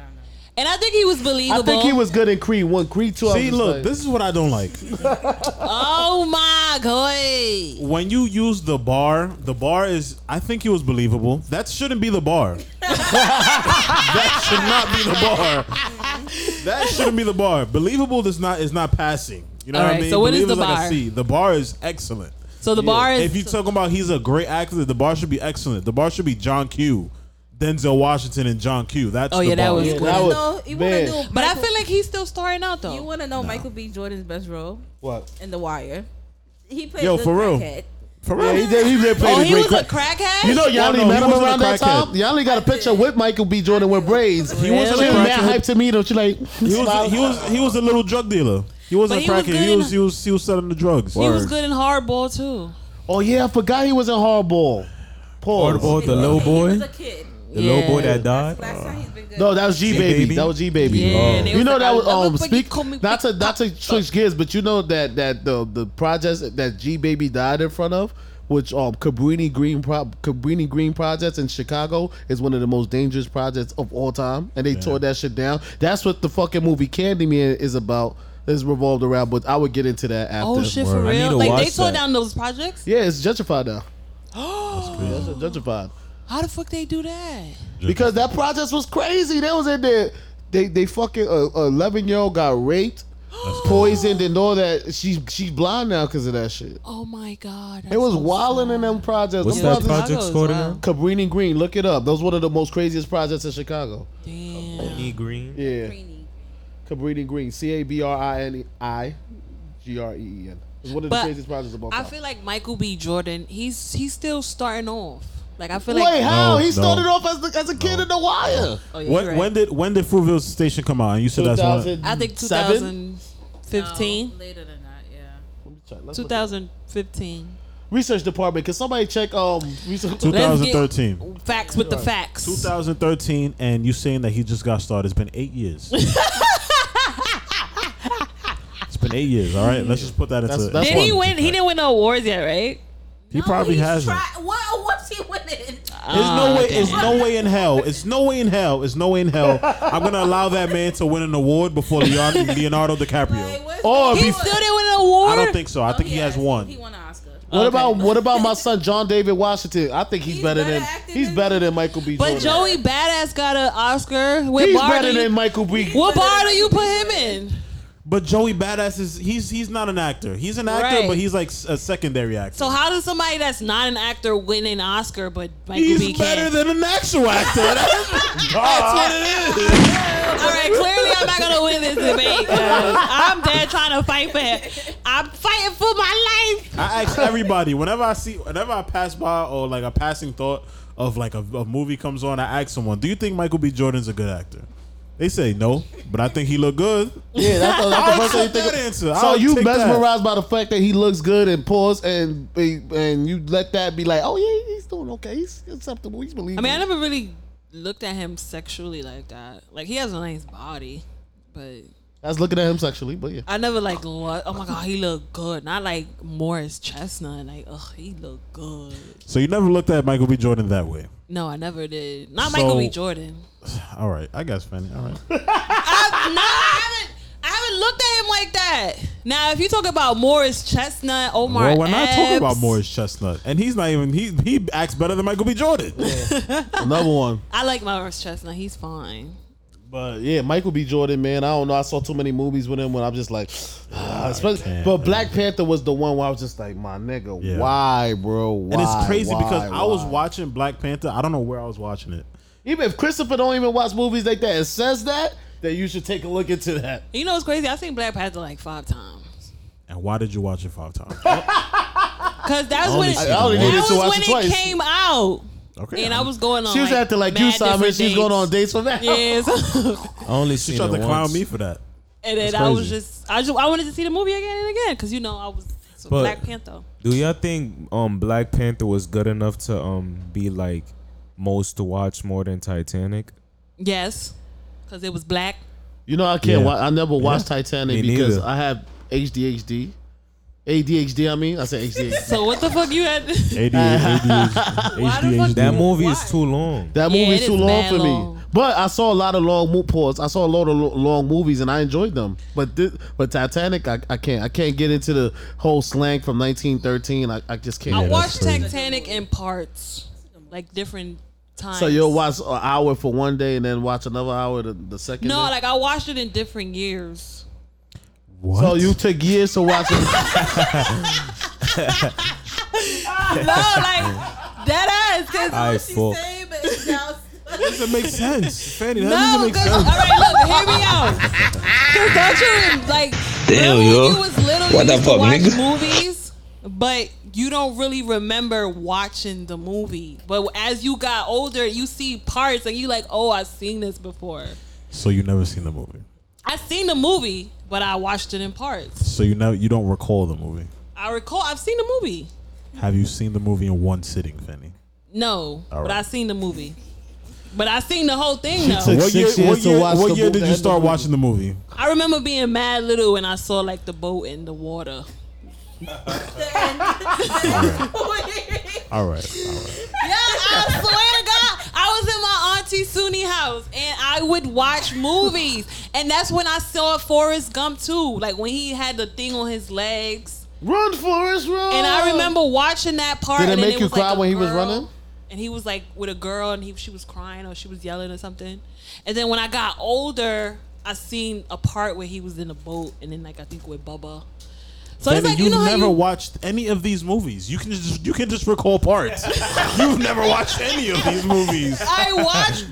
Speaker 4: And I think he was believable.
Speaker 1: I think he was good in Creed one, Creed two. I
Speaker 2: See,
Speaker 1: was
Speaker 2: look,
Speaker 1: like-
Speaker 2: this is what I don't like.
Speaker 4: Oh my god.
Speaker 2: When you use the bar, the bar is. I think it was believable. That shouldn't be the bar. that should not be the bar. That shouldn't be the bar. Believable does not is not passing. You know
Speaker 4: All
Speaker 2: what I
Speaker 4: right,
Speaker 2: mean?
Speaker 4: so what is
Speaker 2: Believable
Speaker 4: the
Speaker 2: like a
Speaker 4: bar?
Speaker 2: C. The bar is excellent.
Speaker 4: So the bar is-
Speaker 2: If you're talking about he's a great actor, the bar should be excellent. The bar should be John Q, Denzel Washington, and John Q. That's
Speaker 4: Oh,
Speaker 2: the
Speaker 4: yeah, that
Speaker 2: bar.
Speaker 4: was Yeah, good. that was- No,
Speaker 10: You want to know?
Speaker 4: But I feel like he's still starting out though.
Speaker 10: You want to know Michael B. Jordan's best role?
Speaker 2: What?
Speaker 10: In The Wire. He played.
Speaker 2: Yo,
Speaker 10: the
Speaker 2: for real.
Speaker 10: crackhead.
Speaker 2: For
Speaker 1: Yeah, he did. He did play
Speaker 4: Oh,
Speaker 1: the
Speaker 4: he
Speaker 1: great
Speaker 4: was a
Speaker 1: crack-
Speaker 4: crackhead?
Speaker 1: You know, y'all
Speaker 4: Yeah,
Speaker 1: only
Speaker 4: no,
Speaker 1: met
Speaker 4: he
Speaker 1: him
Speaker 4: wasn't a
Speaker 1: around that
Speaker 4: crackhead.
Speaker 1: time. Y'all only got a picture with Michael B. Jordan with braids. He
Speaker 2: wasn't a
Speaker 1: mad
Speaker 2: crackhead.
Speaker 1: hype to me, don't you like?
Speaker 2: He was, he was he was a little drug dealer. He wasn't a
Speaker 4: But he was
Speaker 2: crackhead.
Speaker 4: good
Speaker 2: He
Speaker 4: in-
Speaker 2: was he was he was selling the drugs.
Speaker 4: He was good in hardball too.
Speaker 1: Oh yeah, I forgot he was in hardball. Pause.
Speaker 5: Hardball, the little boy, the little boy that died.
Speaker 1: No, that was G baby.
Speaker 5: G-Baby?
Speaker 1: That was G baby.
Speaker 5: Yeah, Oh. they
Speaker 1: You
Speaker 5: was
Speaker 1: know
Speaker 5: like,
Speaker 1: that
Speaker 5: I
Speaker 1: was
Speaker 5: love
Speaker 1: um
Speaker 5: it
Speaker 1: speak not to not to switch gears, but you know that that the the project that G baby died in front of, which um Cabrini Green Pro- Cabrini Green projects in Chicago is one of the most dangerous projects of all time, and they tore that shit down. That's what the fucking movie Candyman is about. Is revolved around, but I would get into that after.
Speaker 4: Oh shit, for real? Like they tore down those projects?
Speaker 1: Yeah, it's gentrified now.
Speaker 4: Oh,
Speaker 1: That's gentrified.
Speaker 4: how the fuck they do that?
Speaker 1: Because that process was crazy. They was in there. They they fucking a eleven year old got raped, poisoned, and all that. She she's blind now because of that shit.
Speaker 4: Oh my god.
Speaker 1: It was wilding in them projects.
Speaker 5: What's
Speaker 1: Them
Speaker 5: that
Speaker 1: projects-
Speaker 5: project's called again?
Speaker 1: Cabrini Green. Look it up. Those one of the most craziest projects in Chicago.
Speaker 5: Cabrini Green.
Speaker 1: Yeah. Cabrini Green. C a b r i n E i g r e e n. It's one of the
Speaker 4: But
Speaker 1: craziest projects of all
Speaker 4: I
Speaker 1: time.
Speaker 4: feel like Michael B. Jordan, he's he's still starting off. Like I feel
Speaker 1: Wait,
Speaker 4: like
Speaker 1: how
Speaker 2: No,
Speaker 1: he
Speaker 2: no.
Speaker 1: started off as the, as a kid in the wire?
Speaker 4: Oh, yeah,
Speaker 2: When,
Speaker 4: you're right.
Speaker 2: when did when did Fruitville Station come out? And you said that's one.
Speaker 1: 2000.
Speaker 4: I think
Speaker 1: Seven?
Speaker 10: Oh,
Speaker 4: 2015. later than
Speaker 1: Let
Speaker 4: that,
Speaker 1: me check.
Speaker 4: yeah.
Speaker 1: Let's look it up.
Speaker 4: 2015.
Speaker 1: Research department. Can somebody check um research?
Speaker 2: 2013.
Speaker 4: Facts with the facts.
Speaker 2: 2013, and you saying that he just got started. It's been eight years. it's been eight years. All right, let's just put that into.
Speaker 1: That's-
Speaker 4: Did he win? He didn't win no awards yet, right?
Speaker 2: He probably hasn't.
Speaker 10: What? What's he winning?
Speaker 2: There's no way. It's no way in hell. It's no way in hell. It's no way in hell. I'm gonna allow that man to win an award before Leonardo, Leonardo DiCaprio.
Speaker 1: Or
Speaker 4: He
Speaker 1: be-
Speaker 4: still didn't win an award.
Speaker 2: I don't think so.
Speaker 10: Oh,
Speaker 2: I think he has one.
Speaker 1: What about what about my son John David Washington? I think he's, better, than he's better than Michael B.
Speaker 4: But
Speaker 1: Jordan.
Speaker 4: Joey Badass got an Oscar. What
Speaker 1: he's
Speaker 4: bar
Speaker 1: better
Speaker 4: do you-
Speaker 1: than Michael B.
Speaker 4: What bar do you put him in?
Speaker 2: But Joey Badass is he's he's not an actor. He's an actor,
Speaker 4: Right.
Speaker 2: but he's like s- a secondary actor.
Speaker 4: So how does somebody that's not an actor win an Oscar, but Michael
Speaker 2: he's
Speaker 4: B.
Speaker 2: better than
Speaker 4: can?
Speaker 2: an actual actor. That's, that's what it is.
Speaker 4: All right, clearly I'm not gonna win this debate. 'cause I'm dead trying to fight for him. I'm fighting for my life.
Speaker 2: I ask everybody whenever I see, whenever I pass by or like a passing thought of like a, a movie comes on, I ask someone, "Do you think Michael B. Jordan's a good actor?" They say no, but I think he look good.
Speaker 1: Yeah, that's, the- that's
Speaker 2: I'll
Speaker 1: the first thing you
Speaker 2: accept
Speaker 1: think.
Speaker 2: that
Speaker 1: of.
Speaker 2: answer.
Speaker 1: So
Speaker 2: I'll
Speaker 1: you
Speaker 2: take that.
Speaker 1: mesmerized by the fact that he looks good and pause and and you let that be like, oh yeah, he's doing okay. He's acceptable. He's
Speaker 4: I
Speaker 1: believable.
Speaker 4: mean, I never really looked at him sexually like that. Like he has a nice body, but
Speaker 1: I was looking at him sexually, but yeah.
Speaker 4: I never like lo- oh my god, he looked good. Not like Morris Chestnut. Like ugh, he looked good.
Speaker 2: So you never looked at Michael B. Jordan that way.
Speaker 4: No, I never did. Not Michael B.
Speaker 2: So-
Speaker 4: Jordan.
Speaker 2: All right, I guess, Fanny. All right.
Speaker 4: I, no, I haven't. I haven't looked at him like that. Now, if you talk about Morris Chestnut, Omar,
Speaker 2: well, we're not talking about
Speaker 4: Epps,
Speaker 2: Morris Chestnut, and he's not even he he acts better than Michael B. Jordan.
Speaker 1: Another one.
Speaker 4: I like Morris Chestnut. He's fine.
Speaker 1: But yeah, Michael B. Jordan, man. I don't know. I saw too many movies with him when I'm just like, ah, especially- but Black Panther was the one where I was just like, my nigga,
Speaker 2: Yeah.
Speaker 1: why, bro?
Speaker 2: and
Speaker 1: Why?
Speaker 2: it's crazy
Speaker 1: Why?
Speaker 2: because I was
Speaker 1: Why?
Speaker 2: watching Black Panther. I don't know where I was watching it.
Speaker 1: even if Christopher don't even watch movies like that and says that, then you should take a look into that.
Speaker 4: You know what's crazy? I've seen Black Panther like five times.
Speaker 2: And why did you watch it five times?
Speaker 4: Cause that's
Speaker 2: I
Speaker 4: when
Speaker 2: only
Speaker 4: it,
Speaker 2: seen it once.
Speaker 4: that
Speaker 2: I only
Speaker 4: was
Speaker 2: needed to
Speaker 4: when
Speaker 2: watch
Speaker 4: it
Speaker 2: it twice.
Speaker 4: came out.
Speaker 2: Okay.
Speaker 4: And I was going on.
Speaker 1: She was acting like you,
Speaker 4: mad
Speaker 1: Simon.
Speaker 4: different
Speaker 1: She was going on dates for that.
Speaker 4: Yes.
Speaker 5: I only
Speaker 2: She
Speaker 5: seen
Speaker 2: tried
Speaker 5: it
Speaker 2: to clown
Speaker 5: once.
Speaker 2: me for that.
Speaker 4: and then
Speaker 5: That's
Speaker 4: I was
Speaker 5: crazy.
Speaker 4: just, I just, I wanted to see the movie again and again because you know I was so
Speaker 5: But-
Speaker 4: Black Panther.
Speaker 5: Do y'all think um Black Panther was good enough to um be like most to watch more than Titanic?
Speaker 4: Yes, because it was black.
Speaker 1: You know, I can't.
Speaker 5: Yeah.
Speaker 1: Wa- I never watched
Speaker 5: Yeah.
Speaker 1: Titanic
Speaker 5: Me
Speaker 1: because
Speaker 5: neither.
Speaker 1: I have HDHD, ADHD. I mean, I said HDHD.
Speaker 4: So what the fuck you had?
Speaker 5: That movie is too long.
Speaker 1: That
Speaker 4: Yeah,
Speaker 1: movie's
Speaker 4: it
Speaker 1: too
Speaker 4: is
Speaker 1: long
Speaker 4: mad
Speaker 1: for me.
Speaker 4: long.
Speaker 1: But I saw a lot of long mo- pause. I saw a lot of lo- long movies and I enjoyed them. But thi- but Titanic, I, I can't. I can't get into the whole slang from 1913. I, I just can't.
Speaker 4: I watched Titanic in parts, like different times.
Speaker 1: So you'll watch an hour for one day and then watch another hour the, the second.
Speaker 4: No,
Speaker 1: day?
Speaker 4: like I watched it in different years.
Speaker 1: So you took years to watch it.
Speaker 4: no, like that ass. Cause
Speaker 5: I fuck.
Speaker 2: doesn't make sense, Fanny. That
Speaker 4: No,
Speaker 2: doesn't make
Speaker 4: because
Speaker 2: sense.
Speaker 4: all right, look, hear me
Speaker 2: Damn,
Speaker 4: out. Because don't you rem- like? remember
Speaker 2: yo.
Speaker 4: when you was little,
Speaker 2: What
Speaker 4: you
Speaker 2: the
Speaker 4: used to
Speaker 2: fuck,
Speaker 4: watch
Speaker 2: nigga?
Speaker 4: movies, but you don't really remember watching the movie. But as you got older, you see parts and you like, oh, I've seen this before.
Speaker 2: So you never seen the movie.
Speaker 4: I seen the movie, but I watched it in parts.
Speaker 2: So you never you don't recall the movie.
Speaker 4: I recall I've seen the movie.
Speaker 2: Have you seen the movie in one sitting, Fanny?
Speaker 4: No,
Speaker 2: All
Speaker 4: but
Speaker 2: right.
Speaker 4: I seen the movie. But I seen the whole thing
Speaker 2: She
Speaker 4: though.
Speaker 2: took What year- six years what to year- watch what the year movie did you and the start movie. watching the movie?
Speaker 4: I remember being mad little when I saw like the boat in the water.
Speaker 2: All right.
Speaker 4: Yeah, I swear to God, I was in my auntie Suni house and I would watch movies, and that's when I saw Forrest Gump too. Like when he had the thing on his legs.
Speaker 1: Run, Forrest, run!
Speaker 4: And I remember watching that part.
Speaker 1: Oh. Did it
Speaker 4: and then
Speaker 1: make you
Speaker 4: was, like,
Speaker 1: cry
Speaker 4: a
Speaker 1: when he was
Speaker 4: girl,
Speaker 1: running?
Speaker 4: And he was like with a girl, and he she was crying or she was yelling or something. And then when I got older, I seen a part where he was in a boat, and then like I think with Bubba. So
Speaker 2: Fanny,
Speaker 4: it's like you
Speaker 2: you've
Speaker 4: know how
Speaker 2: never
Speaker 4: you
Speaker 2: watched any of these movies. You can just you can just recall parts. you've never watched any of these movies.
Speaker 4: I watched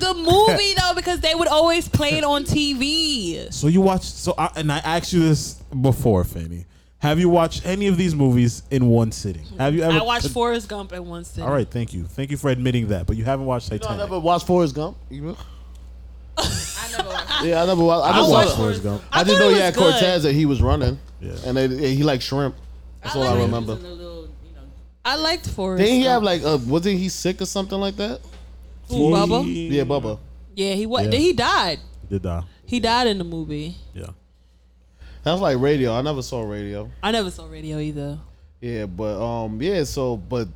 Speaker 4: the movie though because they would always play it on TV.
Speaker 2: So you watched so I, and I asked you this before, Fanny. Have you watched any of these movies in one sitting? Have you ever?
Speaker 4: I watched Forrest Gump in one sitting.
Speaker 2: All right, thank you, thank you for admitting that. But you haven't watched
Speaker 1: You know, I
Speaker 2: Titanic.
Speaker 1: never watched Forrest Gump. You know? Yeah, I never watched. I,
Speaker 2: I
Speaker 1: just
Speaker 2: watched
Speaker 1: saw-
Speaker 2: Forrest Gump.
Speaker 1: I,
Speaker 2: I
Speaker 1: just
Speaker 2: thought
Speaker 1: know
Speaker 2: it
Speaker 1: he
Speaker 2: was
Speaker 1: had
Speaker 2: good.
Speaker 1: Cortez and he was running, and they, they- he liked shrimp. That's all I remember.
Speaker 4: I liked Forrest.
Speaker 1: Didn't he have
Speaker 4: Gump.
Speaker 1: like a wasn't he sick or something like that?
Speaker 4: Who, Bubba?
Speaker 1: Yeah, Bubba.
Speaker 4: Yeah, he was.
Speaker 1: Yeah.
Speaker 4: Then He died.
Speaker 2: Did die.
Speaker 4: He died in the movie.
Speaker 2: Yeah.
Speaker 1: That's like radio. I never saw radio.
Speaker 4: I never saw radio either.
Speaker 1: Yeah, but um, yeah. So, but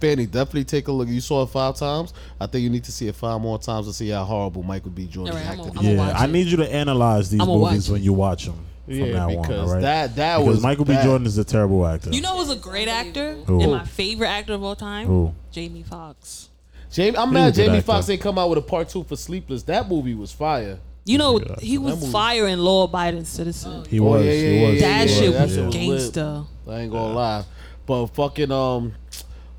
Speaker 1: Fanny, definitely take a look. You saw it five times. I think you need to see it five more times to see how horrible Michael B. Jordan
Speaker 4: All right, I'm
Speaker 1: acted.
Speaker 4: gonna-
Speaker 2: yeah, I need you to analyze these
Speaker 4: I'ma
Speaker 2: movies
Speaker 4: watch
Speaker 2: when you watch them from
Speaker 1: Yeah,
Speaker 2: now on.
Speaker 1: because
Speaker 2: All right,
Speaker 1: that- that
Speaker 2: because
Speaker 1: was
Speaker 2: Michael B.
Speaker 1: bad.
Speaker 2: Jordan is a terrible actor.
Speaker 4: You know, who's a great actor
Speaker 2: Who?
Speaker 4: and my favorite actor of all time.
Speaker 2: Who?
Speaker 4: Jamie Foxx.
Speaker 1: Jamie, I'm
Speaker 2: He
Speaker 1: mad
Speaker 2: was a good
Speaker 1: Jamie
Speaker 2: actor.
Speaker 1: Foxx ain't come out with a part two for Sleepless. That movie was fire.
Speaker 4: You know, he
Speaker 1: That
Speaker 4: was
Speaker 1: movie-
Speaker 4: fire in Law Abiding
Speaker 1: Oh,
Speaker 4: Citizen.
Speaker 2: He was,
Speaker 1: yeah,
Speaker 2: he
Speaker 1: yeah,
Speaker 2: was,
Speaker 1: yeah,
Speaker 4: That
Speaker 1: yeah,
Speaker 4: shit
Speaker 1: yeah, that
Speaker 4: was
Speaker 1: shit was
Speaker 4: gangsta.
Speaker 1: lit. I ain't gonna lie, but fucking um,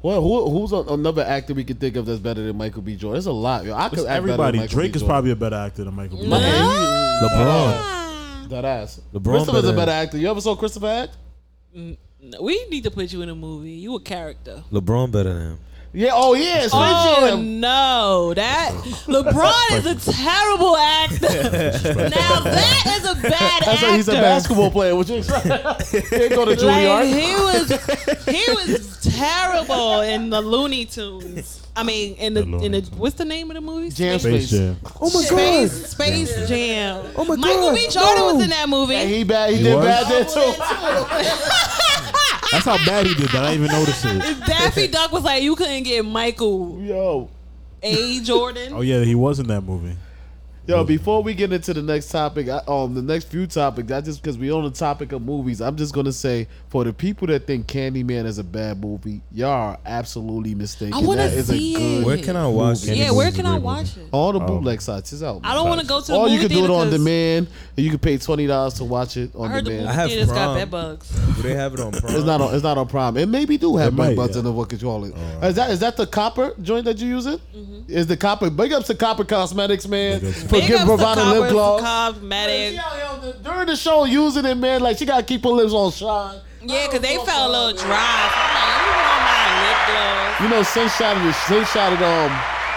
Speaker 1: well, who, who's a, another actor we could think of that's better than Michael B. Jordan? There's a lot, yo. I
Speaker 2: It's
Speaker 1: could act
Speaker 2: everybody.
Speaker 1: Better than Michael
Speaker 2: Drake
Speaker 1: B.
Speaker 2: is
Speaker 1: Jordan.
Speaker 2: probably a better actor than Michael B.
Speaker 1: Nah.
Speaker 2: LeBron.
Speaker 1: that ass.
Speaker 2: LeBron
Speaker 1: Christopher's a
Speaker 2: better-
Speaker 1: better actor. You ever saw Christopher act?
Speaker 4: Mm, We need to put you in a movie. You a character.
Speaker 5: LeBron better than him.
Speaker 1: Yeah. Oh yeah. Space
Speaker 4: oh
Speaker 1: Jam.
Speaker 4: no, that LeBron is a terrible actor. now that is a bad
Speaker 1: That's
Speaker 4: actor.
Speaker 1: why he's a basketball player. What you expect? Can't go to Juilliard.
Speaker 4: Like, he was he was terrible in the Looney Tunes. I mean, in the, in the what's the name of the movie?
Speaker 1: Jam Space Jam.
Speaker 4: Oh my god, Space Jam. Oh my Michael
Speaker 1: God,
Speaker 4: B. Jordan
Speaker 1: no.
Speaker 4: was in that movie.
Speaker 1: he bad. He,
Speaker 2: He
Speaker 1: did
Speaker 2: was?
Speaker 1: bad there too.
Speaker 2: That's how bad he did that. I didn't even notice it.
Speaker 4: Daffy Duck was like, you couldn't get Michael.
Speaker 1: Yo.
Speaker 4: A. Jordan.
Speaker 2: Oh yeah, he was in that movie.
Speaker 1: Yo, before we get into the next topic, I, um, the next few topics, I just because we on the topic of movies, I'm just gonna say for the people that think Candyman is a bad movie, y'all are absolutely mistaken.
Speaker 4: I wanna
Speaker 1: That is
Speaker 4: see
Speaker 1: a good
Speaker 4: it. Where can I watch
Speaker 1: movie.
Speaker 4: it? Yeah, where can I watch it?
Speaker 1: All
Speaker 2: Oh.
Speaker 1: the bootleg sites is out.
Speaker 4: I don't wanna go to the
Speaker 1: Or you can
Speaker 4: movie
Speaker 1: do it
Speaker 4: theater
Speaker 1: on
Speaker 4: 'cause-
Speaker 1: demand, and you can pay twenty dollars to watch it on
Speaker 4: I heard the
Speaker 1: demand.
Speaker 4: movie theaters got bed bugs.
Speaker 5: Do they have it on Prime?
Speaker 1: It's not on. It's not on Prime. It maybe do have
Speaker 2: It
Speaker 1: bed
Speaker 2: might,
Speaker 1: bugs
Speaker 2: yeah.
Speaker 1: in the what you call it. Is that is that the copper joint that you use it? Is the copper? Big ups to Copper Cosmetics, man. For
Speaker 4: Mm-hmm. Big
Speaker 1: giving
Speaker 4: ups to
Speaker 1: Bravada lip
Speaker 4: Cobbers,
Speaker 1: gloss.
Speaker 4: Cosmetics.
Speaker 1: During the show, using it, man, like she gotta keep her lips on shine.
Speaker 4: Yeah, because they felt a little dry. I'm like, you know my lip gloss.
Speaker 1: You know, Sin shouted, Sin shouted, um,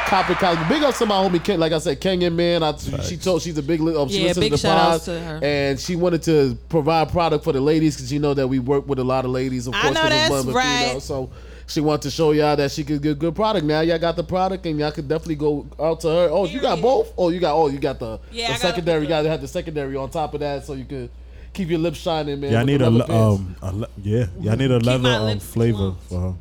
Speaker 1: Copper Cosmetics. Big ups to my homie Ken. Like I said, Kenyon, man. I, she told she's a big. li- Um, she
Speaker 4: Yeah,
Speaker 1: listens
Speaker 4: big
Speaker 1: to the
Speaker 4: shout-outs
Speaker 1: pod,
Speaker 4: to her.
Speaker 1: and she wanted to provide product for the ladies because you know that we work with a lot of ladies. Of
Speaker 4: I
Speaker 1: course,
Speaker 4: know
Speaker 1: 'cause it's
Speaker 4: that's
Speaker 1: Mother Thee,
Speaker 4: right.
Speaker 1: you know, so. She wanted to show y'all that she could get good product. Now y'all got the product, and y'all could definitely go out to her. Oh, you got both. Oh, you got oh, you got the,
Speaker 4: Yeah,
Speaker 1: the
Speaker 4: I got
Speaker 1: secondary. You got to have the secondary on top of that, so you could keep your lips shining, man.
Speaker 2: Y'all
Speaker 1: with
Speaker 2: need
Speaker 1: the
Speaker 2: a
Speaker 1: rubber
Speaker 2: le-
Speaker 1: bands.
Speaker 2: um a le- yeah. Y'all need a leather um flavor for her.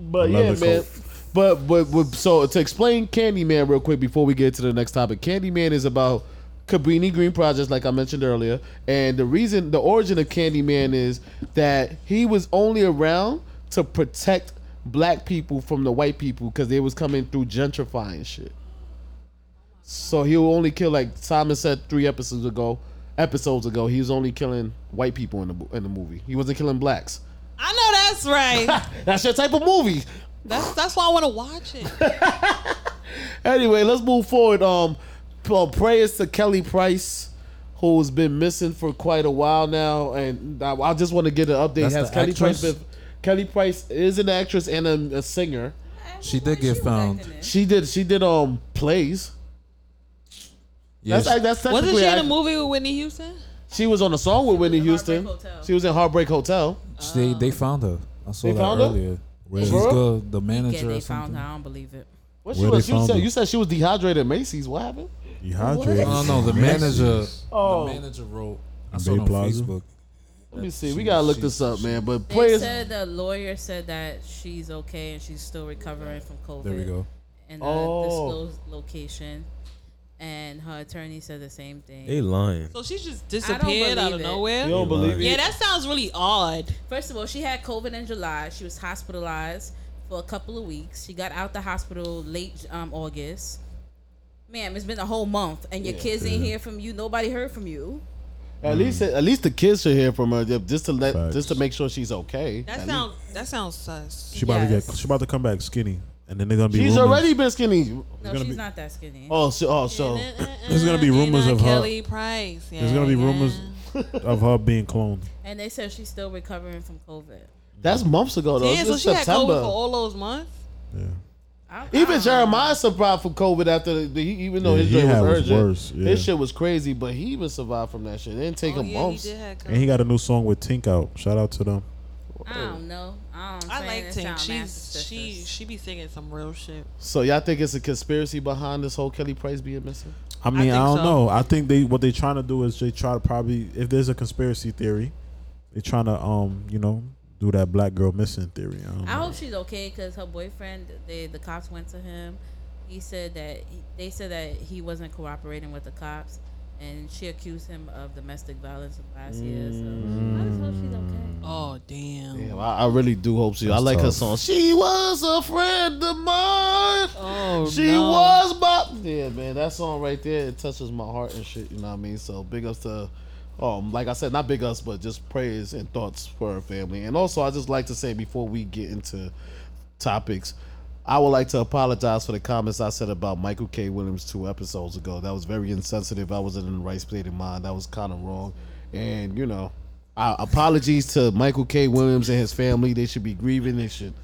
Speaker 1: But
Speaker 2: I love
Speaker 1: yeah,
Speaker 2: it,
Speaker 1: man.
Speaker 2: Colt.
Speaker 1: But, but but so to explain Candyman real quick before we get to the next topic, Candyman is about Cabrini Green Projects, like I mentioned earlier, and the reason, the origin of Candyman is that he was only around to protect black people from the white people because they was coming through gentrifying shit. So he will only kill like Simon said three episodes ago. Episodes ago, he was only killing white people in the bo- in the movie. He wasn't killing blacks.
Speaker 4: I know that's right.
Speaker 1: That's your type of movie.
Speaker 4: that's that's why I want to watch it.
Speaker 1: Anyway, let's move forward. Um, p- uh, prayers to Kelly Price, who's been missing for quite a while now, and I, I just want to get an update.
Speaker 3: That's
Speaker 1: Has
Speaker 3: the
Speaker 1: Kelly Price
Speaker 3: actress?
Speaker 1: been? Kelly Price is an actress and a, a singer.
Speaker 3: She did get found.
Speaker 1: She did. She did um plays.
Speaker 3: Yeah,
Speaker 1: that's
Speaker 3: she-
Speaker 1: like that's technically.
Speaker 4: Wasn't she in a
Speaker 1: act-
Speaker 4: movie with Whitney Houston?
Speaker 1: she was on a song with Whitney Houston. She was in Heartbreak Hotel.
Speaker 3: They they found her. I saw
Speaker 1: They
Speaker 3: that
Speaker 1: found her?
Speaker 3: earlier.
Speaker 1: Where?
Speaker 3: She's
Speaker 1: For
Speaker 3: the,
Speaker 1: real?
Speaker 3: the manager
Speaker 10: they
Speaker 3: or
Speaker 10: found
Speaker 3: something.
Speaker 10: her. I don't believe it.
Speaker 1: What she
Speaker 3: Where
Speaker 1: was?
Speaker 3: they
Speaker 1: You
Speaker 3: found
Speaker 1: said
Speaker 3: her?
Speaker 1: you said she was dehydrated at Macy's. What happened?
Speaker 2: Dehydrated.
Speaker 3: No, no, the
Speaker 2: Macy's.
Speaker 3: manager.
Speaker 1: Oh.
Speaker 3: The manager wrote. I
Speaker 2: In
Speaker 3: saw
Speaker 2: Bay
Speaker 3: it on
Speaker 2: Plaza?
Speaker 3: Facebook.
Speaker 1: Let me see. We gotta look this up, man. But
Speaker 10: They
Speaker 1: prayers.
Speaker 10: said the lawyer said that she's okay and she's still recovering from COVID.
Speaker 3: There we go.
Speaker 10: And the
Speaker 1: Oh.
Speaker 10: disclosed location, and her attorney said the same thing.
Speaker 5: They lying.
Speaker 4: So she just
Speaker 10: believe
Speaker 4: disappeared out of
Speaker 10: it.
Speaker 4: nowhere.
Speaker 1: You don't believe
Speaker 4: yeah,
Speaker 1: it?
Speaker 4: that sounds really odd.
Speaker 10: First of all, she had COVID in July. She was hospitalized for a couple of weeks. She got out the hospital late um, August. Ma'am, it's been a whole month, and your
Speaker 1: Yeah.
Speaker 10: kids ain't hear from you. Nobody heard from you.
Speaker 1: At least, at least the kids should hear from her just to let, just to make sure she's okay.
Speaker 4: That
Speaker 1: At
Speaker 4: sounds that sounds sus.
Speaker 2: She about to get. She about to come back skinny, and then they're gonna be.
Speaker 1: She's
Speaker 2: rumors.
Speaker 1: already been skinny.
Speaker 10: No,
Speaker 2: gonna
Speaker 10: she's
Speaker 2: be-
Speaker 10: not that skinny.
Speaker 1: Oh, so, oh,
Speaker 4: Uh,
Speaker 1: so
Speaker 2: There's gonna be rumors of her.
Speaker 4: Kelly Price. Yeah,
Speaker 2: There's gonna be
Speaker 4: yeah.
Speaker 2: rumors of her being cloned.
Speaker 10: And they said she's still recovering from COVID.
Speaker 1: that's months ago though.
Speaker 4: Yeah,
Speaker 1: It's
Speaker 4: so
Speaker 1: just
Speaker 4: she had COVID for
Speaker 1: September.
Speaker 4: all those months.
Speaker 1: Even Jeremiah survived from COVID after the, the- he- even though
Speaker 2: Yeah,
Speaker 1: his
Speaker 2: he
Speaker 1: joint was
Speaker 2: had was
Speaker 1: urgent.
Speaker 2: worse, yeah.
Speaker 1: His shit was crazy, but he even survived from that shit. It didn't take
Speaker 4: Oh,
Speaker 1: him months.
Speaker 2: And he got a new song with Tink out. Shout out to them.
Speaker 10: I don't know. I don't.
Speaker 4: I
Speaker 10: saying
Speaker 4: like
Speaker 10: it
Speaker 4: Tink.
Speaker 10: sound
Speaker 4: She's
Speaker 10: narcissistic.
Speaker 4: she she be singing some real shit.
Speaker 1: So y'all think it's a conspiracy behind this whole Kelly Price being missing?
Speaker 2: I mean,
Speaker 4: think
Speaker 2: I, don't
Speaker 4: so.
Speaker 2: know. I think they what they trying to do is they try to probably if there's a conspiracy theory, they trying to um you know do that black girl missing theory. I don't
Speaker 10: I
Speaker 2: know.
Speaker 10: hope she's okay because her boyfriend, they the cops went to him. He said that he, they said that he wasn't cooperating with the cops, and she accused him of domestic violence last year. So I just hope she's
Speaker 2: Mm.
Speaker 10: okay.
Speaker 4: Oh damn.
Speaker 1: Damn, I, I really do hope she. I
Speaker 2: That's
Speaker 1: like her
Speaker 2: tough.
Speaker 1: song. She was a friend of mine.
Speaker 4: Oh
Speaker 1: She
Speaker 4: no.
Speaker 1: was my yeah, man. That song right there it touches my heart and shit. You know what I mean? So big ups to, um, like I said, not big ups, but just prayers and thoughts for her family. And also, I just like to say before we get into topics, I would like to apologize for the comments I said about Michael K. Williams two episodes ago. That was very insensitive. I wasn't in the right state of mind. That was kind of wrong. And you know, I, apologies to Michael K. Williams and his family. They should be grieving. They should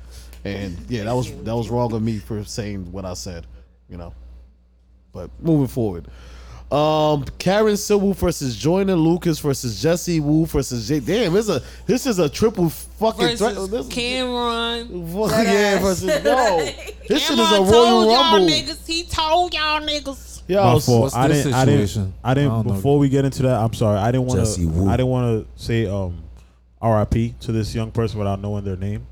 Speaker 1: And yeah, that was that was wrong of me for saying what I said, you know. But moving forward. Um, Karen Silwu versus Joyner Lucas versus Jesse Wu versus Jay. Damn, this is a this is a triple fucking threat.
Speaker 4: versus Cameron.
Speaker 1: Fuck yeah, versus yo. This shit is a Royal
Speaker 4: Cameron told y'all
Speaker 1: Rumble.
Speaker 4: niggas. He told y'all niggas.
Speaker 1: Yo,
Speaker 2: My fault.
Speaker 1: what's
Speaker 2: I
Speaker 1: this
Speaker 2: didn't, I didn't.
Speaker 1: situation?
Speaker 2: I
Speaker 1: I
Speaker 2: didn't.
Speaker 1: don't know.
Speaker 2: before we get into that, I'm sorry. I didn't want
Speaker 1: Jesse
Speaker 2: to. I didn't want to say um, R.I.P. to this young person without knowing their name.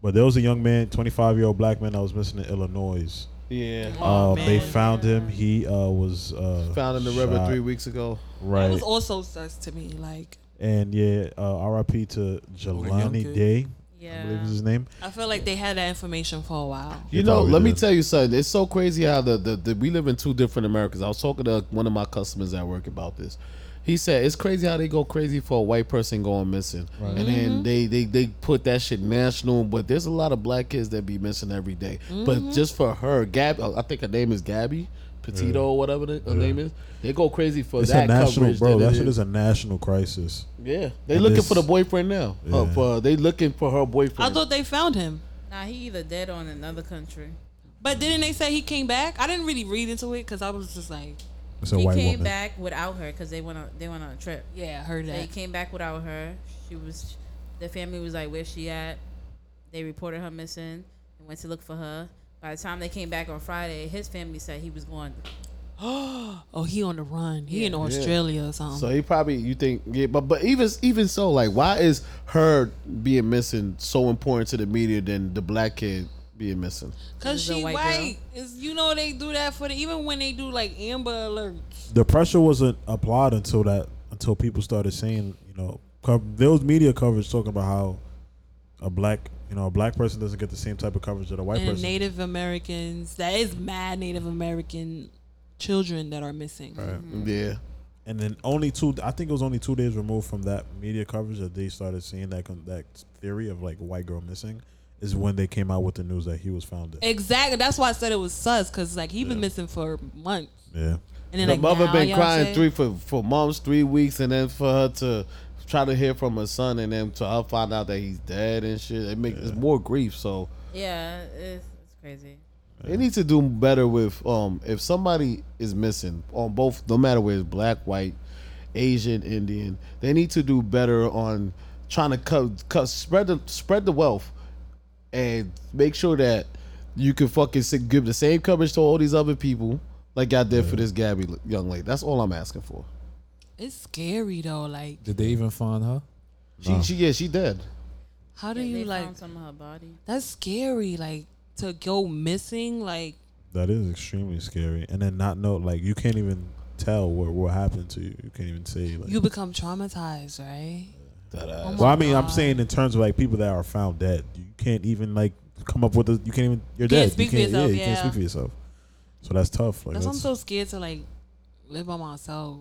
Speaker 2: But there was a young man, 25 year old black man that was missing in Illinois.
Speaker 1: Yeah.
Speaker 2: Uh,
Speaker 1: Oh,
Speaker 2: they found him. He uh, was uh,
Speaker 1: Found in the river
Speaker 2: shot.
Speaker 1: three weeks ago.
Speaker 2: Right.
Speaker 4: It was also sus to me. Like
Speaker 2: and yeah, uh, R.I.P. to Jelani
Speaker 4: kid?
Speaker 2: Day. I
Speaker 4: Yeah.
Speaker 2: believe is his name.
Speaker 4: I feel like they had that information for a while.
Speaker 1: You know, let me tell you something. It's so crazy how the, the, the we live in two different Americas. I was talking to one of my customers at work about this. He said it's crazy how they go crazy for a white person going missing,
Speaker 2: Right. Mm-hmm.
Speaker 1: and then they, they they put that shit national. But there's a lot of black kids that be missing every day. But
Speaker 2: Mhm.
Speaker 1: just for her, Gab, I think her name is Gabby Petito or whatever the, her
Speaker 2: Yeah.
Speaker 1: name is. They go crazy for
Speaker 2: it's
Speaker 1: that
Speaker 2: a national,
Speaker 1: coverage.
Speaker 2: bro.
Speaker 1: that
Speaker 2: That
Speaker 1: it
Speaker 2: shit is a national crisis.
Speaker 1: yeah. They
Speaker 2: And
Speaker 1: looking
Speaker 2: this-
Speaker 1: for the boyfriend now. Uh,
Speaker 2: Yeah.
Speaker 1: for, they looking for her boyfriend.
Speaker 4: I thought they found him.
Speaker 10: Nah, he either dead or in another country.
Speaker 4: But didn't they say he came back? I didn't really read into it because I was just like,
Speaker 2: It's a
Speaker 10: he
Speaker 2: white
Speaker 10: came
Speaker 2: woman.
Speaker 10: back without her because they went on they went on a trip.
Speaker 4: Yeah, I heard
Speaker 10: So he
Speaker 4: that.
Speaker 10: came back without her. She was the family was like, "Where's she at?" They reported her missing and went to look for her. By the time they came back on Friday, his family said he was going.
Speaker 4: oh, he on the run. He in
Speaker 1: Yeah.
Speaker 4: Australia or something.
Speaker 1: So he probably you think yeah, but but even even so, like why is her being missing so important to the media than the black kid being missing?
Speaker 4: Cause
Speaker 10: This is a
Speaker 4: she
Speaker 10: white
Speaker 4: white. Is you know they do that for the even when they do like Amber Alert.
Speaker 2: the pressure wasn't applied until that until people started saying you know co- there was media coverage talking about how a black you know a black person doesn't get the same type of coverage that a white
Speaker 4: and
Speaker 2: person
Speaker 4: Native Americans. That is mad Native American children that are missing.
Speaker 1: yeah
Speaker 2: and then only two i think it was only two days removed from that media coverage that they started seeing that con- that theory of like white girl missing is when they came out with the news that he was found dead
Speaker 4: Exactly. That's why I said it was sus because like he been missing for months.
Speaker 2: yeah
Speaker 4: And then
Speaker 1: the
Speaker 4: like,
Speaker 1: mother
Speaker 4: now
Speaker 1: been
Speaker 4: y'all
Speaker 1: crying
Speaker 4: say-
Speaker 1: three for for months, three weeks, and then for her to try to hear from her son and then to her find out that he's dead and shit. It makes it's more grief. So
Speaker 10: Yeah, it's, it's crazy.
Speaker 1: They need to do better with um if somebody is missing on both no matter where it's black, white, Asian, Indian, they need to do better on trying to cut cut spread the spread the wealth and make sure that you can fucking si- give the same coverage to all these other people like I did for this Gabby l- young lady. That's all I'm asking for.
Speaker 4: It's scary though. Like
Speaker 3: Did they even find her?
Speaker 1: She she yeah, she dead.
Speaker 4: how do
Speaker 10: Yeah,
Speaker 4: you
Speaker 10: they
Speaker 4: like?
Speaker 10: found some of her body?
Speaker 4: That's scary. Like to go missing. Like
Speaker 2: that is extremely scary and then not know like you can't even tell what what happened to you you can't even say like
Speaker 4: you become traumatized, right? Oh my
Speaker 2: well, I mean, I'm
Speaker 4: God.
Speaker 2: saying in terms of like people that are found dead, you can't even like come up with a. You can't even. You're
Speaker 4: Can't
Speaker 2: dead.
Speaker 4: speak for
Speaker 2: you can't,
Speaker 4: yourself,
Speaker 2: Yeah, you can't
Speaker 4: yeah.
Speaker 2: speak for yourself. So that's tough. Like,
Speaker 4: That's why I'm
Speaker 2: that's,
Speaker 4: so scared to like live by myself.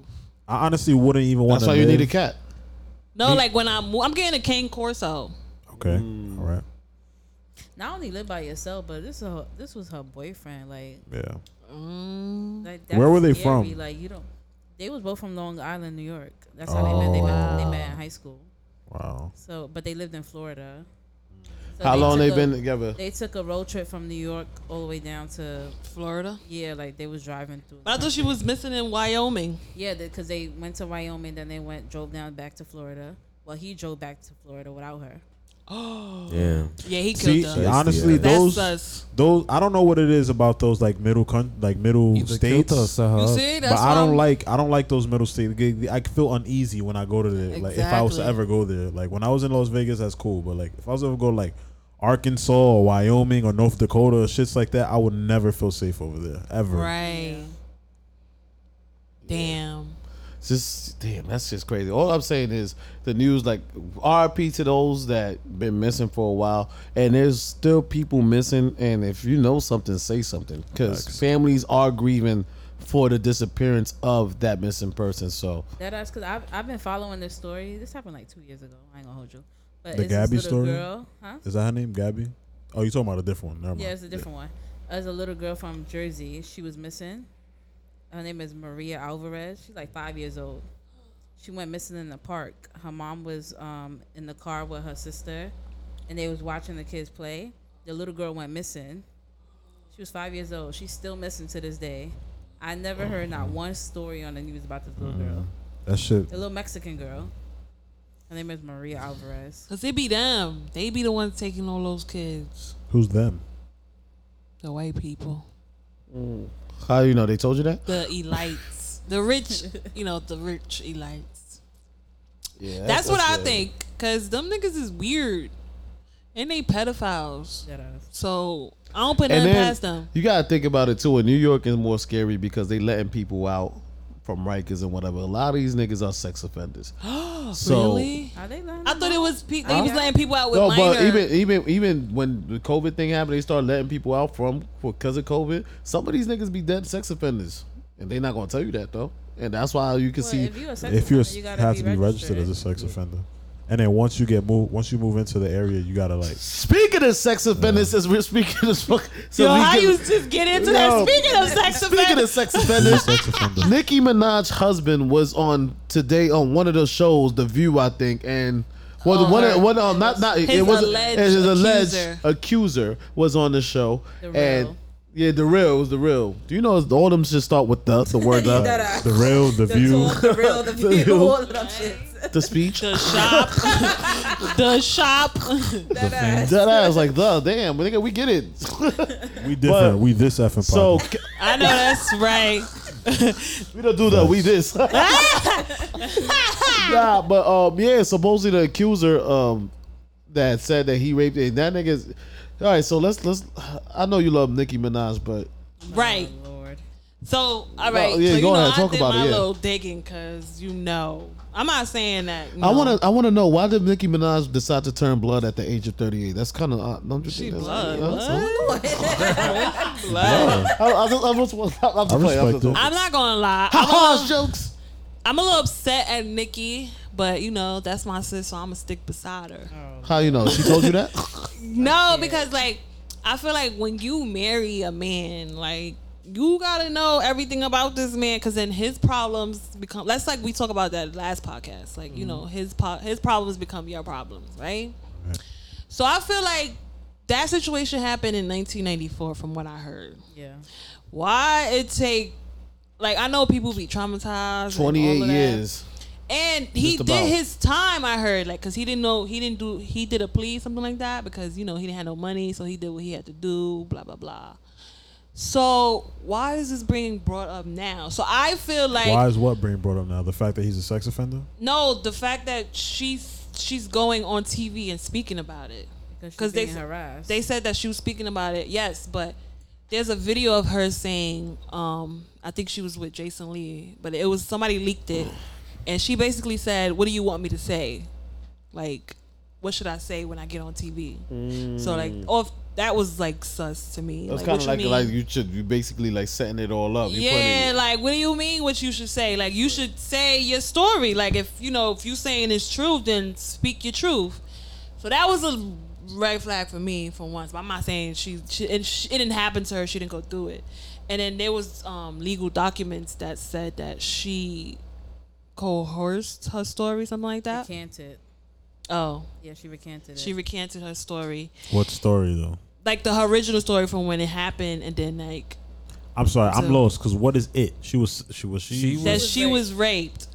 Speaker 2: I honestly wouldn't even want.
Speaker 1: That's why you need a cat.
Speaker 4: No, like when I'm I'm getting a cane corso.
Speaker 2: Okay.
Speaker 1: Mm.
Speaker 2: All right.
Speaker 10: Not only live by yourself, but this is her, this was her boyfriend. Like,
Speaker 2: Yeah.
Speaker 4: Mm.
Speaker 10: like
Speaker 2: Where were they
Speaker 10: that's scary.
Speaker 2: from?
Speaker 10: Like, you don't. They was both from Long Island, New York. That's how they met. They met. They met in high school.
Speaker 2: Wow.
Speaker 10: So, but they lived in Florida. So
Speaker 1: How long
Speaker 10: took
Speaker 1: they
Speaker 10: a-
Speaker 1: been together?
Speaker 10: They took a road trip from New York all the way down to
Speaker 4: Florida.
Speaker 10: Yeah, like they was driving through.
Speaker 4: But I thought she was missing in Wyoming.
Speaker 10: Yeah, because they went to Wyoming, then they went drove down back to Florida. Well, he drove back to Florida without her.
Speaker 4: Oh.
Speaker 5: Damn.
Speaker 4: Yeah, he killed
Speaker 2: See,
Speaker 4: her.
Speaker 2: honestly,
Speaker 4: That's
Speaker 2: those uh,
Speaker 4: sus.
Speaker 2: those I don't know what it is about those like middle con like middle
Speaker 3: Either
Speaker 2: states.
Speaker 3: killed us or her You up. see,
Speaker 2: but
Speaker 3: that's
Speaker 2: I
Speaker 3: why
Speaker 2: don't
Speaker 3: I'm-
Speaker 2: like I don't like those middle states. They- I feel uneasy when I go to there. Like if I was to
Speaker 3: Exactly.
Speaker 2: ever go there, like when I was in Las Vegas, that's cool. But like if I was to ever go like Arkansas or Wyoming or North Dakota or shits like that, I would never feel safe over there ever.
Speaker 4: Right. Damn.
Speaker 1: It's just damn, that's just crazy. All I'm saying is the news, like RIP to those that been missing for a while, and there's still people missing. And if you know something, say something, because families are grieving for the disappearance of that missing person. So
Speaker 10: That is because I've I've been following this story. This happened like two years ago. I ain't gonna hold you. But
Speaker 2: The
Speaker 10: it's this
Speaker 2: Gabby
Speaker 10: little
Speaker 2: story.
Speaker 10: girl, huh?
Speaker 2: Is that her name, Gabby? Oh, you talking about a different one? Never mind.
Speaker 10: Yeah, it's a different one. As a little girl from Jersey, she was missing. Her name is Maria Alvarez. She's like five years old. She went missing in the park. Her mom was um, in the car with her sister, and they was watching the kids play. The little girl went missing. She was five years old. She's still missing to this day. I never heard not one story on the news about this
Speaker 2: Mm.
Speaker 10: little girl.
Speaker 2: That shit.
Speaker 10: The little Mexican girl. Her name is Maria Alvarez.
Speaker 4: Cause it be them. They be the ones taking all those kids.
Speaker 2: Who's them?
Speaker 4: The white people.
Speaker 1: How you know they told you that?
Speaker 4: The elites. the rich. You know the rich elites.
Speaker 1: Yeah,
Speaker 4: That's, what I think. Cause them niggas is weird, and they pedophiles. So I don't put nothing past them.
Speaker 1: you gotta think about it too. In New York, is more scary because they letting people out from Rikers and whatever. A lot of these niggas are sex offenders. so,
Speaker 4: really? Are they I thought it was pe- they
Speaker 1: Huh?
Speaker 4: was letting people out with
Speaker 1: no,
Speaker 4: minors.
Speaker 1: but even even even when the COVID thing happened, they started letting people out from because of COVID. Some of these niggas be dead sex offenders, and they not gonna tell you that though. And that's why you can see
Speaker 10: if you a sex
Speaker 2: if you
Speaker 10: offender, you gotta
Speaker 2: have
Speaker 10: be
Speaker 2: to be registered as a sex offender, and then once you get moved, once you move into the area, you gotta like.
Speaker 1: Speaking of sex offenders, since we're speaking of fuck, so
Speaker 4: Yo,
Speaker 1: we
Speaker 4: how
Speaker 1: can-
Speaker 4: you just get into that?
Speaker 1: No.
Speaker 4: Speaking of sex
Speaker 1: Speaking of sex offenders, Nicki Minaj's husband was on today on one of those shows, The View, I think, and well,
Speaker 2: Oh,
Speaker 1: the one,
Speaker 2: her-
Speaker 1: one, um, not not
Speaker 2: his
Speaker 1: it was
Speaker 2: alleged
Speaker 1: his alleged
Speaker 2: accuser.
Speaker 1: accuser. was on the show,
Speaker 2: The real.
Speaker 1: and yeah, the real it was the real. Do you know all them just start with the the word the
Speaker 10: That
Speaker 2: the real, the,
Speaker 1: view,
Speaker 10: The real, the
Speaker 1: The
Speaker 10: view,
Speaker 1: view.
Speaker 10: all of them shits.
Speaker 1: the speech, the
Speaker 4: shop, the shop.
Speaker 1: That ass like the damn, nigga, we get it.
Speaker 2: we different. we this effing.
Speaker 1: So
Speaker 2: poppin'.
Speaker 4: I know that's right.
Speaker 1: we don't do that. We this. nah, but um, yeah, supposedly the accuser um that said that he raped and that nigga's all right. So let's let's. I know you love Nicki Minaj, but
Speaker 4: Right. So, all
Speaker 1: No,
Speaker 4: right.
Speaker 1: yeah,
Speaker 4: so, you
Speaker 1: go
Speaker 4: know,
Speaker 1: ahead,
Speaker 4: I
Speaker 1: talk
Speaker 4: did
Speaker 1: about it,
Speaker 4: my
Speaker 1: yeah.
Speaker 4: little digging because, you know, I'm not saying that. you
Speaker 1: I
Speaker 4: know.
Speaker 1: wanna I wanna know why did Nicki Minaj decide to turn blood at the age of thirty eight? That's kind of odd. Don't you
Speaker 4: She
Speaker 1: think? that's-
Speaker 4: blood.
Speaker 1: yeah, that's-
Speaker 4: What?
Speaker 1: Blood. I, I, just- I just want- I'm just
Speaker 2: I
Speaker 1: playing, I'm
Speaker 2: respect
Speaker 1: just
Speaker 2: it.
Speaker 1: playing.
Speaker 4: I'm not gonna lie.
Speaker 1: Ha jokes.
Speaker 4: I'm a little upset at Nikki, but you know that's my sis, so I'm gonna stick beside her.
Speaker 1: How you know? She told you that?
Speaker 4: No, because like I feel like when you marry a man, like you gotta know everything about this man, because then his problems become. That's like we talk about that last podcast. Like you know his po- his problems become your problems, right? So I feel like that situation happened in 1994, from what I heard.
Speaker 10: Yeah.
Speaker 4: Why it take? Like I know people be traumatized. and all
Speaker 1: Twenty eight
Speaker 4: of that.
Speaker 1: years.
Speaker 4: And he
Speaker 1: Just
Speaker 4: did
Speaker 1: about.
Speaker 4: his time, I heard, like, cause he didn't know he didn't do he did a plea something like that because you know he didn't have no money, so he did what he had to do, blah blah blah. So why is this being brought up now? So I feel like
Speaker 2: Why is what being brought up now? The fact that he's a sex offender.
Speaker 4: no, the fact that she's she's going on TV and speaking about it
Speaker 10: Because she's
Speaker 4: they
Speaker 10: being harassed.
Speaker 4: they said that she was speaking about it. Yes, but there's a video of her saying, um, I think she was with Jason Lee, but it was somebody leaked it, and she basically said, "What do you want me to say? Like, what should I say when I get on TV?" So like,
Speaker 1: Mm.
Speaker 4: oh, that was like sus to me.
Speaker 1: That's
Speaker 4: like,
Speaker 1: kind of
Speaker 4: what
Speaker 1: like
Speaker 4: you mean?
Speaker 1: like you should you basically like setting it all up. You putting
Speaker 4: yeah,
Speaker 1: it-
Speaker 4: like what do you mean? What you should say? Like you should say your story. Like if you know if you saying it's true, then speak your truth. So that was a red flag for me for once. But I'm not saying she, she, and she it didn't happen to her. She didn't go through it. And then there was um, legal documents that said that she coerced her story, something like that.
Speaker 10: Recanted.
Speaker 4: Oh,
Speaker 10: Yeah, she recanted it.
Speaker 4: she recanted her story,
Speaker 2: What story though?
Speaker 4: like the her original story from when it happened, and then like
Speaker 2: I'm sorry, I'm
Speaker 4: So-
Speaker 2: lost. Cause what is it? She was. She was. She.
Speaker 4: that she was raped.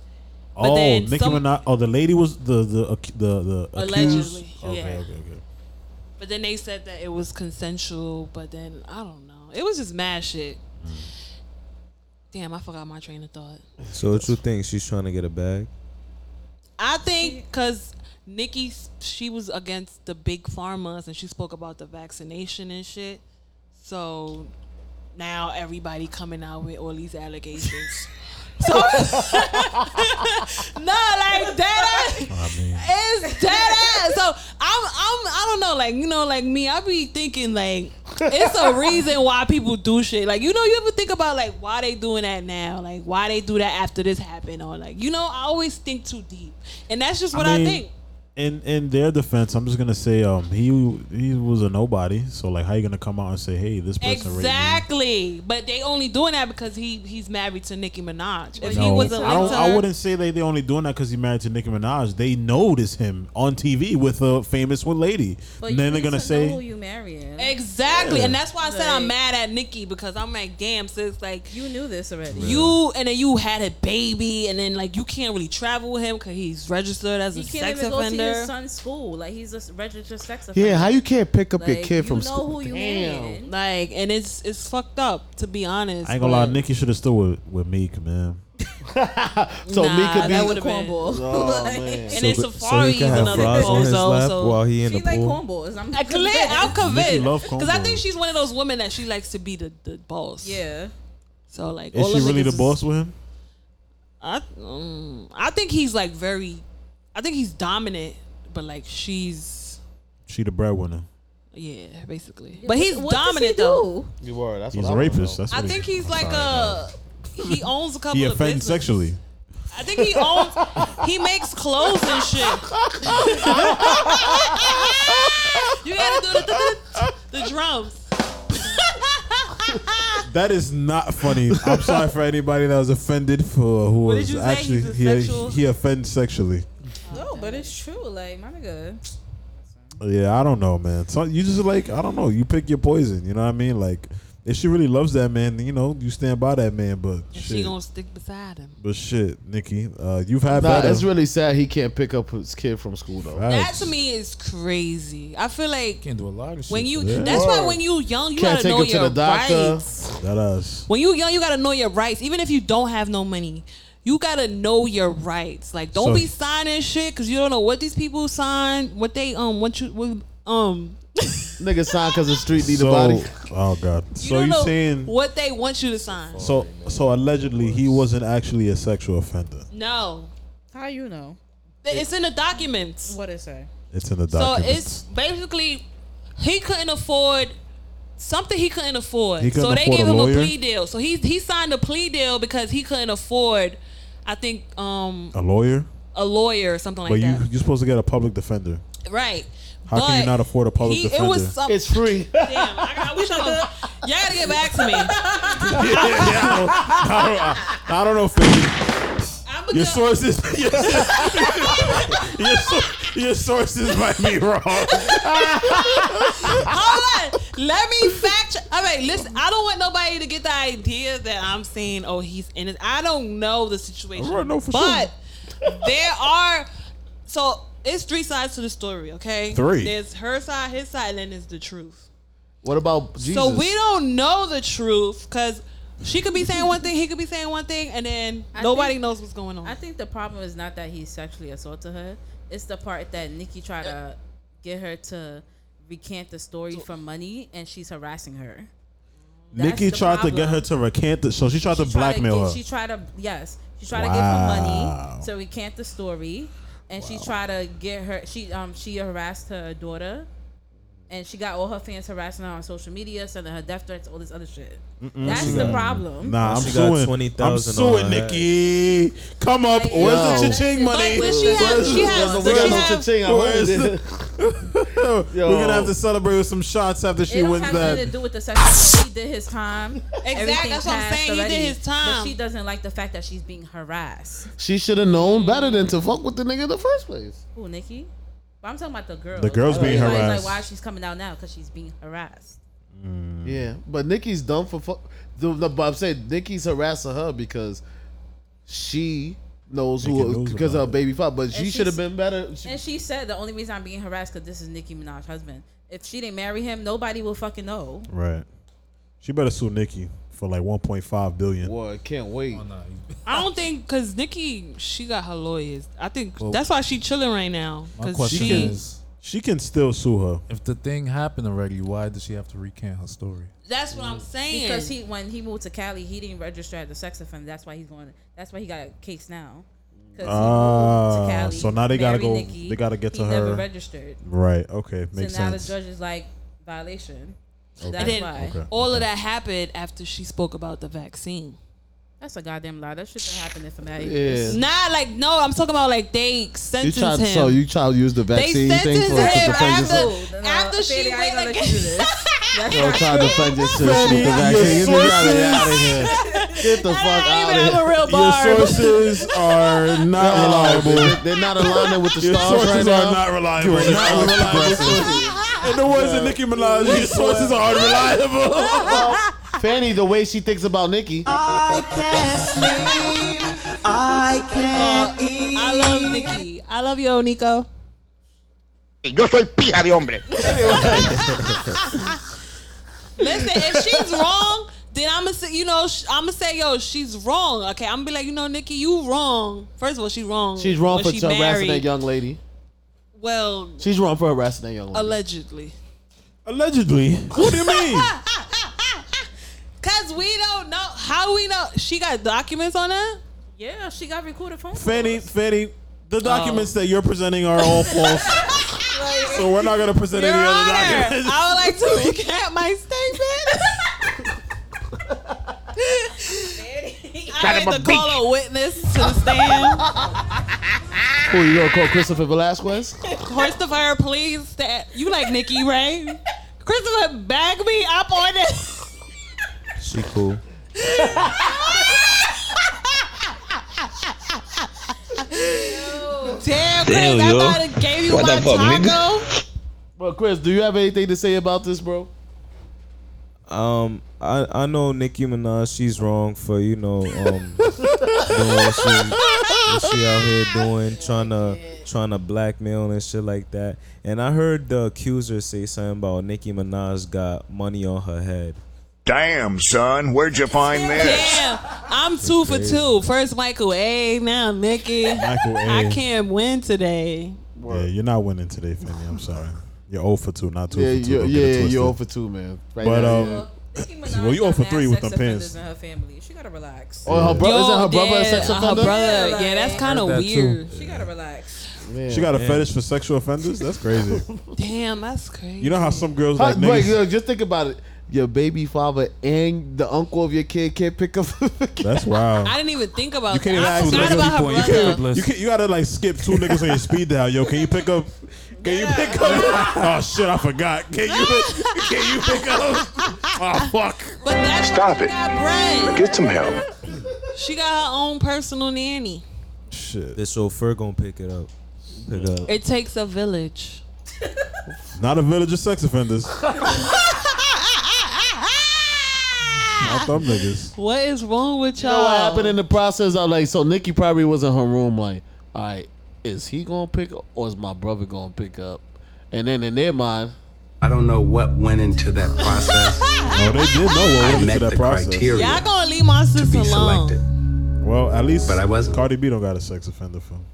Speaker 4: But
Speaker 2: Oh,
Speaker 4: then
Speaker 2: Nicki
Speaker 4: some-
Speaker 2: Minaj. Oh, the lady was the the acu- the the accused.
Speaker 4: Allegedly,
Speaker 2: Okay,
Speaker 4: yeah.
Speaker 2: okay, okay.
Speaker 4: But then they said that it was consensual, but then I don't know. It was just mad shit. Damn, I forgot my train of thought.
Speaker 5: So what you think? She's trying to get a bag.
Speaker 4: I think because Nikki, she was against the big pharmas and she spoke about the vaccination and shit. So now everybody coming out with all these allegations. so no, like that it's dead ass. So I'm, I'm, I don't know, like you know, like me, I be thinking like it's a reason why people do shit. Like you know, you ever think about like why they doing that now, like why they do that after this happened, or like you know, I always think too deep, and that's just what I,
Speaker 2: mean,
Speaker 4: think.
Speaker 2: in in their defense, I'm just gonna say um he he was a nobody. So like, how you gonna come out and say, hey, this person raped me?
Speaker 4: Exactly, but they only doing that because he he's married to Nicki Minaj. If he
Speaker 2: No,
Speaker 4: was a
Speaker 2: I don't.
Speaker 4: linked to
Speaker 2: I
Speaker 4: her-
Speaker 2: wouldn't say they they only doing that because he married to Nicki Minaj. They notice him on TV with a famous one lady.
Speaker 4: But
Speaker 2: And
Speaker 4: you
Speaker 2: then they're
Speaker 4: need
Speaker 2: gonna
Speaker 4: to
Speaker 2: say,
Speaker 4: know
Speaker 10: you marrying.
Speaker 4: Exactly,
Speaker 2: Yeah.
Speaker 4: and that's why I said I'm
Speaker 10: Like-
Speaker 4: mad at Nikki because I'm like, damn, sis, like
Speaker 10: you knew this already.
Speaker 4: You and then you had a baby, and then like you can't really travel with him because he's registered as a
Speaker 10: He can't
Speaker 4: sex
Speaker 10: even go to
Speaker 4: offender.
Speaker 10: his son's school. Like he's a s- registered sex offender.
Speaker 1: Yeah, how you can't pick up your
Speaker 10: Like,
Speaker 1: kid
Speaker 10: you
Speaker 1: from
Speaker 10: know
Speaker 1: school?
Speaker 10: who you marrying.
Speaker 4: Damn. Like, and it's it's fucked up to be honest.
Speaker 2: I ain't gonna lie,
Speaker 4: but-
Speaker 2: Nicki should have still with, with Meek, man.
Speaker 4: So Nah, Meek could be- that would've been-
Speaker 10: cornball.
Speaker 4: Oh, man. And then
Speaker 2: So- so he
Speaker 4: Safari
Speaker 2: can
Speaker 4: is
Speaker 2: have
Speaker 4: another
Speaker 2: fries on his
Speaker 4: bozo,
Speaker 2: lap
Speaker 4: so-
Speaker 2: while he in
Speaker 10: She
Speaker 2: the
Speaker 10: like
Speaker 2: pool.
Speaker 10: cornballs. I'm
Speaker 4: I clear, I'm
Speaker 2: Nikki love
Speaker 4: convinced because I
Speaker 2: cornball.
Speaker 4: think she's one of those women that she likes to be the, the boss.
Speaker 10: Yeah.
Speaker 4: So like,
Speaker 2: Is
Speaker 4: all
Speaker 2: she
Speaker 4: them
Speaker 2: really
Speaker 4: niggas
Speaker 2: the
Speaker 4: is-
Speaker 2: boss with him?
Speaker 4: I mm, I think he's like very, I think he's dominant, but like she's
Speaker 2: She the breadwinner.
Speaker 4: yeah, basically.
Speaker 10: Yeah,
Speaker 4: But
Speaker 10: what-
Speaker 4: he's
Speaker 10: what does he
Speaker 4: dominant
Speaker 10: do?
Speaker 4: though.
Speaker 1: You were. That's
Speaker 2: He's
Speaker 1: what
Speaker 2: a
Speaker 1: I wanna
Speaker 2: rapist.
Speaker 1: know.
Speaker 2: That's
Speaker 4: I
Speaker 2: what he-
Speaker 4: think he's like a he owns a couple
Speaker 2: He
Speaker 4: of
Speaker 2: offends
Speaker 4: business-
Speaker 2: sexually.
Speaker 4: I think he owns he makes clothes and shit. you gotta do the, the, the drums.
Speaker 2: That is not funny. I'm sorry for anybody that was offended for who
Speaker 10: What did
Speaker 2: was
Speaker 10: you say?
Speaker 2: actually
Speaker 10: He's a
Speaker 2: he,
Speaker 10: sexual-
Speaker 2: he offends sexually.
Speaker 10: No, Oh, but it's true. Like my nigga.
Speaker 2: Yeah, I don't know, man. So you just like I don't know. You pick your poison. You know what I mean? Like if she really loves that man, you know you stand by that man. But
Speaker 4: She
Speaker 2: shit,
Speaker 4: gonna stick beside him.
Speaker 2: but shit, Nikki, uh, you've had
Speaker 1: Nah,
Speaker 2: better.
Speaker 1: it's really sad he can't pick up his kid from school though.
Speaker 4: That to me is crazy. I feel like
Speaker 3: can do a lot of shit.
Speaker 4: when you
Speaker 1: Yeah.
Speaker 4: that's why
Speaker 1: Word.
Speaker 4: when you young you
Speaker 1: Can't
Speaker 4: gotta
Speaker 1: take
Speaker 4: know
Speaker 1: him to
Speaker 4: your
Speaker 1: the doctor.
Speaker 4: rights.
Speaker 2: That ass.
Speaker 4: When you young you gotta know your rights. Even if you don't have no money, you gotta know your rights. Like
Speaker 2: So-
Speaker 4: don't be signing shit because you don't know what these people sign, what they um what you what, um
Speaker 1: Nigga signed because the street need
Speaker 2: so,
Speaker 1: a body.
Speaker 2: Oh god. so
Speaker 4: don't
Speaker 2: you
Speaker 4: know
Speaker 2: saying
Speaker 4: what they want you to sign.
Speaker 2: so so allegedly he wasn't actually a sexual offender.
Speaker 4: No.
Speaker 10: How you know?
Speaker 4: It's in the documents.
Speaker 10: What it say?
Speaker 2: It's in the
Speaker 4: So
Speaker 2: document.
Speaker 4: it's basically he couldn't afford something he couldn't afford.
Speaker 2: He couldn't
Speaker 4: so they
Speaker 2: afford
Speaker 4: gave
Speaker 2: a
Speaker 4: him
Speaker 2: lawyer?
Speaker 4: a plea deal. So he he signed a plea deal because he couldn't afford I think um
Speaker 2: a lawyer?
Speaker 4: a lawyer or something like
Speaker 2: but
Speaker 4: that.
Speaker 2: you you're supposed to get a public defender.
Speaker 4: Right.
Speaker 2: How can you
Speaker 4: But
Speaker 2: not afford a public
Speaker 4: he, it
Speaker 2: defender?
Speaker 4: was some,
Speaker 1: It's free.
Speaker 4: Damn, I, I wish I was, y'all gotta get back to me.
Speaker 2: I, don't, I don't know, Philly. Your sources, your, sour- your sources might be wrong.
Speaker 4: Hold on. Let me fact. check- All right, listen. I don't want nobody to get the idea that I'm saying, oh, he's innocent. I don't know the situation.
Speaker 2: Right, no, for
Speaker 4: but there are. So it's three sides to the story, okay?
Speaker 1: Three.
Speaker 4: There's her side, his side, and then there's the truth.
Speaker 1: What about Jesus?
Speaker 4: So we don't know the truth because she could be saying one thing, he could be saying one thing, and then
Speaker 10: I
Speaker 4: nobody
Speaker 10: think-
Speaker 4: knows what's going on.
Speaker 10: I think the problem is not that he sexually assaulted her. It's the part that Nikki tried to get her to recant the story for money, and she's harassing her. That's
Speaker 2: Nikki
Speaker 10: the
Speaker 2: tried to get her
Speaker 10: problem.
Speaker 2: to recant it, so she tried to
Speaker 10: She tried
Speaker 2: blackmail
Speaker 10: get-
Speaker 2: her.
Speaker 10: She tried to yes, she tried to give her
Speaker 2: Wow.
Speaker 10: money to recant the story, and she tried to get her. She um she harassed her daughter, and she got all her fans harassing her on social media, sending her death threats, all this other shit.
Speaker 2: Mm-mm.
Speaker 10: That's
Speaker 2: She
Speaker 10: the
Speaker 2: got-
Speaker 10: problem.
Speaker 2: Nah, I'm
Speaker 5: She got
Speaker 2: suing.
Speaker 5: 20,000
Speaker 2: I'm
Speaker 5: on
Speaker 2: suing
Speaker 5: her head.
Speaker 2: Nikki. Come up.
Speaker 10: Like,
Speaker 2: Where's
Speaker 1: yo.
Speaker 2: the cha-ching money?
Speaker 4: But she has-
Speaker 2: Where's
Speaker 4: she has-
Speaker 2: the-
Speaker 4: does she
Speaker 2: where's the
Speaker 4: have-
Speaker 2: cha-ching? I
Speaker 1: Where's the-
Speaker 2: wanted it. We're gonna have to celebrate with some shots after she
Speaker 10: it don't
Speaker 2: wins
Speaker 10: have nothing to
Speaker 2: that.
Speaker 10: do with the sex. He did his time. Everything
Speaker 4: that's what I'm
Speaker 10: passed
Speaker 4: saying. He did his
Speaker 10: But
Speaker 4: time.
Speaker 10: she doesn't like the fact that she's being harassed.
Speaker 1: She should have known better than to fuck with the nigga in the first place.
Speaker 10: Who, Nikki? But I'm talking about the girl.
Speaker 1: The girl's being
Speaker 10: Everybody's
Speaker 1: harassed.
Speaker 10: Like, why she's coming out now? Because she's being harassed.
Speaker 1: Yeah, but Nikki's dumb for fuck. The, the, but I'm saying Nikki's harassing her because she knows who because her baby father. But she
Speaker 10: And
Speaker 1: should have
Speaker 10: she's-
Speaker 1: been better. She-
Speaker 10: and she said the only reason I'm being harassed because this is Nicki Minaj's husband. If she didn't marry him, nobody will fucking know.
Speaker 2: Right. She better sue Nikki for like 1.5 billion.
Speaker 1: What? Can't wait.
Speaker 4: I don't think because Nikki, she got her lawyers. I think that's why she chilling right now.
Speaker 3: My
Speaker 4: 'cause
Speaker 3: question
Speaker 4: she,
Speaker 3: is,
Speaker 2: she can still sue her.
Speaker 3: If the thing happened already, why does she have to recant her story?
Speaker 4: That's what I'm saying.
Speaker 10: Because he when he moved to Cali, he didn't register as a sex offender. That's why he's going. That's why he got a case now. 'Cause he moved to
Speaker 2: Ah,
Speaker 10: Cali,
Speaker 2: so now they gotta
Speaker 10: married
Speaker 2: go- they gotta get
Speaker 10: he
Speaker 2: to
Speaker 10: Never
Speaker 2: her.
Speaker 10: registered.
Speaker 2: Right, okay,
Speaker 10: So
Speaker 2: makes
Speaker 10: now
Speaker 2: sense.
Speaker 10: the judge is like violation. So
Speaker 4: And
Speaker 10: That's
Speaker 4: then
Speaker 10: why.
Speaker 4: all of that happened after she spoke about the vaccine.
Speaker 10: That's a goddamn lie. That should have happened if somebody.
Speaker 1: Yeah.
Speaker 4: Nah, like no, I'm talking about like they
Speaker 1: You
Speaker 4: sentenced
Speaker 1: tried,
Speaker 4: him.
Speaker 1: so you tried to use the vaccine thing
Speaker 4: sentenced
Speaker 1: for, to
Speaker 4: him
Speaker 1: defend yourself.
Speaker 4: After she went against
Speaker 1: Yo, trying to defend yourself with the
Speaker 2: Fanny,
Speaker 1: vaccine. Get
Speaker 2: your
Speaker 1: me out of,
Speaker 2: sources-
Speaker 1: out of here. Get the fuck out of here.
Speaker 4: have a real
Speaker 2: Your sources are not reliable.
Speaker 1: They're not aligning with the
Speaker 2: Your
Speaker 1: stars right
Speaker 2: sources
Speaker 1: now.
Speaker 2: are not reliable.
Speaker 1: You are not
Speaker 2: Not reliable
Speaker 1: progressive.
Speaker 2: sources. And the ones in Nicki Minaj, your sources are unreliable.
Speaker 1: Fanny, the way she thinks about Nikki.
Speaker 12: I can't sleep. I can't eat.
Speaker 4: I love Nikki. I love you, Nico.
Speaker 11: Yo soy pija de hombre.
Speaker 4: Listen, if she's wrong, then I'm gonna say, you know, I'm gonna say, yo, she's wrong. Okay, I'm gonna be like, you know, Nikki, you wrong. First of all, she's wrong.
Speaker 1: She's wrong
Speaker 4: when
Speaker 1: for
Speaker 4: she
Speaker 1: harassing that
Speaker 4: married.
Speaker 1: young lady.
Speaker 4: Well,
Speaker 1: She's wrong for harassing that young lady.
Speaker 4: allegedly,
Speaker 2: Allegedly. What do you mean?
Speaker 4: cause we don't know how we know she got documents on her.
Speaker 10: Yeah, she got recorded phone.
Speaker 2: Fanny, Fanny,
Speaker 1: Oh.
Speaker 2: the documents that you're presenting are all false. so we're not gonna present
Speaker 4: Your
Speaker 2: any other
Speaker 4: Honor,
Speaker 2: documents.
Speaker 4: I would like to look at my statement. I
Speaker 1: Shut
Speaker 4: had
Speaker 1: him
Speaker 4: to
Speaker 1: a
Speaker 4: call a witness to the stand.
Speaker 1: Who you gonna call Christopher Velasquez?
Speaker 4: Christopher, please. Stand. You like Nikki, right? Christopher, bag me up on this.
Speaker 5: She cool.
Speaker 4: Damn, Chris,
Speaker 1: Damn,
Speaker 4: I
Speaker 1: yo.
Speaker 4: thought it gave you
Speaker 1: What
Speaker 4: my
Speaker 1: the fuck, nigga?
Speaker 4: taco.
Speaker 1: Well, Chris, do you have anything to say about this, bro?
Speaker 5: Um, I I know Nicki Minaj. She's wrong for you know um doing what she, what she out here doing, trying to trying to blackmail and shit like that. And I heard the accuser say something about Nicki Minaj got money on her head.
Speaker 13: Damn, Um, son, where'd you find this?
Speaker 4: Damn, I'm two for two. First Michael A, now Nikki.
Speaker 2: Michael A.
Speaker 4: I can't win today.
Speaker 2: Yeah, you're not winning today, Fanny. I'm sorry. You're 0 for 2, not 2
Speaker 1: Yeah,
Speaker 2: for 2.
Speaker 1: you're-
Speaker 2: Don't get
Speaker 1: yeah,
Speaker 2: it
Speaker 1: you're
Speaker 2: twisted.
Speaker 1: 0 for 2, man. Right
Speaker 2: but,
Speaker 1: now,
Speaker 2: um,
Speaker 1: yeah.
Speaker 2: well, you're 0 for 3 with
Speaker 10: Sex
Speaker 2: them
Speaker 10: offenders
Speaker 2: pants.
Speaker 10: in her family. She gotta relax.
Speaker 1: Oh, her bro- isn't her brother a sex
Speaker 4: yeah, her
Speaker 1: offender?
Speaker 4: brother- yeah, that's kinda Heard that too. weird.
Speaker 10: She gotta relax.
Speaker 2: she got a
Speaker 1: Man.
Speaker 2: fetish for sexual offenders? That's crazy.
Speaker 4: Damn, that's crazy.
Speaker 2: you know how some girls
Speaker 1: Huh,
Speaker 2: like
Speaker 1: wait,
Speaker 2: niggas.
Speaker 1: yo, just think about it. Your baby father and the uncle of your kid can't pick up.
Speaker 2: That's wild.
Speaker 4: I didn't even think about
Speaker 2: You can't even
Speaker 4: that.
Speaker 2: ask
Speaker 4: I
Speaker 2: them.
Speaker 4: forgot about her
Speaker 2: You
Speaker 4: brother.
Speaker 2: can't- you can't- you gotta like skip two niggas on your speed dial. Yo, can you pick up? Can you pick up? Oh shit, I forgot. Can you? Can you pick up? Oh fuck.
Speaker 13: Stop it.
Speaker 4: Right.
Speaker 13: Get some help.
Speaker 4: She got her own personal nanny.
Speaker 2: Shit.
Speaker 5: This chauffeur gonna pick it up. Pick it up.
Speaker 4: It takes a village.
Speaker 2: Not a village of sex offenders. Not them niggas.
Speaker 4: What is wrong with
Speaker 1: You know what
Speaker 4: y'all?
Speaker 1: happened in the process? I'm like, so Nikki probably was in her room, like, all right, is he gonna pick up or is my brother gonna pick up? And then in their mind,
Speaker 14: I don't know what went into that process.
Speaker 2: no, they did know what
Speaker 14: I
Speaker 2: went into
Speaker 14: met
Speaker 2: that
Speaker 14: the
Speaker 2: process.
Speaker 14: criteria.
Speaker 4: Y'all gonna leave my sister alone?
Speaker 2: Well, at least. But I wasn't. Cardi B don't got a sex offender film.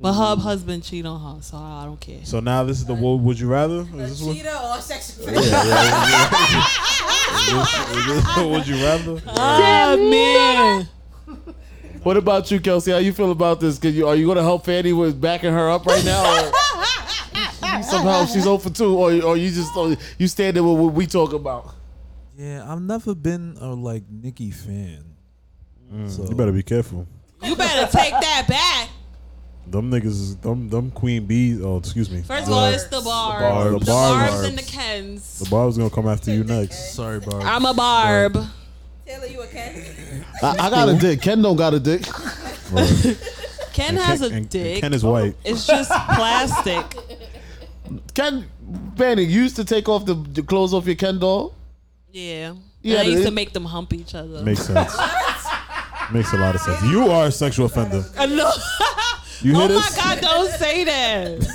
Speaker 4: But her husband cheat on her, so I don't care.
Speaker 2: So now this is the what would you rather? Is this what?
Speaker 10: Cheetah or sex
Speaker 2: Yeah, yeah, yeah. Is this what would you rather?
Speaker 4: Ah, man.
Speaker 1: What about you, Kelsey? How you feel about this? Cause you are you gonna help Fanny with backing her up right now? Or somehow she's 0 for 2, or or you just or you stand there with what we talk about.
Speaker 3: Yeah, I've never been a like Nicki fan. So
Speaker 2: You better be careful.
Speaker 4: You better take that back.
Speaker 2: Them niggas, is- them them queen bees. Oh, excuse me.
Speaker 4: First of all, it's the bar.
Speaker 2: bar-
Speaker 4: The, barbs,
Speaker 2: bar-
Speaker 4: and the Kens.
Speaker 2: The barb's gonna come after you next.
Speaker 3: Sorry, barb.
Speaker 4: I'm a barb.
Speaker 10: Taylor, you a Ken?
Speaker 1: I, I got a dick. Ken don't got a dick.
Speaker 4: Ken
Speaker 1: And Ken-
Speaker 4: has a
Speaker 1: and- and
Speaker 4: dick.
Speaker 1: Ken is white.
Speaker 4: It's just plastic.
Speaker 1: Ken Fanny, you used to take off the, the clothes off your Ken doll.
Speaker 4: Yeah.
Speaker 1: Yeah,
Speaker 4: Yeah. I used
Speaker 1: it-
Speaker 4: to make them hump each other.
Speaker 2: Makes sense. Makes a lot of sense. You are a sexual offender.
Speaker 4: I know.
Speaker 2: You
Speaker 4: oh
Speaker 2: hear
Speaker 4: my
Speaker 2: this?
Speaker 4: God! Don't say that.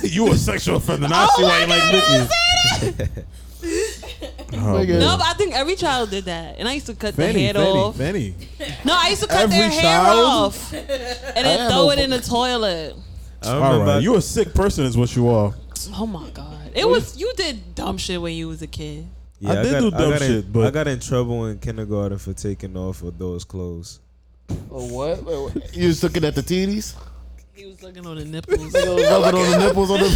Speaker 2: you a sexual offender. Now I
Speaker 4: Oh
Speaker 2: see why
Speaker 4: my
Speaker 2: you like Nicki. Oh, man.
Speaker 4: no, but I think every child did that, and I used to cut the
Speaker 2: Fanny,
Speaker 4: head
Speaker 2: Fanny,
Speaker 4: off.
Speaker 2: Fanny.
Speaker 4: No, I used to cut their
Speaker 2: Every
Speaker 4: hair
Speaker 2: child?
Speaker 4: off and then
Speaker 2: Damn,
Speaker 4: throw
Speaker 2: no
Speaker 4: it in the toilet.
Speaker 2: All right, you a sick person is what you are.
Speaker 4: Oh my god! It was you did dumb shit when you was a kid.
Speaker 5: Yeah,
Speaker 2: I did do dumb
Speaker 5: got in,
Speaker 2: shit, but-
Speaker 5: I got in trouble in kindergarten for taking off of those clothes.
Speaker 1: Or what? Wait, what? You was looking at the titties.
Speaker 4: He was looking on the nipples.
Speaker 1: rubbing on the nipples on the.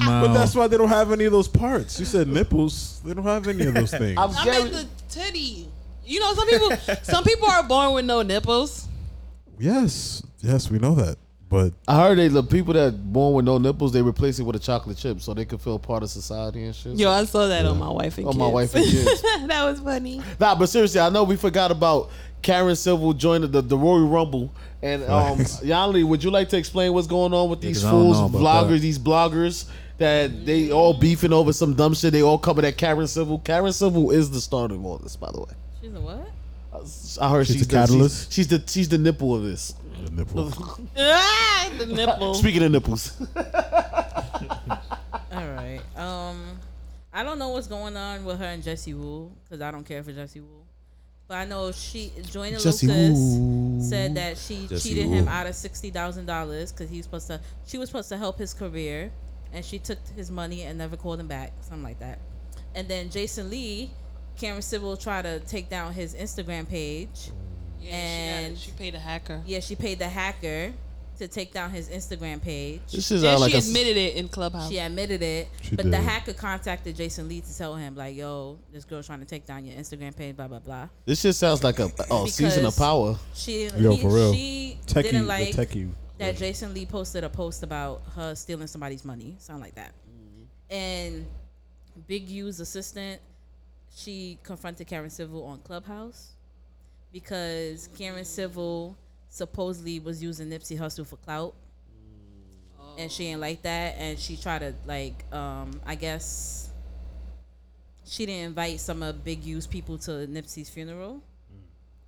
Speaker 2: But that's why they don't have any of those parts. You said nipples. They don't have any of those things.
Speaker 4: I meant the titty. You know, some people some people are born with no nipples.
Speaker 1: Yes, yes, we know that. But I heard they the people that born with no nipples, they replace it with a chocolate chip so they could feel part of society and shit.
Speaker 4: Yo, I saw that on my wife and
Speaker 1: on
Speaker 4: kids.
Speaker 1: my wife and kids.
Speaker 4: that was funny.
Speaker 1: Nah, but seriously, I know we forgot about Karen Civil joining the, the Royal Rumble. And um
Speaker 2: Facts.
Speaker 1: Yanli, would you like to explain what's going on with these
Speaker 2: 'cause I don't
Speaker 1: fools,
Speaker 2: know about
Speaker 1: vloggers,
Speaker 2: that.
Speaker 1: these bloggers that they all beefing over some dumb shit? They all coming at Karen Civil. Karen Civil is the starter of all this, by the way.
Speaker 10: She's a what?
Speaker 1: I heard
Speaker 2: She's
Speaker 1: she's,
Speaker 2: the
Speaker 1: the,
Speaker 2: catalyst?
Speaker 1: she's, she's the she's the nipple of this.
Speaker 2: The nipple.
Speaker 4: Ah, the nipple.
Speaker 1: Speaking of nipples,
Speaker 10: All right. Um, I don't know what's going on with her and Jesse Wu because I don't care for Jesse Wu. But I know she Joyner
Speaker 12: Jesse
Speaker 10: Lucas
Speaker 12: Wu.
Speaker 10: said that she
Speaker 12: Jesse
Speaker 10: cheated
Speaker 12: Wu.
Speaker 10: him out of sixty thousand dollars because he was supposed to. She was supposed to help his career, and she took his money and never called him back, something like that. And then Jason Lee, Cameron Sybil tried to take down his Instagram page, and she,
Speaker 4: paid a hacker.
Speaker 10: Yeah, she paid the hacker to take down his Instagram page.
Speaker 1: This is, uh, Yeah, she like a s-
Speaker 4: admitted it in Clubhouse.
Speaker 10: She admitted it,
Speaker 1: She
Speaker 10: but the
Speaker 1: did.
Speaker 10: hacker contacted Jason Lee to tell him like, "Yo, this girl's trying to take down your Instagram page, blah blah blah."
Speaker 1: this shit sounds like a oh season of
Speaker 10: Because
Speaker 1: power.
Speaker 10: She,
Speaker 1: Yo,
Speaker 10: he-
Speaker 1: for real.
Speaker 10: she
Speaker 1: Techie-
Speaker 10: didn't
Speaker 1: the
Speaker 10: like
Speaker 1: techie
Speaker 10: that Jason Lee posted a post about her stealing somebody's money, something like that. And Big U's assistant, she confronted Karen Civil on Clubhouse because Karen Civil supposedly was using Nipsey Hussle for clout. And she ain't like that, and she tried to like, um, I guess she didn't invite some of Big U's people to Nipsey's funeral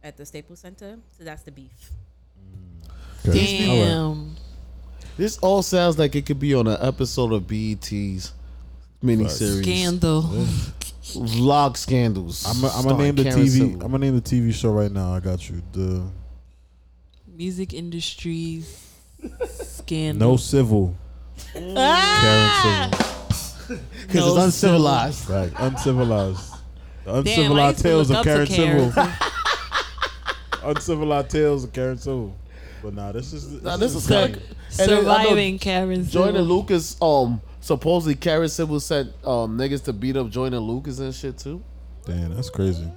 Speaker 10: at the Staples Center. So that's the beef.
Speaker 4: Damn.
Speaker 1: This all sounds like it could be on an episode of BET's miniseries.
Speaker 4: Scandal.
Speaker 1: Vlog scandals.
Speaker 2: I'm gonna
Speaker 1: starring
Speaker 2: name the
Speaker 1: Karen
Speaker 2: TV.
Speaker 1: Civil.
Speaker 2: I'm gonna name the TV show right now. I got you. The
Speaker 4: Music industries scandal.
Speaker 2: No Civil.
Speaker 4: Ah!
Speaker 2: Karen Civil.
Speaker 4: 'Cause it's No uncivilized.
Speaker 2: Right, uncivilized. The
Speaker 4: Damn,
Speaker 2: uncivilized
Speaker 4: I used to
Speaker 2: tales
Speaker 4: look
Speaker 2: of
Speaker 4: up to
Speaker 2: Karen
Speaker 4: Karen
Speaker 2: Civil. uncivilized tales of Karen Civil. But nah, this is
Speaker 1: Nah, this is
Speaker 2: like
Speaker 1: like and then I know
Speaker 4: Surviving Karen Civil.
Speaker 1: Joyner Lucas. Um, supposedly Karen Civil sent um niggas to beat up Joyner Lucas and shit too.
Speaker 2: Damn, that's crazy.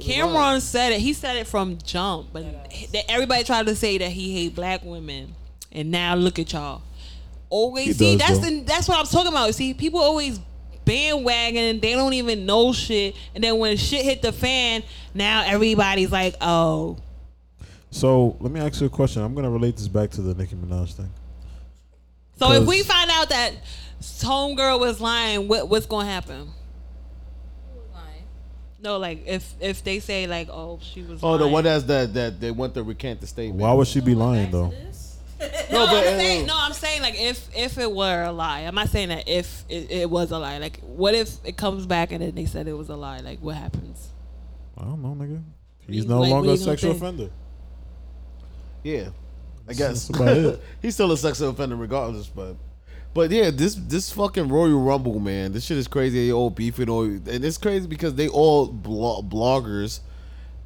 Speaker 4: Cameron said it. He said it from jump, but that everybody tried to say that he hate black women, and now look at y'all. Always
Speaker 12: He
Speaker 4: see
Speaker 12: does,
Speaker 4: that's
Speaker 12: though.
Speaker 4: the, that's what I'm talking about. See, people always bandwagon. They don't even know shit, and then when shit hit the fan, now everybody's like, oh.
Speaker 2: So let me ask you a question. I'm gonna relate this back to the Nicki Minaj thing.
Speaker 4: So if
Speaker 2: 'Cause-
Speaker 4: we find out that homegirl was lying, what what's gonna happen? Lying. No, like if if they say like, oh, she was.
Speaker 1: Oh, the
Speaker 4: lying.
Speaker 1: one that's that that they want to recant the statement.
Speaker 2: Why would she be lying though?
Speaker 4: No,
Speaker 1: No, but,
Speaker 4: I'm saying,
Speaker 1: uh,
Speaker 4: no, I'm saying like if if it were a lie, I'm not saying that if it, it was a lie. Like, what if it comes back and then they said it was a lie? Like, what happens?
Speaker 2: I don't know, nigga.
Speaker 4: He's
Speaker 2: He's no
Speaker 4: like, what
Speaker 2: longer
Speaker 4: you
Speaker 2: a
Speaker 4: gonna
Speaker 2: sexual
Speaker 4: think?
Speaker 2: offender.
Speaker 1: Yeah, I
Speaker 2: That's-
Speaker 1: guess
Speaker 2: that's about it.
Speaker 1: he's still a sexual offender regardless. But, but yeah, this this fucking Royal Rumble man, this shit is crazy. They all beefing all, and it's crazy because they all blo- bloggers,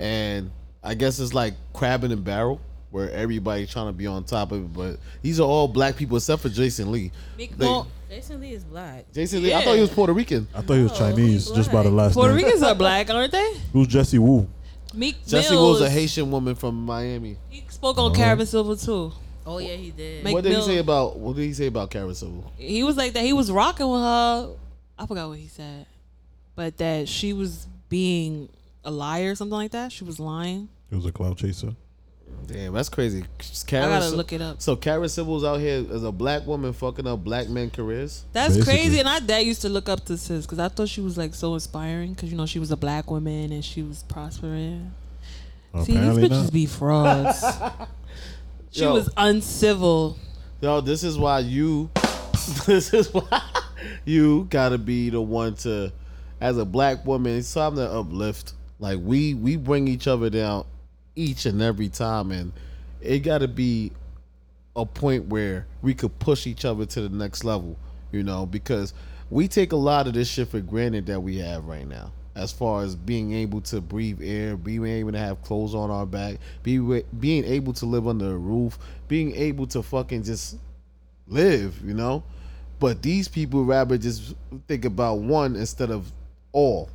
Speaker 1: and I guess it's like crabbing and barrel where everybody trying to be on top of it. But these are all black people except for Jason Lee. They-
Speaker 10: Jason Lee is black.
Speaker 1: Jason Lee, I thought he was Puerto Rican.
Speaker 2: I thought he was
Speaker 4: Oh,
Speaker 2: Chinese just by the last
Speaker 4: Puerto
Speaker 2: name.
Speaker 4: Ricans are black, aren't they?
Speaker 2: Who's Jesse Wu?
Speaker 4: Meek
Speaker 1: Jesse Will's
Speaker 4: Mills
Speaker 1: a Haitian woman from Miami.
Speaker 4: spoke on
Speaker 1: Uh-huh.
Speaker 4: Karen Silver too.
Speaker 10: Oh yeah, he did.
Speaker 1: what did he say about what did he say about Karen Civil?
Speaker 4: He was like that. He was rocking with her. I forgot what he said, but that she was being a liar, or something like that. She was lying.
Speaker 2: He was a cloud chaser.
Speaker 1: Damn, that's crazy.
Speaker 4: I gotta look it up.
Speaker 1: So Karen Sybil's out here as a black woman fucking up black men careers.
Speaker 4: That's crazy. And I dad used to look up to sis because I thought she was like so inspiring because you know she was a black woman and she was prospering. See,
Speaker 1: Apparently
Speaker 4: these bitches
Speaker 1: not.
Speaker 4: be frauds. she
Speaker 1: Yo.
Speaker 4: was uncivil.
Speaker 1: Yo, this is why you, this is why you gotta be the one to, as a black woman, it's time to uplift. Like we we bring each other down each and every time, and it gotta be a point where we could push each other to the next level, you know, because we take a lot of this shit for granted that we have right now. As far as being able to breathe air, being able to have clothes on our back, be being able to live under a roof, being able to fucking just live, you know? But these people rather just think about one instead of all.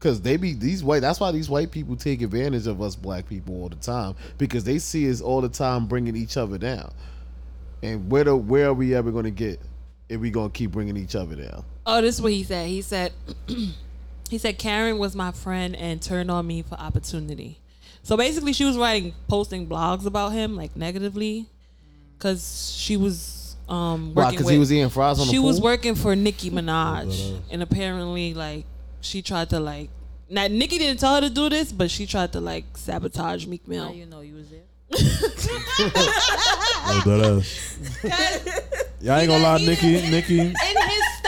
Speaker 1: Cause they be these white. That's why these white people take advantage of us black people all the time because they see us all the time bringing each other down. And where the where are we ever gonna get if we gonna keep bringing each other down?
Speaker 4: Oh, this is what he said. He said, he said Karen was my friend and turned on me for opportunity. So basically, she was writing, posting blogs about him like negatively, because she was um
Speaker 1: Why,
Speaker 4: working
Speaker 1: 'cause he
Speaker 4: with-
Speaker 1: was eating fries on the
Speaker 4: She was
Speaker 1: pool?
Speaker 4: working for Nicki
Speaker 1: Oh,
Speaker 4: Minaj,
Speaker 1: God.
Speaker 4: and apparently, like she tried to like. Now Nicki didn't tell her to do this, but she tried to like sabotage Meek Mill.
Speaker 10: Now you know you was there.
Speaker 2: Like that ass. Y'all ain't gonna lie, Nikki. Nikki.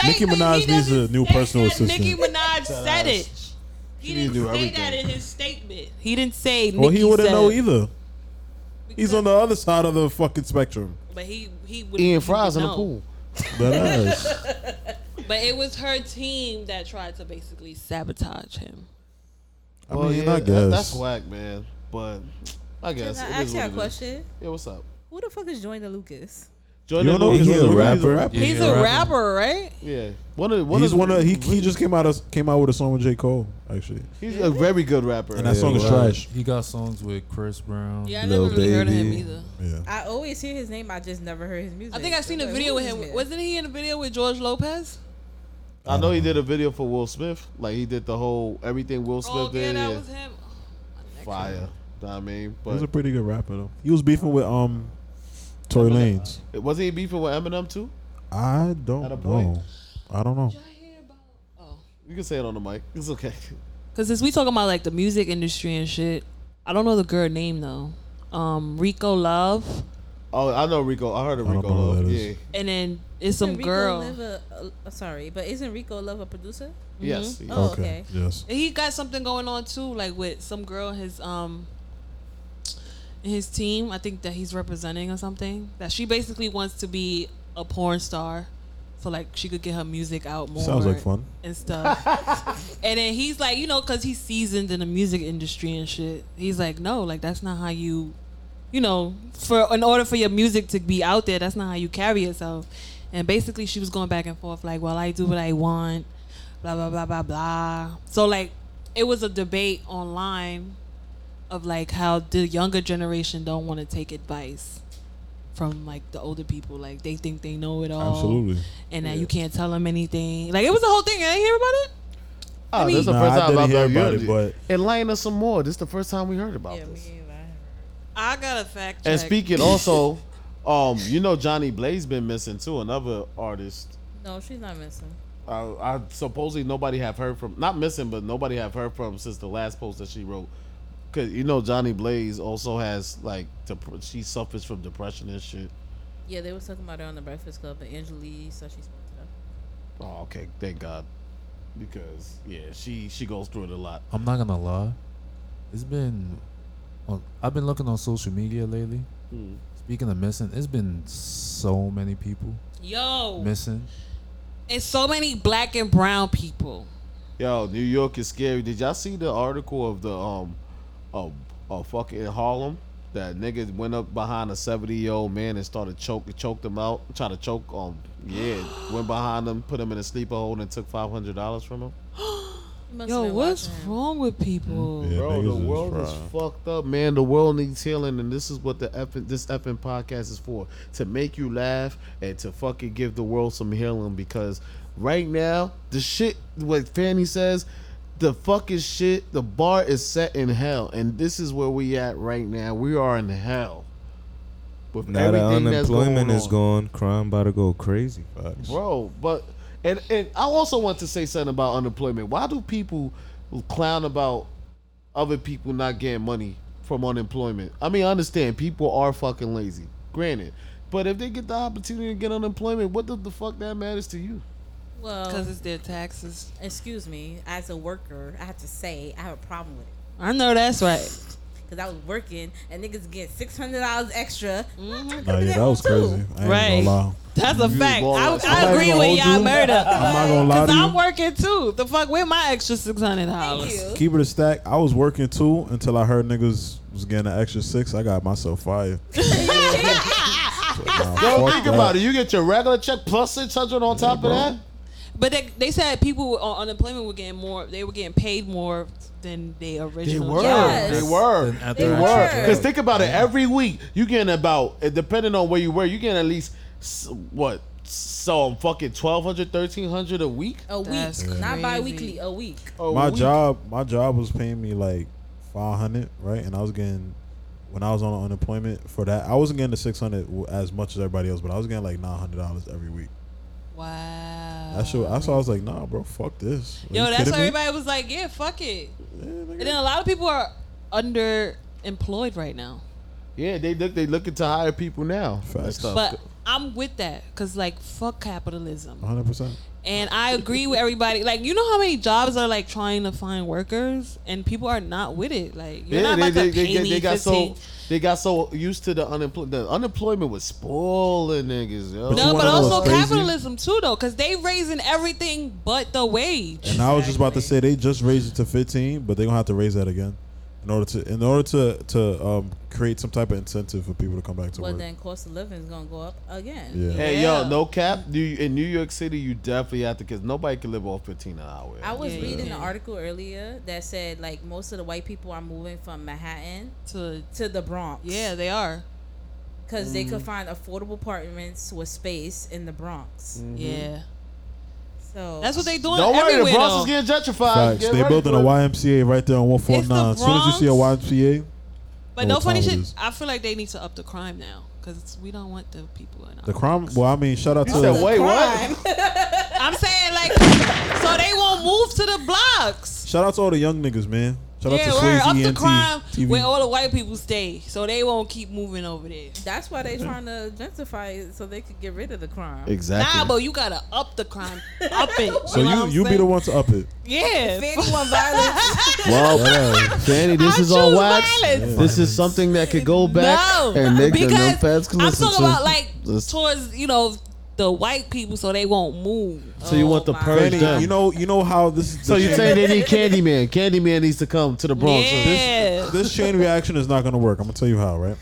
Speaker 2: Nicki Minaj needs a new personal assistant.
Speaker 4: Nicki Minaj said it. He
Speaker 2: needs to
Speaker 4: didn't
Speaker 2: do
Speaker 4: say
Speaker 2: everything.
Speaker 4: that in his statement. He didn't say.
Speaker 2: Well, he
Speaker 4: Nicki
Speaker 2: wouldn't
Speaker 4: said
Speaker 2: know
Speaker 4: it.
Speaker 2: either. He's on the other side of the fucking spectrum.
Speaker 4: But he he would
Speaker 1: Eating fries in the pool.
Speaker 2: That ass.
Speaker 4: But it was her team that tried to basically sabotage him.
Speaker 2: I mean, I guess.
Speaker 1: that's whack, man. But I guess
Speaker 10: Can
Speaker 1: it
Speaker 10: I
Speaker 1: is
Speaker 10: ask you
Speaker 1: what
Speaker 10: a
Speaker 1: it is.
Speaker 10: question?
Speaker 1: Yeah, what's up?
Speaker 10: Who the fuck is Joyner Lucas?
Speaker 1: Jordan
Speaker 2: know
Speaker 1: Lucas
Speaker 2: he's
Speaker 1: is
Speaker 2: a rapper?
Speaker 4: He's,
Speaker 2: He's
Speaker 4: a
Speaker 2: a
Speaker 4: rapper, right?
Speaker 1: Yeah, one of one
Speaker 2: he's
Speaker 1: of
Speaker 2: one of he, he just came out as, came out with a song with J Cole actually.
Speaker 1: He's a very good rapper.
Speaker 2: And that song is
Speaker 3: Right.
Speaker 2: trash.
Speaker 3: He got songs with Chris Brown.
Speaker 4: Yeah, I never Lil really heard of him Baby. either.
Speaker 2: Yeah.
Speaker 10: I always hear his name. I just never heard his music.
Speaker 4: I think I seen a
Speaker 10: Like,
Speaker 4: video
Speaker 10: who
Speaker 4: with
Speaker 10: is
Speaker 4: him.
Speaker 10: this man?
Speaker 4: Wasn't he in a video with George Lopez?
Speaker 1: I know he did a video for Will Smith. Like he did the whole everything Will Smith
Speaker 4: Oh yeah,
Speaker 1: did.
Speaker 4: that
Speaker 1: yeah.
Speaker 4: was him.
Speaker 1: Fire. Know what I mean,
Speaker 2: He's a
Speaker 1: but
Speaker 2: pretty good rapper though. He was beefing with um, Tory Lanez.
Speaker 1: wasn't he beefing with Eminem too?
Speaker 2: I don't
Speaker 1: At a point.
Speaker 2: know. I don't know.
Speaker 1: You can say it on the mic. It's okay.
Speaker 4: Cause since we talking about like the music industry and shit, I don't know the girl name though. Um, Rico Love,
Speaker 1: Oh, I know Rico. I heard of Rico.
Speaker 2: know who
Speaker 1: Love.
Speaker 2: that
Speaker 1: Yeah.
Speaker 2: is.
Speaker 4: and then it's
Speaker 10: Isn't
Speaker 4: some
Speaker 10: Rico
Speaker 4: girl.
Speaker 10: Love a- a- sorry, but isn't Rico Love a producer?
Speaker 1: Yes, he
Speaker 10: Oh,
Speaker 1: is.
Speaker 10: okay.
Speaker 1: Okay, yes.
Speaker 4: And he got something going on too, like with some girl in his um in his team. I think that he's representing or something. That she basically wants to be a porn star, so like she could get her music out more.
Speaker 2: Sounds like fun.
Speaker 4: and stuff. and then he's like, you know, because he's seasoned in the music industry and shit. He's like, no, like that's not how you, you know, for in order for your music to be out there, that's not how you carry yourself. And basically, she was going back and forth, like, well, I do what I want, blah blah blah blah blah. So like, it was a debate online of like how the younger generation don't want to take advice from like the older people like they think they know it all
Speaker 2: Absolutely.
Speaker 4: and that you can't tell them anything like it was a whole thing i didn't hear about it
Speaker 1: Oh, this is the
Speaker 2: Nah,
Speaker 1: first
Speaker 2: I
Speaker 1: time
Speaker 2: didn't
Speaker 1: about
Speaker 2: hear
Speaker 1: that.
Speaker 2: about
Speaker 1: You-
Speaker 2: it, but-
Speaker 1: Enlighten us some more. This is the first time we heard about this.
Speaker 4: I got a fact check.
Speaker 1: And speaking also, um, you know Johnny Blaze been missing too. Another artist.
Speaker 10: No, she's not missing.
Speaker 1: Uh, I supposedly nobody have heard from. Not missing, but nobody have heard from since the last post that she wrote. Cause you know Johnny Blaze also has like dep- she suffers from depression and shit.
Speaker 10: Yeah, they was talking about her on the Breakfast Club, but Angelique said she smoked it up.
Speaker 1: Oh, okay. Thank God. Because yeah, she she goes through it a lot.
Speaker 3: I'm not gonna lie. It's been. on- I've been looking on social media lately.
Speaker 1: Mm.
Speaker 3: Speaking of missing, it's been so many people
Speaker 4: yo
Speaker 3: missing.
Speaker 4: and so many black and brown people
Speaker 1: Yo, New York is scary. Did y'all see the article of the um of of fucking Harlem? That nigga went up behind a seventy year old man and started choke choked him out, try to choke um yeah, went behind him, put him in a sleeper hold and took five hundred dollars from him.
Speaker 4: yo what's wrong with people
Speaker 2: Mm,
Speaker 1: Bro, the world is fucked up, man. The world needs healing, and this is what the effing, this effing podcast is for: to make you laugh and to fucking give the world some healing. Because right now, the shit what Fanny says, the fucking shit, the bar is set in hell, and this is where we at right now. We are in hell with
Speaker 5: Now that
Speaker 1: everything that's going
Speaker 5: unemployment is
Speaker 1: on.
Speaker 5: gone, crime about to go crazy.
Speaker 1: Bro, but and and I also want to say something about unemployment. Why do people clown about other people not getting money from unemployment? I mean, I understand people are fucking lazy. Granted. But if they get the opportunity to get unemployment, what the, the fuck that matters to you?
Speaker 10: Well,
Speaker 4: 'Cause it's their taxes.
Speaker 10: Excuse me, as a worker, I have to say I have a problem with it.
Speaker 4: i know that's right
Speaker 10: Cause I was working and niggas getting six hundred dollars extra.
Speaker 2: Nah, yeah, that was crazy. I ain't gonna
Speaker 4: Right.
Speaker 2: lie.
Speaker 4: that's a fact
Speaker 2: ball
Speaker 4: i,
Speaker 2: out.
Speaker 4: I
Speaker 2: Somebody
Speaker 4: agree
Speaker 2: gonna
Speaker 4: with
Speaker 2: hold
Speaker 4: y'all
Speaker 2: you?
Speaker 4: murder
Speaker 2: I'm not gonna lie to you.
Speaker 4: i'm working too the fuck where my extra $600
Speaker 2: Keep it a stack. I was working too until I heard niggas was getting an extra six. I got myself fired.
Speaker 1: Yo,
Speaker 2: fuck
Speaker 1: think
Speaker 2: that.
Speaker 1: about it. You get your regular check plus 600 on top of that?
Speaker 4: But they, they said people on unemployment were getting more. They were getting paid more than they
Speaker 1: They
Speaker 4: originally.
Speaker 1: were. They were.
Speaker 3: At
Speaker 1: They
Speaker 3: the
Speaker 1: were.
Speaker 3: actual
Speaker 1: Because
Speaker 3: job.
Speaker 1: think about it. Every week, you getting about, uh, depending on where you were, you getting at least, s- what, so fucking 1200 1300 a week?
Speaker 10: A week, not bi-weekly, a week.
Speaker 1: Oh,
Speaker 2: my job, my job was paying me like five hundred, right? And I was getting when I was on unemployment for that, I wasn't getting the six hundred as much as everybody else, but I was getting like nine hundred dollars every week. Wow. That's what. That's why I was like, nah, bro, fuck this. Are
Speaker 4: Yo,
Speaker 2: you
Speaker 4: that's
Speaker 2: kidding
Speaker 4: why
Speaker 2: me?
Speaker 4: everybody was like, yeah, fuck it. and then a lot of people are underemployed right now.
Speaker 1: Yeah, they look they looking to hire people now. and stuff.
Speaker 4: But I'm with that because, like, fuck capitalism.
Speaker 2: 100%.
Speaker 4: And I agree with everybody. Like, you know how many jobs are like trying to find workers, and people are not with it. Like, you're not about to pay me
Speaker 1: got
Speaker 4: 15.
Speaker 1: so they got so used to the unemployment. The unemployment was spoiling niggas. Yo.
Speaker 4: no, but also capitalism too, though, because they raising everything but the wage.
Speaker 2: And I was just about to say they just raised it to fifteen, but they're gonna have to raise that again in order to in order to to um, create some type of incentive for people to come back to
Speaker 10: Well,
Speaker 2: work.
Speaker 10: then cost of living is gonna go up again.
Speaker 1: Hey yo, no cap. You, in New York City, you definitely have to because nobody can live off fifteen an hour.
Speaker 10: I was
Speaker 1: Yeah.
Speaker 10: reading an article earlier that said like most of the white people are moving from Manhattan
Speaker 4: to
Speaker 10: to the Bronx.
Speaker 4: Yeah, they are.
Speaker 10: Because they could
Speaker 4: Mhm.
Speaker 10: find affordable apartments with space in the Bronx.
Speaker 4: Mhm. Yeah.
Speaker 10: So
Speaker 4: That's what they doing
Speaker 1: Don't worry, the
Speaker 4: everywhere,
Speaker 1: Bronx
Speaker 4: though.
Speaker 1: is getting gentrified.
Speaker 2: Facts.
Speaker 1: uh, Get
Speaker 2: They
Speaker 1: ready
Speaker 2: building a
Speaker 1: for it.
Speaker 2: YMCA right there on one four nine. As soon as you see a YMCA,
Speaker 4: But
Speaker 2: know
Speaker 4: no
Speaker 2: what
Speaker 4: funny
Speaker 2: time it
Speaker 4: shit.
Speaker 2: is.
Speaker 4: I feel like they need to up the crime now because we don't want the people in. Our
Speaker 2: The crime. Well, I mean, shout out
Speaker 4: You
Speaker 2: to.
Speaker 4: said, "Wait,
Speaker 1: what?"
Speaker 4: I'm saying like, so they won't move to the blocks.
Speaker 2: Shout out to all the young niggas, man. Shout out to
Speaker 4: yeah, we're up
Speaker 2: Swayze E
Speaker 4: the
Speaker 2: and
Speaker 4: crime
Speaker 2: TV.
Speaker 4: where all the white people stay, so they won't keep moving over there.
Speaker 10: That's why they trying to gentrify it so they could get rid of the crime.
Speaker 2: Exactly.
Speaker 4: Nah, but you gotta up the crime, up it.
Speaker 2: so you you be the one to up it.
Speaker 4: yeah.
Speaker 10: If anyone violence,
Speaker 1: Well, Fanny, this is all wax. This is something that could go back
Speaker 4: No,
Speaker 1: and make the
Speaker 4: because
Speaker 1: notepads can
Speaker 4: I'm
Speaker 1: listen
Speaker 4: talking about
Speaker 1: to.
Speaker 4: like
Speaker 1: This-
Speaker 4: towards you know the white people, so they won't move.
Speaker 1: So you want the
Speaker 4: Oh
Speaker 1: purge
Speaker 2: Fanny,
Speaker 1: done.
Speaker 2: you know you know how this is.
Speaker 1: so
Speaker 2: this
Speaker 1: you're
Speaker 2: chain-
Speaker 1: saying they need Candyman. Candyman needs to come to the Bronx.
Speaker 4: Yeah.
Speaker 2: This, this chain reaction is not gonna work. I'm gonna tell you how, right?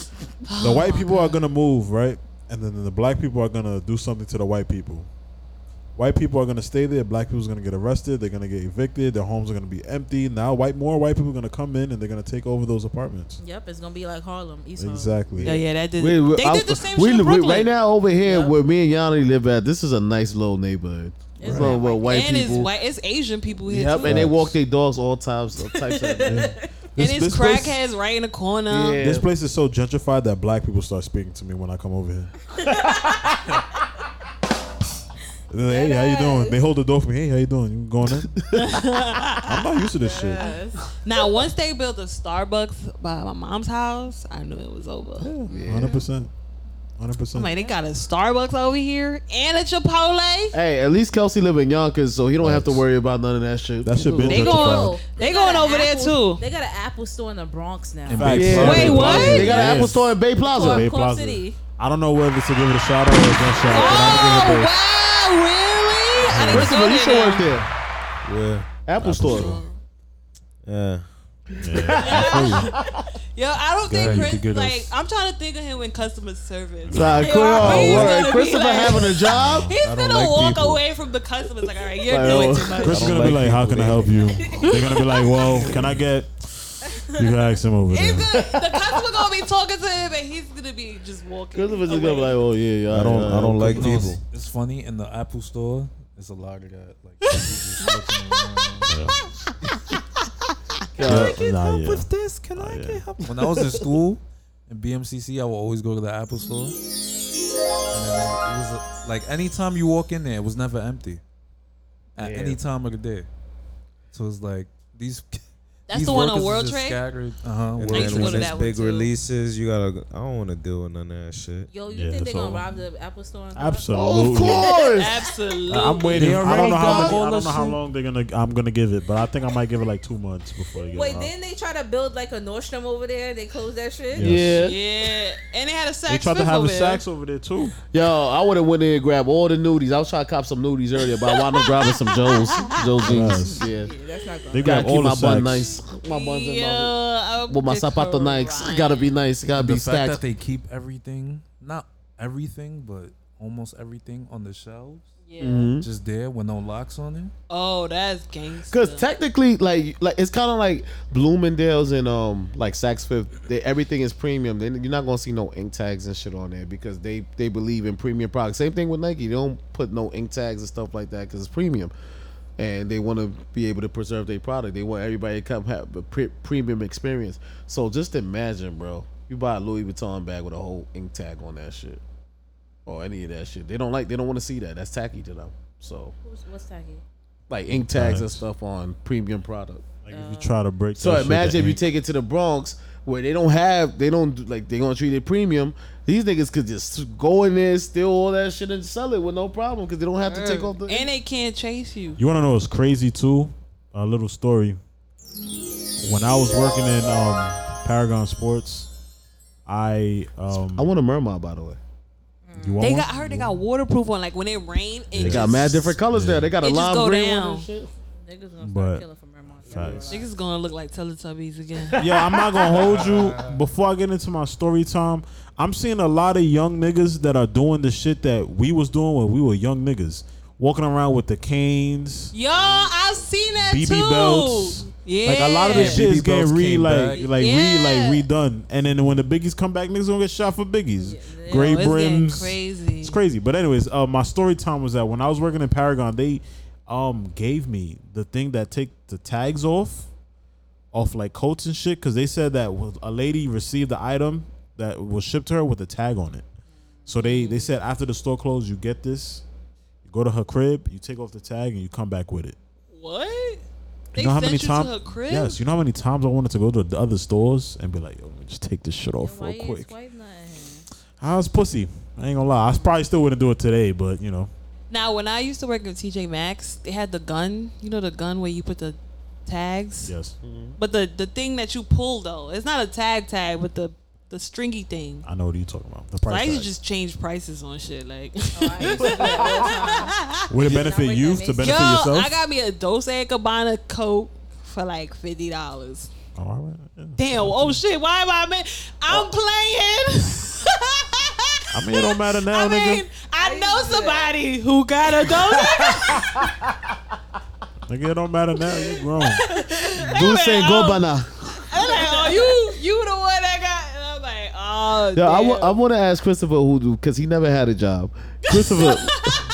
Speaker 2: The white people are gonna move, right? And then the black people are gonna do something to the white people. White people are gonna stay there. Black people's gonna get arrested. They're gonna get evicted. Their homes are gonna be empty. Now, white more white people are gonna come in and they're gonna take over those apartments.
Speaker 10: yep, it's gonna be like Harlem, East Harlem.
Speaker 2: Exactly.
Speaker 4: Yeah, yeah, that did.
Speaker 1: We- we-
Speaker 4: they
Speaker 1: I-
Speaker 4: did the same
Speaker 1: we-
Speaker 4: shit in
Speaker 1: we-
Speaker 4: Brooklyn.
Speaker 1: Right now, over here where me and Yanni live at, this is a nice little neighborhood. It's a little white
Speaker 4: and
Speaker 1: people.
Speaker 4: it's white, it's Asian people here
Speaker 1: Yep,
Speaker 4: too.
Speaker 1: and they walk their dogs all times. All types of
Speaker 2: This-
Speaker 4: and it's
Speaker 2: this place-
Speaker 4: crackheads right in the corner.
Speaker 2: This place is so gentrified that black people start speaking to me when I come over here. They're like, hey, how you doing? They hold the door for me. Hey, how you doing? You going in? I'm not used to this shit.
Speaker 4: now, once they built a Starbucks by my mom's house, I knew it was over.
Speaker 2: Hundred percent. Hundred
Speaker 4: I'm
Speaker 2: percent.
Speaker 4: like, they got a Starbucks over here and a Chipotle.
Speaker 1: Hey, at least Kelsey live in Yonkers, so he don't have to worry about none of that shit. That
Speaker 2: should
Speaker 4: They going, they
Speaker 10: got
Speaker 4: going
Speaker 10: an
Speaker 4: over there
Speaker 10: Apple-
Speaker 4: too.
Speaker 10: They got an Apple store in the Bronx now.
Speaker 1: Yeah. Wait, what? They got an
Speaker 2: Yeah.
Speaker 1: Apple store in Bay Plaza.
Speaker 10: Corp- Corp City.
Speaker 2: I don't know whether to give it a shout out or a gunshot. but I'm giving it a-
Speaker 4: Oh, really? I need to
Speaker 1: First of
Speaker 4: go
Speaker 1: all, you
Speaker 4: there.
Speaker 1: should work
Speaker 4: now.
Speaker 1: there.
Speaker 5: Yeah.
Speaker 1: Apple Store.
Speaker 5: Yeah.
Speaker 4: Yo, I don't
Speaker 5: Yeah,
Speaker 4: think
Speaker 5: you
Speaker 4: Chris.
Speaker 5: could get
Speaker 4: Like,
Speaker 5: us-
Speaker 4: I'm trying to think of him in customer service.
Speaker 1: Nah,
Speaker 4: Yo,
Speaker 1: come
Speaker 4: I
Speaker 1: on,
Speaker 4: think he's
Speaker 1: oh, word.
Speaker 4: gonna be
Speaker 1: Christopher
Speaker 4: like-
Speaker 1: having a job?
Speaker 4: He's
Speaker 1: I don't
Speaker 4: gonna
Speaker 1: like
Speaker 4: walk
Speaker 1: people.
Speaker 4: away from the customers like, all right, you're
Speaker 1: Like,
Speaker 4: doing
Speaker 1: oh.
Speaker 4: too much.
Speaker 2: Chris is gonna be like, "How can I help you?" They're gonna be like, "Well, can I get?" You can ask him over there.
Speaker 4: the customer gonna be talking to him, and he's gonna be just walking.
Speaker 1: Christopher's just gonna be like, oh yeah, yeah.
Speaker 5: I don't-
Speaker 1: yeah,
Speaker 5: I don't like
Speaker 1: cool.
Speaker 3: No,
Speaker 5: people.
Speaker 3: It's, it's funny in the Apple store. It's a lot of that. Like, people just looking around.
Speaker 1: Can I Yeah, get
Speaker 2: nah, help yeah. with
Speaker 3: this? Can I get help? When I was in school in BMCC, I would always go to the Apple store. And then it was uh, like anytime you walk in there, it was never empty. At
Speaker 5: Yeah.
Speaker 3: any time of the day. So it's like these.
Speaker 4: That's
Speaker 3: these
Speaker 4: the one on
Speaker 3: workers is
Speaker 4: World
Speaker 3: just
Speaker 4: Trade?
Speaker 3: Scattered. Uh-huh.
Speaker 5: And
Speaker 3: World
Speaker 5: then
Speaker 3: Trade.
Speaker 5: when it's big releases, you gotta. go- I don't want to deal with none of that shit.
Speaker 10: Yo, you think they gonna rob the Apple store? in Harlem?
Speaker 2: Absolutely.
Speaker 4: Absolutely.
Speaker 2: I'm waiting.
Speaker 10: They
Speaker 2: I don't
Speaker 10: already
Speaker 2: know how
Speaker 10: got
Speaker 2: many, I
Speaker 10: all
Speaker 2: don't
Speaker 10: the
Speaker 2: know how
Speaker 10: shit.
Speaker 2: long they're gonna. I'm gonna give it, but I think I might give it like two months before. They get
Speaker 10: Wait,
Speaker 2: it out.
Speaker 10: didn't they try to build like a Nordstrom over there? They closed that shit.
Speaker 1: Yes.
Speaker 4: Yeah, and they had a sax.
Speaker 2: they tried to
Speaker 4: Fifth
Speaker 2: have
Speaker 4: over
Speaker 2: a
Speaker 4: there.
Speaker 2: sax over there too.
Speaker 1: Yo, I would have went in and grabbed all the nudies. I was trying to cop some nudies earlier, but I wound up grabbing some Joes, Joe jeans.
Speaker 2: Yes.
Speaker 1: Yeah,
Speaker 10: that's not
Speaker 2: They
Speaker 1: gotta
Speaker 2: grab
Speaker 1: keep
Speaker 2: all
Speaker 1: my
Speaker 2: the
Speaker 1: bun nice.
Speaker 2: sacks.
Speaker 1: My buns in
Speaker 4: Yeah,
Speaker 1: my with my sapato nice. Gotta be nice. Gotta
Speaker 3: the
Speaker 1: be
Speaker 3: fact that
Speaker 1: stacked.
Speaker 3: they keep everything, not everything, but almost everything on the shelves.
Speaker 4: Yeah.
Speaker 1: Mhm.
Speaker 3: Just there with no locks on it.
Speaker 4: Oh, that's gangster.
Speaker 1: Because technically, like, like it's kind of like Bloomingdale's and um, like Saks Fifth. They, everything is premium. They, you're not gonna see no ink tags and shit on there because they they believe in premium products. Same thing with Nike. They don't put no ink tags and stuff like that because it's premium, and they want to be able to preserve their product. They want everybody to come have a pre- premium experience. So just imagine, bro, you buy a Louis Vuitton bag with a whole ink tag on that shit, or any of that shit. They don't like. They don't want to see that. That's tacky to them. So
Speaker 10: Who's, what's tacky?
Speaker 1: like ink tags and stuff on premium product. Like
Speaker 2: if you try to break
Speaker 1: So
Speaker 2: that shit,
Speaker 1: imagine
Speaker 2: the
Speaker 1: if you
Speaker 2: ink-
Speaker 1: take it to the Bronx where they don't have, they don't do- like, they gonna treat it premium. These niggas could just go in there, steal all that shit, and sell it with no problem because they don't have to take off the.
Speaker 4: and they can't chase you.
Speaker 2: You want to know what's crazy too? A little story. When I was working in um, Paragon Sports, I um, I
Speaker 1: want a mermaid, by the way.
Speaker 2: You want
Speaker 4: They
Speaker 2: one?
Speaker 4: got I heard they got waterproof one. Like when it rain,
Speaker 1: They
Speaker 4: it
Speaker 1: got
Speaker 4: just-
Speaker 1: mad different colors there. They got a
Speaker 4: it just
Speaker 1: lime
Speaker 4: go
Speaker 1: green one
Speaker 4: down.
Speaker 1: and shit.
Speaker 10: Niggas
Speaker 2: gonna But- start killing for Mermont. facts.
Speaker 4: Niggas gonna look like Teletubbies again.
Speaker 2: Yo, I'm not gonna hold you. Before I get into my story time, I'm seeing a lot of young niggas that are doing the shit that we was doing when we were young niggas, walking around with the canes,
Speaker 4: Yo, I've seen that
Speaker 2: BB
Speaker 4: too.
Speaker 2: belts.
Speaker 4: Yeah,
Speaker 2: Like a lot of the
Speaker 4: Yeah,
Speaker 2: shit is
Speaker 4: BB
Speaker 2: getting
Speaker 4: belts
Speaker 2: re
Speaker 4: came
Speaker 2: like
Speaker 4: back.
Speaker 2: like
Speaker 4: Yeah.
Speaker 2: re like redone, and then when the biggies come back, niggas gonna get shot for biggies. Gray
Speaker 4: it's getting
Speaker 2: brims,
Speaker 4: crazy.
Speaker 2: It's crazy. But anyways, uh, my story time was that when I was working in Paragon, they um gave me the thing that take the tags off, off like coats and shit, because they said that when a lady received the item that was shipped to her with a tag on it. So they they said after the store closed, you get this, you go to her crib, you take off the tag, and you come back with it.
Speaker 4: What? They
Speaker 2: You know how
Speaker 4: sent
Speaker 2: many
Speaker 4: you to her
Speaker 2: times?
Speaker 4: crib?
Speaker 2: Yes, you know how many times I wanted to go to the other stores and be like, "Yo, let me just take this shit off real quick." I was pussy. I ain't gonna lie. I probably still wouldn't do it today, but you know,
Speaker 4: Now, when I used to work with TJ Maxx, they had the gun. You know the gun where you put the tags.
Speaker 2: Yes.
Speaker 4: But the the thing that you pull though, it's not a tag tag, but the the stringy thing.
Speaker 2: I know what you're talking about. The
Speaker 4: So I
Speaker 2: price
Speaker 4: used
Speaker 2: tag.
Speaker 4: to just change prices on shit. Like,
Speaker 2: Would it benefit you to benefit
Speaker 4: Yo,
Speaker 2: yourself?
Speaker 4: I got me a Dose Cabana coat for like fifty dollars.
Speaker 2: Oh, all right.
Speaker 4: Damn. Oh shit. Why am I? Man? I'm playing.
Speaker 2: Oh. I mean, it don't matter now,
Speaker 4: I
Speaker 2: nigga.
Speaker 4: mean, I know somebody who got a Dose.
Speaker 2: Nigga, it don't matter now. You're grown.
Speaker 1: Dulce
Speaker 4: oh.
Speaker 1: Gobana.
Speaker 4: I'm like, oh, you you the one that got. And I'm like, oh.
Speaker 1: Yeah, I
Speaker 4: damn.
Speaker 1: want to ask Christopher who because he never had a job. Christopher,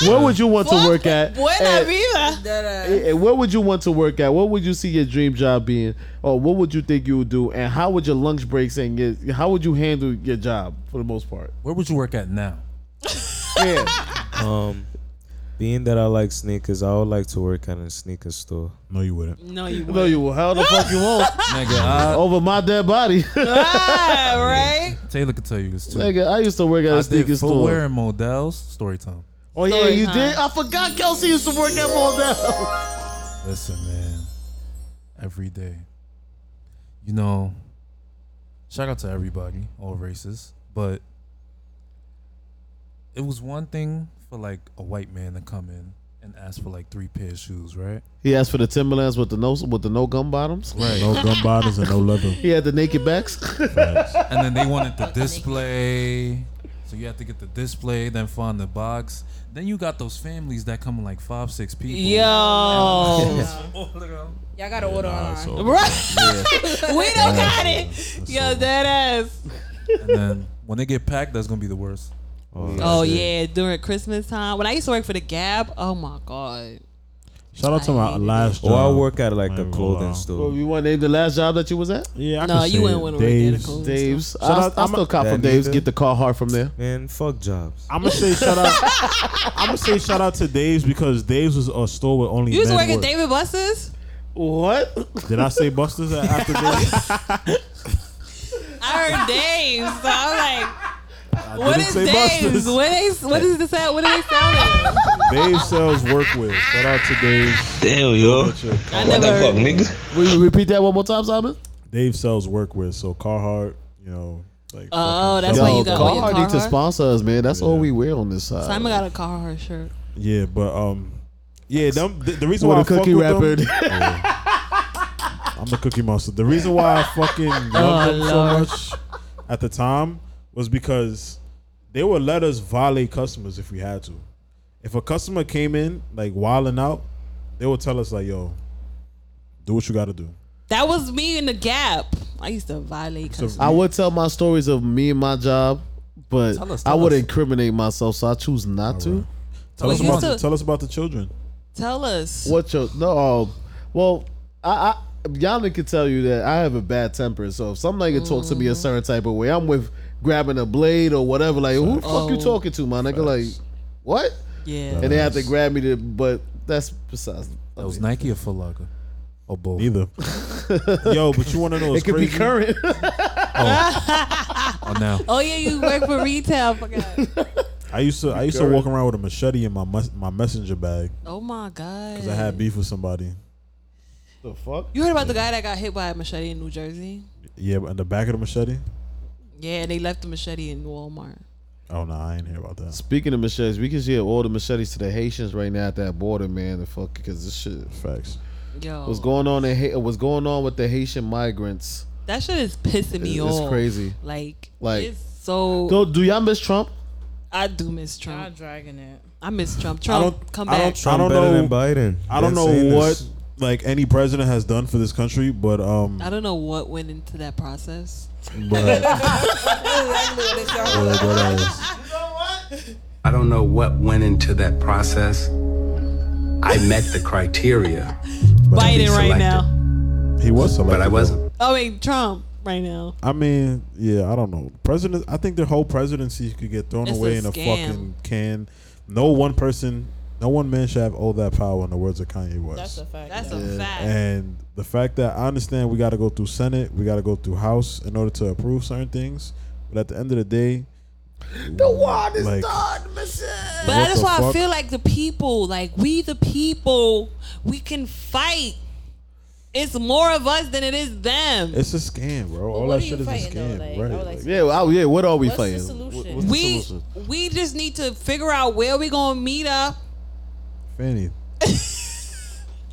Speaker 1: where would you want to work at?
Speaker 4: Buena
Speaker 1: And-
Speaker 4: vida.
Speaker 1: and- and what would you want to work at? What would you see your dream job being, or what would you think you would do? And how would your lunch breaks and your, how would you handle your job for the most part?
Speaker 3: Where would you work at now?
Speaker 1: yeah.
Speaker 5: Um, being that I like sneakers, I would like to work at a sneaker store.
Speaker 2: No, you wouldn't.
Speaker 4: No, you
Speaker 1: No, you will. How the fuck you won't?
Speaker 3: Nigga, I-
Speaker 1: Over my dead body.
Speaker 4: right?
Speaker 3: Taylor could tell you this too.
Speaker 1: Nigga, I used to work at a
Speaker 3: I
Speaker 1: sneaker
Speaker 3: did
Speaker 1: store.
Speaker 3: footwear and models. Story time.
Speaker 1: Oh yeah,
Speaker 3: Story
Speaker 1: you
Speaker 3: time.
Speaker 1: did. I forgot Kelsey used to work at Mordell.
Speaker 3: Listen, man. Every day. You know, shout out to everybody, all races, but it was one thing for like a white man to come in and ask for like three pair of shoes, right?
Speaker 1: He asked for the Timberlands with the no with the no gum bottoms.
Speaker 3: Right.
Speaker 2: No gun bottles and no leather.
Speaker 1: He had the naked backs.
Speaker 3: and then they wanted the display. So you have to get the display, then find the box. Then you got those families that come in like five, six people.
Speaker 4: Yo.
Speaker 10: Y'all gotta order online.
Speaker 4: Right. we don't got it. Yo, dead ass.
Speaker 3: And then when they get packed, that's gonna be the worst.
Speaker 4: Oh yeah, during Christmas time. When I used to work for the Gab, oh my god.
Speaker 2: Shout out to my last job.
Speaker 5: Or I work at like
Speaker 2: I
Speaker 5: a
Speaker 2: ain't gonna
Speaker 5: clothing
Speaker 2: lie.
Speaker 5: store.
Speaker 1: Well, you want to name the last job that you was at?
Speaker 2: Yeah,
Speaker 4: I No, can you say wouldn't it. wanna work at a Dave's. cool store.
Speaker 1: Dave's.
Speaker 4: Shout
Speaker 1: I,
Speaker 4: out-
Speaker 1: I
Speaker 4: I'm
Speaker 1: still
Speaker 4: a-
Speaker 1: cop from
Speaker 5: That
Speaker 1: Dave's.
Speaker 5: nigga.
Speaker 1: Get the car hard from there.
Speaker 5: Man, fuck jobs.
Speaker 2: I'm gonna say shout out. I'm gonna say shout out to Dave's because Dave's was a store where only
Speaker 4: You used to
Speaker 2: men
Speaker 4: work at
Speaker 2: worked.
Speaker 4: David Buster's?
Speaker 1: What?
Speaker 2: Did I say Buster's after Dave's?
Speaker 4: I heard Dave's. So I'm like, what
Speaker 2: didn't
Speaker 4: is
Speaker 2: say
Speaker 4: Dave's?
Speaker 2: Buster's.
Speaker 4: What is what is this at? What are they selling?
Speaker 2: Dave sells work with. Shout out to Dave.
Speaker 15: Damn, yo.
Speaker 4: I never heard
Speaker 1: Will you repeat that one more time, Simon?
Speaker 2: Dave sells work with. So Carhartt, you know, like.
Speaker 4: Oh, that's
Speaker 1: Yo,
Speaker 4: why you got
Speaker 1: Carhartt
Speaker 4: your
Speaker 1: need to
Speaker 4: Carhartt?
Speaker 1: sponsor us, man. That's all we wear on this side.
Speaker 4: Simon got a Carhartt shirt.
Speaker 2: Yeah, but um, yeah. Them, the, the reason
Speaker 1: With
Speaker 2: why
Speaker 1: a
Speaker 2: I fuck
Speaker 1: cookie
Speaker 2: with
Speaker 1: wrapper.
Speaker 2: them- Yeah. I'm the cookie monster. The reason why I fucking loved
Speaker 4: Oh,
Speaker 2: them
Speaker 4: Lord.
Speaker 2: so much at the time was because they would let us violate customers if we had to. If a customer came in like wilding out, they would tell us like, "Yo, do what you got to do."
Speaker 4: That was me in the gap. I used to violate. customers.
Speaker 1: I would tell my stories of me and my job, but
Speaker 4: Tell us,
Speaker 1: I
Speaker 4: tell
Speaker 1: would
Speaker 4: us.
Speaker 1: incriminate myself, so I choose not to.
Speaker 4: Tell us Well, you about the- used to- tell
Speaker 2: us about the children.
Speaker 4: Tell us.
Speaker 1: What your no? um, well, I, I Yannick can tell you that I have a bad temper. So if somebody can talk to me a
Speaker 4: Mm-hmm.
Speaker 1: certain type of way, I'm with grabbing a blade or whatever. Like who the fuck you
Speaker 4: Oh.
Speaker 1: talking to, my nigga? Like what?
Speaker 4: Yeah.
Speaker 1: And they have to grab me to, but that's besides.
Speaker 3: That was Nike or Foot Locker? Or both?
Speaker 2: Neither. Yo, but you want to know?
Speaker 1: It
Speaker 2: what's
Speaker 1: could
Speaker 2: crazy?
Speaker 1: be current.
Speaker 2: Oh, now.
Speaker 4: Oh yeah, you work for retail. I forgot.
Speaker 2: I used to I used to walk around with a machete in my mes- my messenger bag
Speaker 4: Oh my god.
Speaker 2: because I had beef with somebody.
Speaker 1: The fuck?
Speaker 4: You heard about the guy that got hit by a machete in New Jersey?
Speaker 2: Yeah, but in the back of the machete.
Speaker 4: Yeah, and they left the machete in Walmart.
Speaker 2: Oh no, I ain't hear about that.
Speaker 1: Speaking of machetes, we can share all the machetes to the Haitians right now at that border, man. The fuck, because this shit.
Speaker 2: Facts.
Speaker 4: Yo.
Speaker 1: What's going on in Ha- What's going on with the Haitian migrants?
Speaker 4: That shit is pissing me
Speaker 1: It's-
Speaker 4: off.
Speaker 1: it's crazy.
Speaker 4: Like,
Speaker 1: Like-
Speaker 4: it's so.
Speaker 1: So, do y'all miss Trump?
Speaker 4: I do miss Trump. I'm
Speaker 10: dragging it.
Speaker 4: I miss Trump. Trump, come back.
Speaker 2: I don't
Speaker 5: better
Speaker 2: know
Speaker 5: than Biden.
Speaker 2: I don't
Speaker 5: Been saying
Speaker 2: know what
Speaker 5: this.
Speaker 2: like any president has done for this country, but um,
Speaker 4: I don't know what went into that process.
Speaker 2: But-
Speaker 14: but, uh, I don't know what went into that process. I met the criteria.
Speaker 4: Biden right now.
Speaker 2: he was selected.
Speaker 14: But I wasn't.
Speaker 4: Oh wait, Trump right now.
Speaker 2: I mean, yeah, I don't know. President, I think their whole presidency could get thrown
Speaker 4: It's
Speaker 2: away
Speaker 4: a
Speaker 2: in a
Speaker 4: scam.
Speaker 2: fucking can. No one person, no one man should have all that power. In the words of Kanye West.
Speaker 10: That's a fact.
Speaker 4: That's
Speaker 2: Yeah.
Speaker 4: a fact.
Speaker 2: And the fact that I understand we got to go through Senate, we got to go through House in order to approve certain things. But at the end of the day, the
Speaker 1: wad
Speaker 2: is
Speaker 4: But
Speaker 2: What
Speaker 4: that's
Speaker 2: the
Speaker 4: why I
Speaker 2: fuck?
Speaker 4: feel like the people, like we the people, we can fight. It's more of us than it is them.
Speaker 2: It's a scam, bro. all that shit is a scam, right? Like,
Speaker 1: Yeah, well, I- yeah. What are we
Speaker 4: What's the
Speaker 1: fighting?
Speaker 4: solution?
Speaker 1: What's the
Speaker 4: we
Speaker 1: solution?
Speaker 4: we just need to figure out where we gonna meet up.
Speaker 2: Fanny.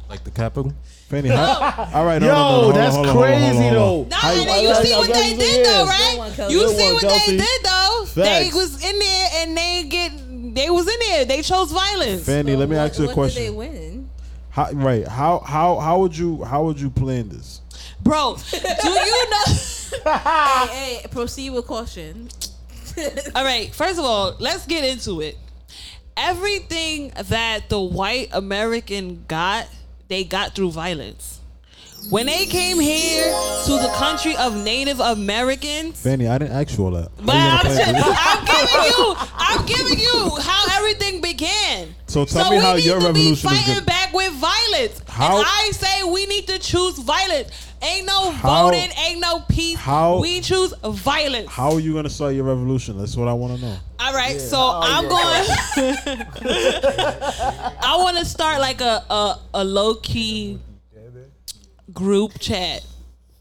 Speaker 3: like the capital?
Speaker 2: Fanny, how, all right. hold on,
Speaker 1: Yo,
Speaker 2: hold on,
Speaker 1: that's
Speaker 2: hold on, hold on, hold on,
Speaker 1: crazy,
Speaker 2: hold on.
Speaker 1: though.
Speaker 4: Nah, nigga, you see what they did though, right?
Speaker 1: Kelsey.
Speaker 4: you
Speaker 1: Good
Speaker 4: see
Speaker 1: one,
Speaker 4: what
Speaker 1: Kelsey.
Speaker 4: they did though.
Speaker 2: Facts.
Speaker 4: They was in there and they get they was in there. They chose violence.
Speaker 2: Fanny, let me ask you a
Speaker 10: Did they
Speaker 2: question.
Speaker 10: win?
Speaker 2: How, right? How how how would you how would you plan this?
Speaker 4: Bro, do you know?
Speaker 10: hey, hey, proceed with caution.
Speaker 4: all right. First of all, let's get into it. Everything that the white American got, they got through violence. When they came here to the country of Native Americans,
Speaker 2: Fanny, I didn't ask you all that. How you
Speaker 4: But
Speaker 2: gonna
Speaker 4: I'm,
Speaker 2: plan
Speaker 4: just-
Speaker 2: this?
Speaker 4: I'm giving you, I'm giving you how everything began.
Speaker 2: So tell me
Speaker 4: we
Speaker 2: how
Speaker 4: need
Speaker 2: your
Speaker 4: to be
Speaker 2: revolution is
Speaker 4: fighting
Speaker 2: gonna-
Speaker 4: back with violence.
Speaker 2: How-
Speaker 4: And I say we need to choose violence. Ain't no
Speaker 2: How-
Speaker 4: voting, ain't no peace.
Speaker 2: how-
Speaker 4: we choose violence.
Speaker 2: How are you gonna start your revolution? That's what I want to know.
Speaker 4: All right, so I'm going. I want to start like a a, a low key group chat.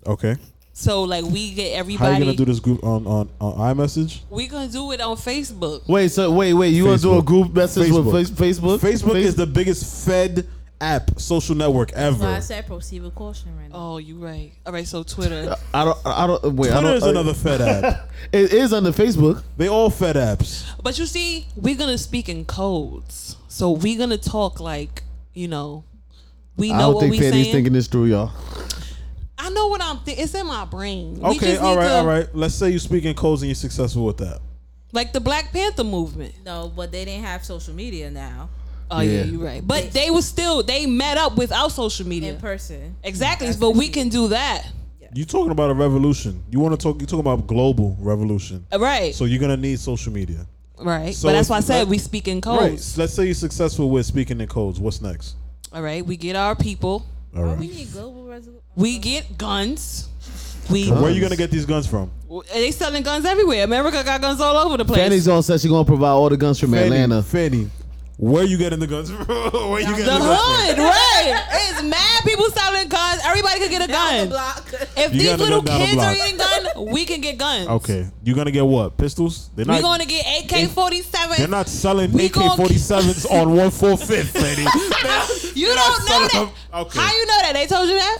Speaker 2: Okay.
Speaker 4: So like we get everybody.
Speaker 2: How are you gonna do this group on on, on iMessage?
Speaker 4: We gonna do it on Facebook.
Speaker 1: Wait, so wait, wait. You want to do a
Speaker 2: Facebook.
Speaker 1: group message with Face- Facebook?
Speaker 2: Facebook is the biggest Fed app social network
Speaker 10: That's why I
Speaker 2: ever.
Speaker 10: said proceed with caution right now.
Speaker 4: Oh, you right. All right, so Twitter.
Speaker 1: I don't. I don't. Wait. I
Speaker 2: Twitter
Speaker 1: don't, uh,
Speaker 2: is another Fed app.
Speaker 1: it is under Facebook.
Speaker 2: They all Fed apps.
Speaker 4: But you see, we're gonna speak in codes, so we're gonna talk like you know, we know
Speaker 1: I don't
Speaker 4: what
Speaker 1: think
Speaker 4: we
Speaker 1: Fanny's
Speaker 4: saying.
Speaker 1: thinking this through, y'all.
Speaker 4: I know what I'm. Th- it's in my brain. We
Speaker 2: Okay,
Speaker 4: just
Speaker 2: all
Speaker 4: need
Speaker 2: right,
Speaker 4: to-
Speaker 2: all right. Let's say you speak in codes and you're successful with that.
Speaker 4: Like the Black Panther movement.
Speaker 10: No, but they didn't have social media now.
Speaker 4: Oh yeah,
Speaker 2: Yeah.
Speaker 4: you're right. But they were still they met up without social media
Speaker 10: In person.
Speaker 4: Exactly, but we can do that.
Speaker 2: You're talking about a revolution. You want to talk? You're talking about global revolution.
Speaker 4: Right.
Speaker 2: So you're gonna need social media.
Speaker 4: Right.
Speaker 2: So
Speaker 4: but that's why I
Speaker 2: if-
Speaker 4: said
Speaker 2: let-
Speaker 4: we speak in
Speaker 2: Right.
Speaker 4: codes.
Speaker 2: so Let's say you're successful with speaking in codes. What's next?
Speaker 4: All right. We get our people.
Speaker 2: All right.
Speaker 10: We need global resolution.
Speaker 4: We get guns. We
Speaker 2: Where are you gonna get these guns from?
Speaker 4: They selling guns everywhere. America got guns all over the place.
Speaker 1: Fanny's all said she's gonna provide all the guns from
Speaker 2: Fanny,
Speaker 1: Atlanta.
Speaker 2: Fanny, where you getting the guns from? where you getting
Speaker 4: The
Speaker 2: the guns
Speaker 4: hood,
Speaker 2: from?
Speaker 4: right? It's mad people selling guns. Everybody could get a gun. If
Speaker 2: You
Speaker 4: these
Speaker 2: gotta
Speaker 4: little
Speaker 2: go down the
Speaker 4: kids are
Speaker 2: block.
Speaker 4: eating gun, we can get guns.
Speaker 2: Okay, you're gonna get what? Pistols? They're
Speaker 4: We're
Speaker 2: not.
Speaker 4: gonna get AK forty
Speaker 2: they're
Speaker 4: seven.
Speaker 2: not selling
Speaker 4: We
Speaker 2: AK
Speaker 4: gonna-
Speaker 2: 47s on one four fifth, Fanny.
Speaker 4: You don't know that.
Speaker 2: Okay.
Speaker 4: How you know that? They told you that?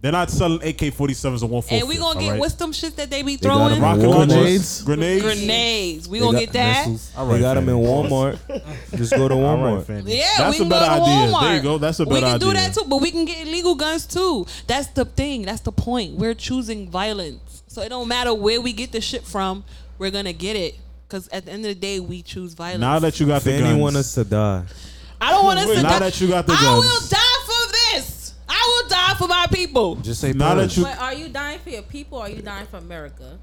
Speaker 2: They're not selling AK 47s or 145s.
Speaker 4: And we gonna get what's them shit that they be
Speaker 2: They got 'em
Speaker 4: throwing?
Speaker 2: rocket launchers, grenades.
Speaker 4: Grenades. We
Speaker 5: They
Speaker 4: gonna
Speaker 5: got
Speaker 4: get that.
Speaker 5: missiles. All right, They got 'em in Walmart. Just go to Walmart.
Speaker 4: Yeah,
Speaker 2: That's
Speaker 4: we can
Speaker 2: a better
Speaker 4: go to
Speaker 2: idea.
Speaker 4: Walmart.
Speaker 2: There you go. That's a
Speaker 4: We
Speaker 2: better
Speaker 4: can do
Speaker 2: idea.
Speaker 4: that too, but we can get illegal guns too. That's the thing. That's the point. We're choosing violence, so it don't matter where we get the shit from. We're gonna get it because at the end of the day, we choose violence.
Speaker 2: Now that you got the
Speaker 5: Fanny
Speaker 2: guns.
Speaker 5: want us to die.
Speaker 4: I don't want us to
Speaker 2: Now
Speaker 4: die.
Speaker 2: that you got the
Speaker 4: I
Speaker 2: guns.
Speaker 4: will die for this. I will die for my people.
Speaker 5: Just say
Speaker 2: Now that you
Speaker 10: But are you dying for your people? or Are you dying for America?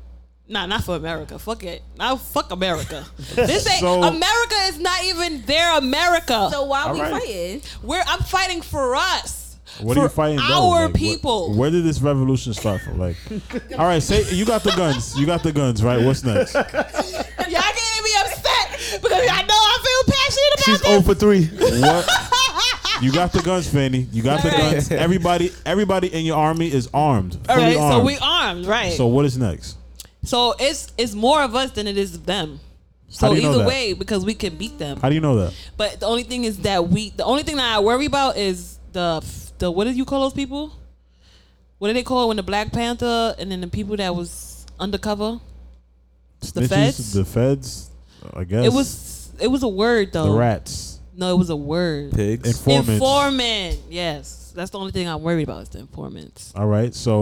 Speaker 4: Nah, not for America. Fuck it. Now fuck America. this ain't
Speaker 10: So-
Speaker 4: America is not even their America.
Speaker 10: So why we
Speaker 2: All right.
Speaker 10: fighting?
Speaker 4: We're I'm fighting for us.
Speaker 2: What are you
Speaker 4: For
Speaker 2: fighting? though?
Speaker 4: Our
Speaker 2: Like, wh-
Speaker 4: people.
Speaker 2: where did this revolution start from? Like, all right, say you got the guns. You got the guns, right? What's next?
Speaker 4: Y'all getting me upset because I know I feel passionate about
Speaker 2: She's
Speaker 4: this.
Speaker 2: 0 for 3. What? You got the guns, Fanny. You got the
Speaker 4: All right.
Speaker 2: guns. Everybody, everybody in your army is armed.
Speaker 4: All
Speaker 2: fully
Speaker 4: right, so
Speaker 2: armed.
Speaker 4: we armed, right?
Speaker 2: So what is next?
Speaker 4: So it's it's more of us than it is them. So
Speaker 2: How do you know
Speaker 4: either
Speaker 2: that?
Speaker 4: way, because we can beat them.
Speaker 2: How do you know that?
Speaker 4: But the only thing is that we the only thing that I worry about is the the what do you call those people? What do they call it when the Black Panther and then the people that was undercover? The
Speaker 2: Snitches,
Speaker 4: feds?
Speaker 2: The feds. I guess
Speaker 4: It was it was a word though.
Speaker 2: the rats.
Speaker 4: No, it was a word.
Speaker 5: Pigs.
Speaker 2: Informants.
Speaker 4: Informant. Yes. That's the only thing I'm worried about is the informants.
Speaker 2: all right. So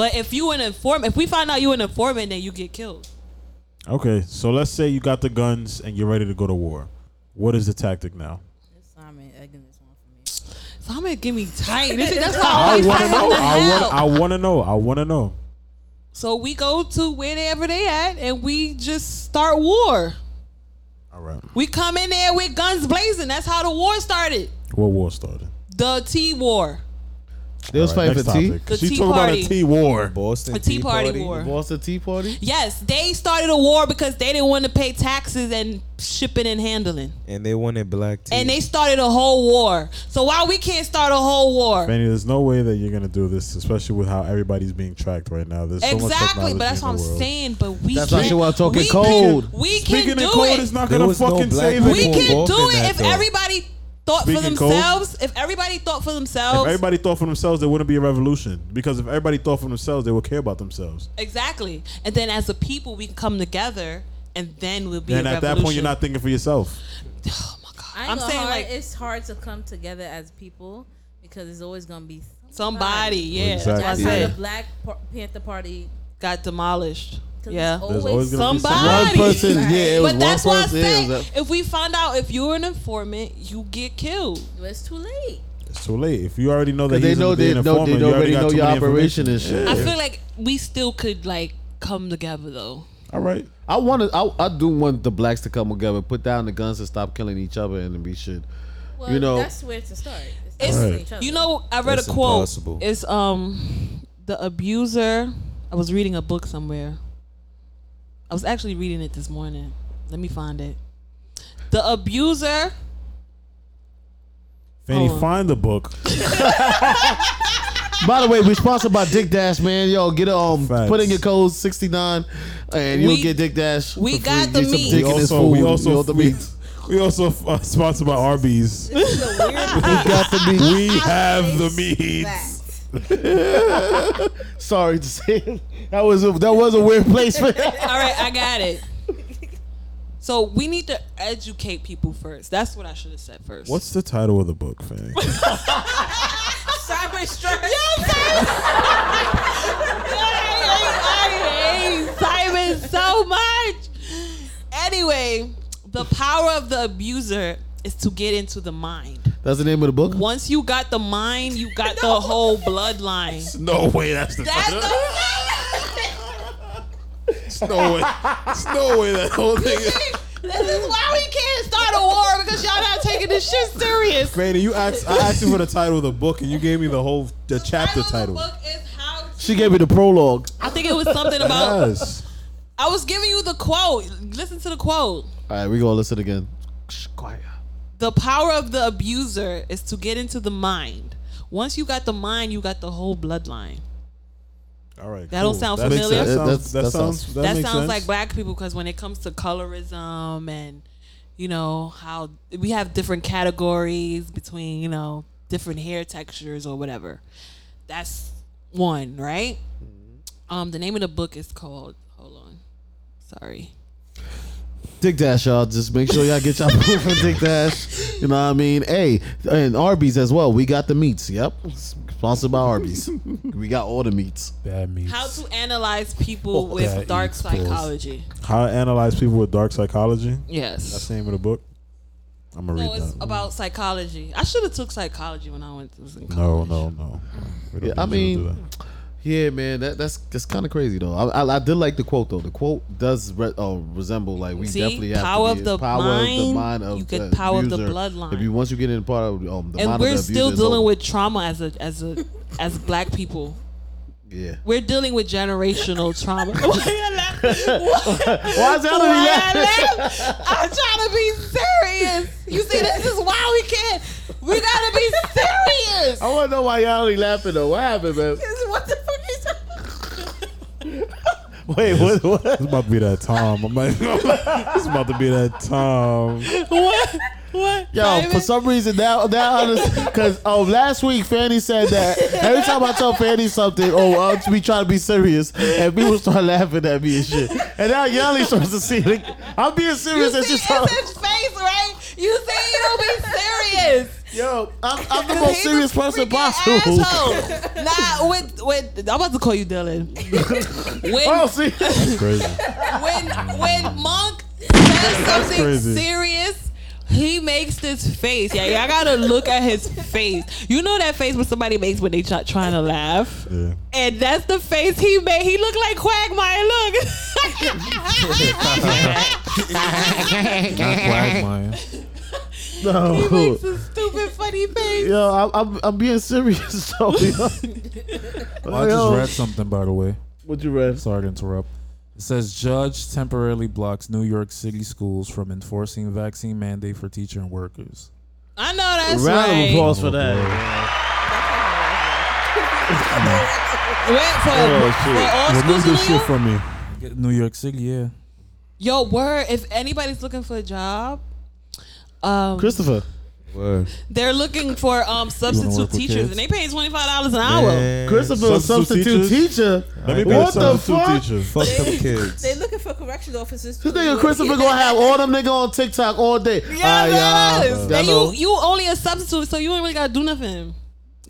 Speaker 4: But if you an informant, if we find out you an informant, then you get killed.
Speaker 2: okay. So let's say you got the guns and you're ready to go to war. What is the tactic now?
Speaker 10: Simon egging this one.
Speaker 4: So I'm gonna give me tight. This is- that's why I
Speaker 2: I
Speaker 4: always
Speaker 2: want to
Speaker 4: find
Speaker 2: know.
Speaker 4: out the
Speaker 2: I
Speaker 4: hell.
Speaker 2: want. I want to know. I want to know.
Speaker 4: So we go to wherever they at, and we just start war.
Speaker 2: All right.
Speaker 4: We come in there with guns blazing. That's how the war started.
Speaker 2: What war started?
Speaker 4: The Tea War.
Speaker 1: They was
Speaker 2: All right,
Speaker 1: fighting for
Speaker 2: next
Speaker 1: tea.
Speaker 2: topic.
Speaker 4: The
Speaker 2: She
Speaker 4: Tea
Speaker 2: talking about a
Speaker 4: Party.
Speaker 2: tea war. Boston.
Speaker 4: A Tea Tea Party Party? war.
Speaker 1: The Boston Tea Party.
Speaker 4: Yes, they started a war because they didn't want to pay taxes and shipping and handling.
Speaker 5: And they wanted black tea.
Speaker 4: And they started a whole war. So why we can't start a whole war?
Speaker 2: Fanny, there's no way that you're gonna do this, especially with how everybody's being tracked right now. There's So much
Speaker 4: exactly,
Speaker 2: technology
Speaker 4: but that's
Speaker 2: in
Speaker 4: what I'm
Speaker 2: the world.
Speaker 4: saying. But we
Speaker 2: That's
Speaker 4: can,
Speaker 2: why she wanna talk in
Speaker 4: we
Speaker 2: code.
Speaker 4: Can, we
Speaker 2: Speaking
Speaker 4: can
Speaker 2: in
Speaker 4: do
Speaker 2: code
Speaker 4: it.
Speaker 2: is not There gonna was no fucking black save it.
Speaker 4: We
Speaker 2: people
Speaker 4: can
Speaker 2: involved
Speaker 4: do
Speaker 2: in
Speaker 4: it
Speaker 2: that,
Speaker 4: if
Speaker 2: though.
Speaker 4: everybody thought for
Speaker 2: Speaking in code?
Speaker 4: themselves. If everybody thought for
Speaker 2: If
Speaker 4: themselves,
Speaker 2: everybody thought for themselves, there wouldn't be a revolution. Because if everybody thought for themselves, they would care about themselves.
Speaker 4: exactly. And then as a people, we can come together, and then we'll be.
Speaker 2: Then
Speaker 4: a Oh,
Speaker 2: at that point, you're not thinking for yourself.
Speaker 10: I ain't
Speaker 4: I'm
Speaker 10: gonna
Speaker 4: saying,
Speaker 10: hard-
Speaker 4: like-
Speaker 10: it's hard to come together as people because there's always gonna be
Speaker 4: Somebody, yeah, that's
Speaker 10: That's
Speaker 4: what I
Speaker 10: how
Speaker 4: said.
Speaker 10: the Black Par- Panther Party
Speaker 4: got demolished.
Speaker 10: 'Cause
Speaker 4: Yeah,
Speaker 10: it's There's always
Speaker 1: gonna be
Speaker 4: somebody.
Speaker 1: somebody. One person, yeah, it was
Speaker 4: but that's
Speaker 1: one
Speaker 4: why I
Speaker 1: person, yeah, it
Speaker 4: say
Speaker 1: was
Speaker 4: if we find out if you're an informant, you get killed.
Speaker 10: It's too late.
Speaker 2: It's too late. If you already know that
Speaker 1: 'Cause they
Speaker 2: he's
Speaker 1: know
Speaker 2: know
Speaker 1: they-
Speaker 2: they,
Speaker 1: know- they
Speaker 2: informant, you
Speaker 1: already
Speaker 2: already got
Speaker 1: know
Speaker 2: too
Speaker 1: your
Speaker 2: many
Speaker 1: operation and
Speaker 2: information.
Speaker 1: shit.
Speaker 4: I
Speaker 1: Yeah.
Speaker 4: feel like we still could like come together though.
Speaker 2: All right.
Speaker 1: I want to. I, I do want the blacks to come together, put down the guns, and stop killing each other, and then be shit.
Speaker 10: Well,
Speaker 1: you know,
Speaker 10: that's where to start.
Speaker 4: It's
Speaker 1: Right.
Speaker 10: each other.
Speaker 4: you know I read
Speaker 1: That's
Speaker 4: a quote.
Speaker 1: impossible.
Speaker 4: It's um the abuser. I was reading a book somewhere. I was actually reading it this morning. Let me find it. The abuser.
Speaker 2: Fanny,
Speaker 1: Hold on.
Speaker 2: find the book.
Speaker 1: By the way, we sponsored by Dick Dash, man. Yo, get um,
Speaker 2: Facts.
Speaker 1: put in your code sixty nine, and you'll
Speaker 4: We-
Speaker 1: get Dick Dash.
Speaker 4: we
Speaker 1: for
Speaker 4: got
Speaker 1: free.
Speaker 4: the
Speaker 1: Get some
Speaker 4: meat.
Speaker 1: dick
Speaker 2: We
Speaker 1: in this
Speaker 2: also, we
Speaker 1: food.
Speaker 2: also,
Speaker 1: You know the
Speaker 2: we,
Speaker 1: meat.
Speaker 2: we also uh, sponsored by Arby's. we
Speaker 1: got the meat.
Speaker 2: We have the meat.
Speaker 1: Sorry to say, that was a, that was a weird placement.
Speaker 4: All right, I got it. So we need to educate people first. That's what I should have said first.
Speaker 2: What's the title of the book, Fanny?
Speaker 4: cyber stress? I hate Simon so much. Anyway, the power of the abuser is to get into the mind.
Speaker 1: That's the name of the book.
Speaker 4: Once you got the mind, you got the whole bloodline.
Speaker 2: No way, that's the
Speaker 4: That's
Speaker 2: title. There's no way. There's no way that whole thing.
Speaker 4: This is why we can't start a war because y'all not taking this shit serious.
Speaker 2: Fanny, you asked. I asked you for the title of the book, and you gave me the whole the chapter title.
Speaker 1: She gave me the prologue.
Speaker 4: I think it was something about.
Speaker 2: Yes.
Speaker 4: I was giving you the quote. Listen to the quote.
Speaker 1: All right, we gonna listen again. Shh, quiet.
Speaker 4: The power of the abuser is to get into the mind. Once you got the mind, you got the whole bloodline.
Speaker 2: All right.
Speaker 4: That don't
Speaker 2: cool.
Speaker 4: sound
Speaker 2: That makes
Speaker 4: familiar.
Speaker 2: sense. That
Speaker 1: That's- that
Speaker 2: sounds. That sounds.
Speaker 1: sounds-
Speaker 2: That,
Speaker 4: that
Speaker 2: makes
Speaker 4: sounds
Speaker 2: sense.
Speaker 4: like black people because when it comes to colorism and you know how we have different categories between you know different hair textures or whatever that's one, right?
Speaker 2: Mm-hmm.
Speaker 4: Um, the name of the book is called. Hold on, sorry.
Speaker 1: Dick Dash, y'all. Just make sure y'all get y'all food from Dick Dash. You know what I mean? Hey, and Arby's as well. We got the meats. Yep. Sponsored by Arby's. We got all the meats.
Speaker 3: Bad meats.
Speaker 4: How to analyze people with
Speaker 2: That
Speaker 4: dark
Speaker 2: eats balls.
Speaker 4: psychology?
Speaker 2: How to analyze people with dark psychology?
Speaker 4: Yes.
Speaker 2: That's the name of the book. I'm gonna
Speaker 4: No,
Speaker 2: read
Speaker 4: it's
Speaker 2: that.
Speaker 4: about psychology. I should have took psychology when I went to was in
Speaker 1: Mm-hmm.
Speaker 2: no,
Speaker 4: college.
Speaker 2: no, no. We don't
Speaker 1: Yeah, I
Speaker 2: usually do
Speaker 1: mean, yeah, man. That, that's that's kind of crazy though. I, I, I did like the quote though. The quote does re- uh, resemble like we
Speaker 4: See?
Speaker 1: definitely have
Speaker 4: Power
Speaker 1: to
Speaker 4: of
Speaker 1: be,
Speaker 4: the
Speaker 1: power of the
Speaker 4: mind.
Speaker 1: mind of
Speaker 4: You
Speaker 1: the
Speaker 4: could power of the
Speaker 1: abuser.
Speaker 4: bloodline.
Speaker 1: If you once you get in part of um, the mind
Speaker 4: and
Speaker 1: of
Speaker 4: we're
Speaker 1: the
Speaker 4: still
Speaker 1: abuser, it's
Speaker 4: dealing
Speaker 1: over.
Speaker 4: with trauma as a as a as black people.
Speaker 1: yeah.
Speaker 4: We're dealing with generational trauma. Why
Speaker 1: Why is Ellen
Speaker 4: laughing? I'm trying to be serious. You see, this is why we can't. We gotta be serious.
Speaker 1: I want to know why y'all only laughing though. What happened, man?
Speaker 4: What the fuck is that?
Speaker 1: Wait, what? What? It's
Speaker 2: about to be that time. I'm like, it's about to be that time.
Speaker 4: What? What?
Speaker 1: Yo, for some reason now, now because oh, last week Fanny said that every time I tell Fanny something, oh, I'll be trying to be serious, and people start laughing at me and shit, and now Yali starts to see it. I'm being serious, and she starts.
Speaker 4: his face, right? You say you don't be serious.
Speaker 1: Yo, I'm, I'm the most serious person possible.
Speaker 4: asshole. nah, with with I'm about to call you Dylan. when,
Speaker 1: oh, see,
Speaker 2: crazy.
Speaker 4: when when Monk says something
Speaker 2: crazy.
Speaker 4: serious, he makes this face. Yeah, y'all gotta look at his face. You know that face when somebody makes when they try, trying to laugh,
Speaker 2: Yeah.
Speaker 4: and that's the face he made. He looked like Quagmire. Look,
Speaker 3: Not Quagmire.
Speaker 1: No.
Speaker 4: he makes a stupid funny face.
Speaker 1: Yo, I'm, I'm I'm being serious though. Yo.
Speaker 3: Well,
Speaker 1: Yo.
Speaker 3: I just read something, by the way.
Speaker 1: What you read?
Speaker 3: Sorry to interrupt. It says judge temporarily blocks New York City schools from enforcing vaccine mandate for teacher and workers.
Speaker 4: I know that's
Speaker 1: Round
Speaker 4: right.
Speaker 1: of applause for that.
Speaker 4: Wait, for, for all
Speaker 2: Remove this
Speaker 4: schools in New
Speaker 2: Oh, shit
Speaker 4: York?
Speaker 2: from me.
Speaker 3: New York City, yeah.
Speaker 4: Yo, word. If anybody's looking for a job, um,
Speaker 1: Christopher.
Speaker 4: they're looking for um
Speaker 1: work
Speaker 4: substitute
Speaker 1: with
Speaker 4: teachers,
Speaker 1: kids?
Speaker 4: and they paying twenty five dollars an hour.
Speaker 1: Christopher, a substitute, teacher.
Speaker 2: Let me be
Speaker 1: what
Speaker 2: a
Speaker 1: the
Speaker 2: substitute
Speaker 1: fuck?
Speaker 2: teacher.
Speaker 5: Fuck them kids.
Speaker 10: They looking for correctional officers.
Speaker 1: This nigga Christopher gonna have all them nigga on TikTok all day. Ah,
Speaker 4: Yes.
Speaker 1: y'all- y'all
Speaker 4: and
Speaker 1: know.
Speaker 4: you you only a substitute, so you ain't really gotta do nothing,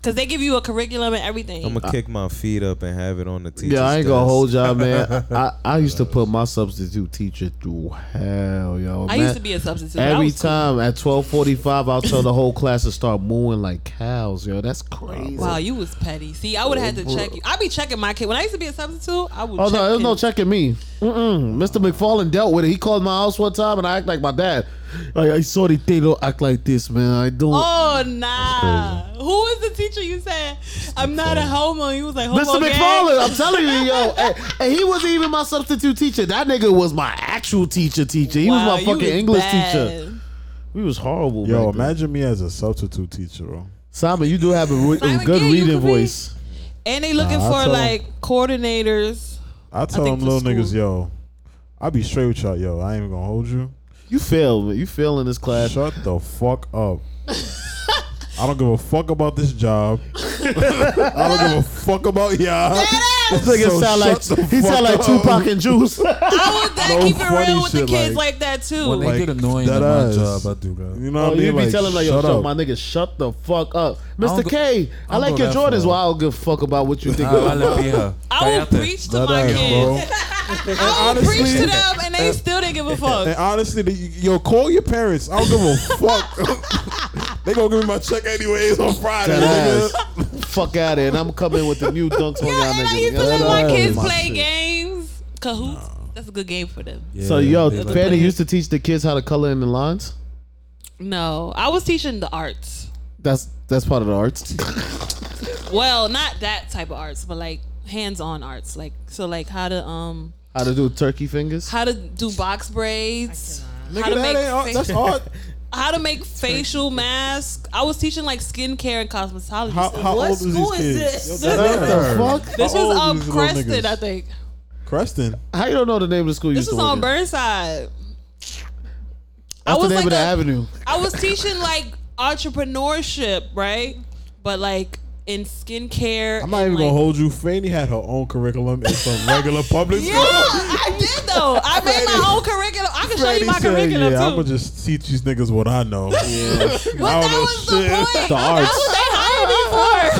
Speaker 4: cause they give you a curriculum and everything.
Speaker 5: I'm gonna kick my feet up and have it on the teacher's
Speaker 1: Yeah, I ain't gonna
Speaker 5: desk.
Speaker 1: hold y'all, man. I, I used to put my substitute teacher through hell, yo.
Speaker 4: I
Speaker 1: man.
Speaker 4: used to be a substitute. I
Speaker 1: Every
Speaker 4: was cool.
Speaker 1: time at twelve forty five, I'll tell the whole class to start mooing like cows, yo. That's crazy.
Speaker 4: Wow, you was petty. See, I would have had to check you. I be checking my kid when I used to be a substitute. I would.
Speaker 1: Oh
Speaker 4: check
Speaker 1: no, there's no
Speaker 4: kids.
Speaker 1: checking me. Mm-mm. Mr. McFarland dealt with it. He called my house one time, and I act like my dad. Like, I saw the they don't act like this, man. I don't.
Speaker 4: Oh nah! Who is the teacher? You said I'm not a homo. You was like homo.
Speaker 1: Mr.
Speaker 4: gang.
Speaker 1: McFarland, I'm telling you, yo, and, and he wasn't even my substitute teacher. That nigga was my actual teacher. Teacher, he
Speaker 4: Wow,
Speaker 1: was
Speaker 4: you
Speaker 1: my fucking
Speaker 4: was
Speaker 1: English
Speaker 4: bad.
Speaker 1: teacher. We was horrible.
Speaker 2: Yo,
Speaker 1: back then.
Speaker 2: imagine me as a substitute teacher, bro.
Speaker 1: Simon, you do have a, re- a
Speaker 4: Simon,
Speaker 1: good
Speaker 4: yeah, you
Speaker 1: reading
Speaker 4: could
Speaker 1: voice.
Speaker 4: And they looking
Speaker 2: Nah, I
Speaker 4: for
Speaker 2: tell 'em-
Speaker 4: like coordinators.
Speaker 2: I tell
Speaker 4: think
Speaker 2: them
Speaker 4: for
Speaker 2: little
Speaker 4: school.
Speaker 2: niggas, yo, I be straight with y'all, yo. I ain't even gonna hold you.
Speaker 1: You failed. man. You failed in this class.
Speaker 2: Shut the fuck up. I don't give a fuck about this job. I don't give a fuck about y'all.
Speaker 1: This nigga
Speaker 2: So
Speaker 1: sound like
Speaker 2: shut the
Speaker 1: he sound
Speaker 2: fuck
Speaker 1: like
Speaker 2: up.
Speaker 1: Tupac and Juice.
Speaker 4: I would that
Speaker 2: No
Speaker 4: keep it
Speaker 2: funny
Speaker 4: real with the
Speaker 2: shit,
Speaker 4: kids
Speaker 2: like-
Speaker 4: like, that too.
Speaker 3: When they
Speaker 2: Like,
Speaker 3: get annoying
Speaker 2: that
Speaker 3: at my
Speaker 2: ass.
Speaker 3: job, I do that.
Speaker 2: You know what I
Speaker 1: oh,
Speaker 2: mean?
Speaker 1: you be
Speaker 2: Like,
Speaker 1: telling like, yo,
Speaker 2: shut
Speaker 1: shut
Speaker 2: up.
Speaker 1: my nigga, shut the fuck up,
Speaker 3: don't
Speaker 1: Mr.
Speaker 3: go-
Speaker 1: K. I
Speaker 3: I don't
Speaker 1: like
Speaker 3: go
Speaker 1: your
Speaker 3: that
Speaker 1: Jordans.
Speaker 3: far.
Speaker 1: Well, I don't give a fuck about what you think.
Speaker 3: Nah, I let be her.
Speaker 4: I will
Speaker 3: Cállate.
Speaker 4: preach to
Speaker 2: That
Speaker 4: my
Speaker 2: ass, bro.
Speaker 4: kids. I will
Speaker 2: honestly-
Speaker 4: preach to them, and they still didn't give a
Speaker 2: And
Speaker 4: fuck.
Speaker 2: honestly, the, yo, call your parents. I don't give a fuck. they gonna give me my check anyways on Friday.
Speaker 1: That
Speaker 2: Nigga.
Speaker 1: ass. fuck out of here, and I'm coming with the new dunks on y'all
Speaker 4: And I
Speaker 1: niggas.
Speaker 4: used to let my
Speaker 1: That
Speaker 4: kids
Speaker 1: ass.
Speaker 4: play games, cahoots. That's a good game for them.
Speaker 1: So yo,
Speaker 3: they like-
Speaker 1: Fanny used to teach the kids how to color in the lines.
Speaker 4: No, I was teaching the arts.
Speaker 1: That's that's part of the arts.
Speaker 4: Well, not that type of arts, but like hands-on arts. Like so, like how to um
Speaker 1: how to do turkey fingers.
Speaker 4: how to do box braids. How
Speaker 2: Nigga,
Speaker 4: to
Speaker 2: that
Speaker 4: make
Speaker 2: ain't art.
Speaker 4: fa-
Speaker 2: That's art.
Speaker 4: How to make facial masks. I was teaching like skincare and cosmetology.
Speaker 2: How, how old
Speaker 10: What
Speaker 2: is these
Speaker 10: school is
Speaker 2: kids?
Speaker 10: this?
Speaker 2: Yo, that ass.
Speaker 1: What the fuck?
Speaker 4: This
Speaker 2: How old
Speaker 4: was um
Speaker 2: is these little
Speaker 4: Creston,
Speaker 2: niggas?
Speaker 4: I think.
Speaker 2: Creston.
Speaker 1: How you don't know the name of the school you
Speaker 4: This
Speaker 1: used
Speaker 4: was
Speaker 1: to
Speaker 4: on
Speaker 1: work at?
Speaker 4: Burnside. I
Speaker 1: That's the
Speaker 4: was
Speaker 1: name
Speaker 4: like
Speaker 1: of the
Speaker 4: a-
Speaker 1: avenue.
Speaker 4: I was teaching like entrepreneurship, right? But like in skincare.
Speaker 2: I'm not even
Speaker 4: and,
Speaker 2: gonna
Speaker 4: like-
Speaker 2: hold you. Franny had her own curriculum in some regular public
Speaker 4: Yeah,
Speaker 2: school.
Speaker 4: I did though. I made my own curriculum. I can show you my curriculum
Speaker 2: yeah,
Speaker 4: too.
Speaker 2: I'm gonna just teach these niggas what I know. Yeah.
Speaker 4: But that was the point.
Speaker 2: The
Speaker 4: That's what
Speaker 2: arts.
Speaker 4: they hired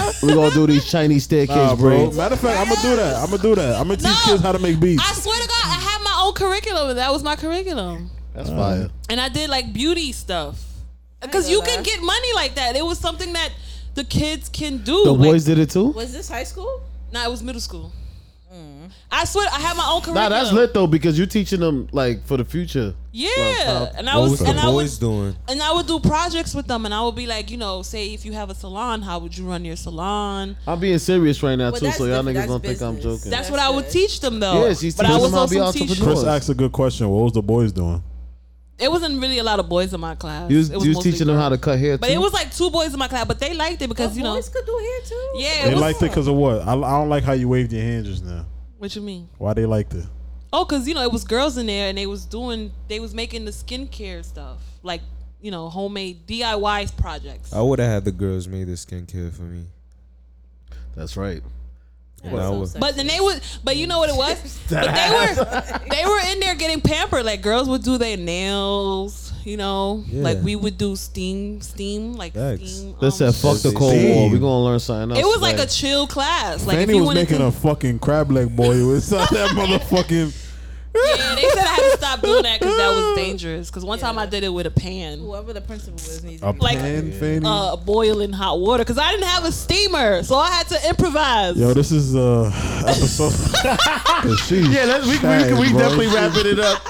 Speaker 4: me for.
Speaker 1: We're gonna do these Chinese staircase
Speaker 2: Nah, bro.
Speaker 1: braids.
Speaker 2: Matter of fact, I'm gonna do that. I'm gonna do that. I'm gonna teach kids how to make beats.
Speaker 4: I swear to God, I had my own curriculum. and That was my curriculum.
Speaker 1: That's fire.
Speaker 4: and I did like beauty stuff because you can get money like that. It was something that the kids can do.
Speaker 1: The
Speaker 4: Like-
Speaker 1: boys did it too?
Speaker 4: Was this high school? Nah, it was middle school. I swear, I had my own
Speaker 1: Nah,
Speaker 4: curriculum.
Speaker 1: that's lit though because you're teaching them like for the future.
Speaker 4: Yeah,
Speaker 1: Like, how-
Speaker 4: and I was, and I would,
Speaker 5: doing?
Speaker 4: and I would do projects with them, and I would be like, you know, say if you have a salon, how would you run your salon?
Speaker 1: I'm being serious right now
Speaker 4: Well,
Speaker 1: too,
Speaker 4: that's
Speaker 1: so y'all
Speaker 4: different.
Speaker 1: niggas don't
Speaker 4: That's
Speaker 1: think I'm
Speaker 4: business.
Speaker 1: joking.
Speaker 4: That's what I would teach them though.
Speaker 1: Yeah, she's
Speaker 4: but I
Speaker 1: teaching
Speaker 4: was
Speaker 1: them how to be
Speaker 4: also teaching.
Speaker 2: Chris asked a good question. What was the boys doing?
Speaker 4: It wasn't really a lot of boys in my class.
Speaker 1: You was,
Speaker 4: It
Speaker 1: you was
Speaker 4: mostly
Speaker 1: teaching them how to cut hair
Speaker 4: But
Speaker 1: too.
Speaker 4: it was like two boys in my class, but they liked it because you know boys could do hair too. Yeah, it
Speaker 2: they
Speaker 4: was,
Speaker 2: liked it because of what? I, I don't like how you waved your hand just now.
Speaker 4: What you mean?
Speaker 2: Why they liked it?
Speaker 4: Oh, because you know it was girls in there, and they was doing, they was making the skincare stuff, like you know homemade DIY projects.
Speaker 5: I would have had the girls made the skincare for me.
Speaker 1: That's right.
Speaker 4: Um,
Speaker 5: And I would-
Speaker 4: But then they would, but you know what it was? but they were, they were in there getting pampered. Like girls would do their nails, you know,
Speaker 1: Yeah.
Speaker 4: like we would do steam, steam, like
Speaker 1: Facts.
Speaker 4: steam.
Speaker 1: They
Speaker 4: um,
Speaker 1: said, "Fuck the Cold
Speaker 2: Damn.
Speaker 1: War. We're gonna learn something else."
Speaker 4: it was like
Speaker 1: today."
Speaker 4: a chill class. Like if
Speaker 2: Fanny
Speaker 4: you
Speaker 2: was
Speaker 4: wanted
Speaker 2: making
Speaker 4: to,
Speaker 2: a fucking crab leg boy inside that motherfucking.
Speaker 4: yeah, they said I had to stop doing that because that was dangerous. Because one time I did it with a pan.
Speaker 10: Whoever the principal was needs
Speaker 2: A
Speaker 10: to be
Speaker 4: like
Speaker 2: pan, Fanny?
Speaker 4: uh, boiling hot water because I didn't have a steamer, so I had to improvise.
Speaker 2: Yo, this is uh episode. yeah,
Speaker 1: let's, we, we, we definitely wrapping it up.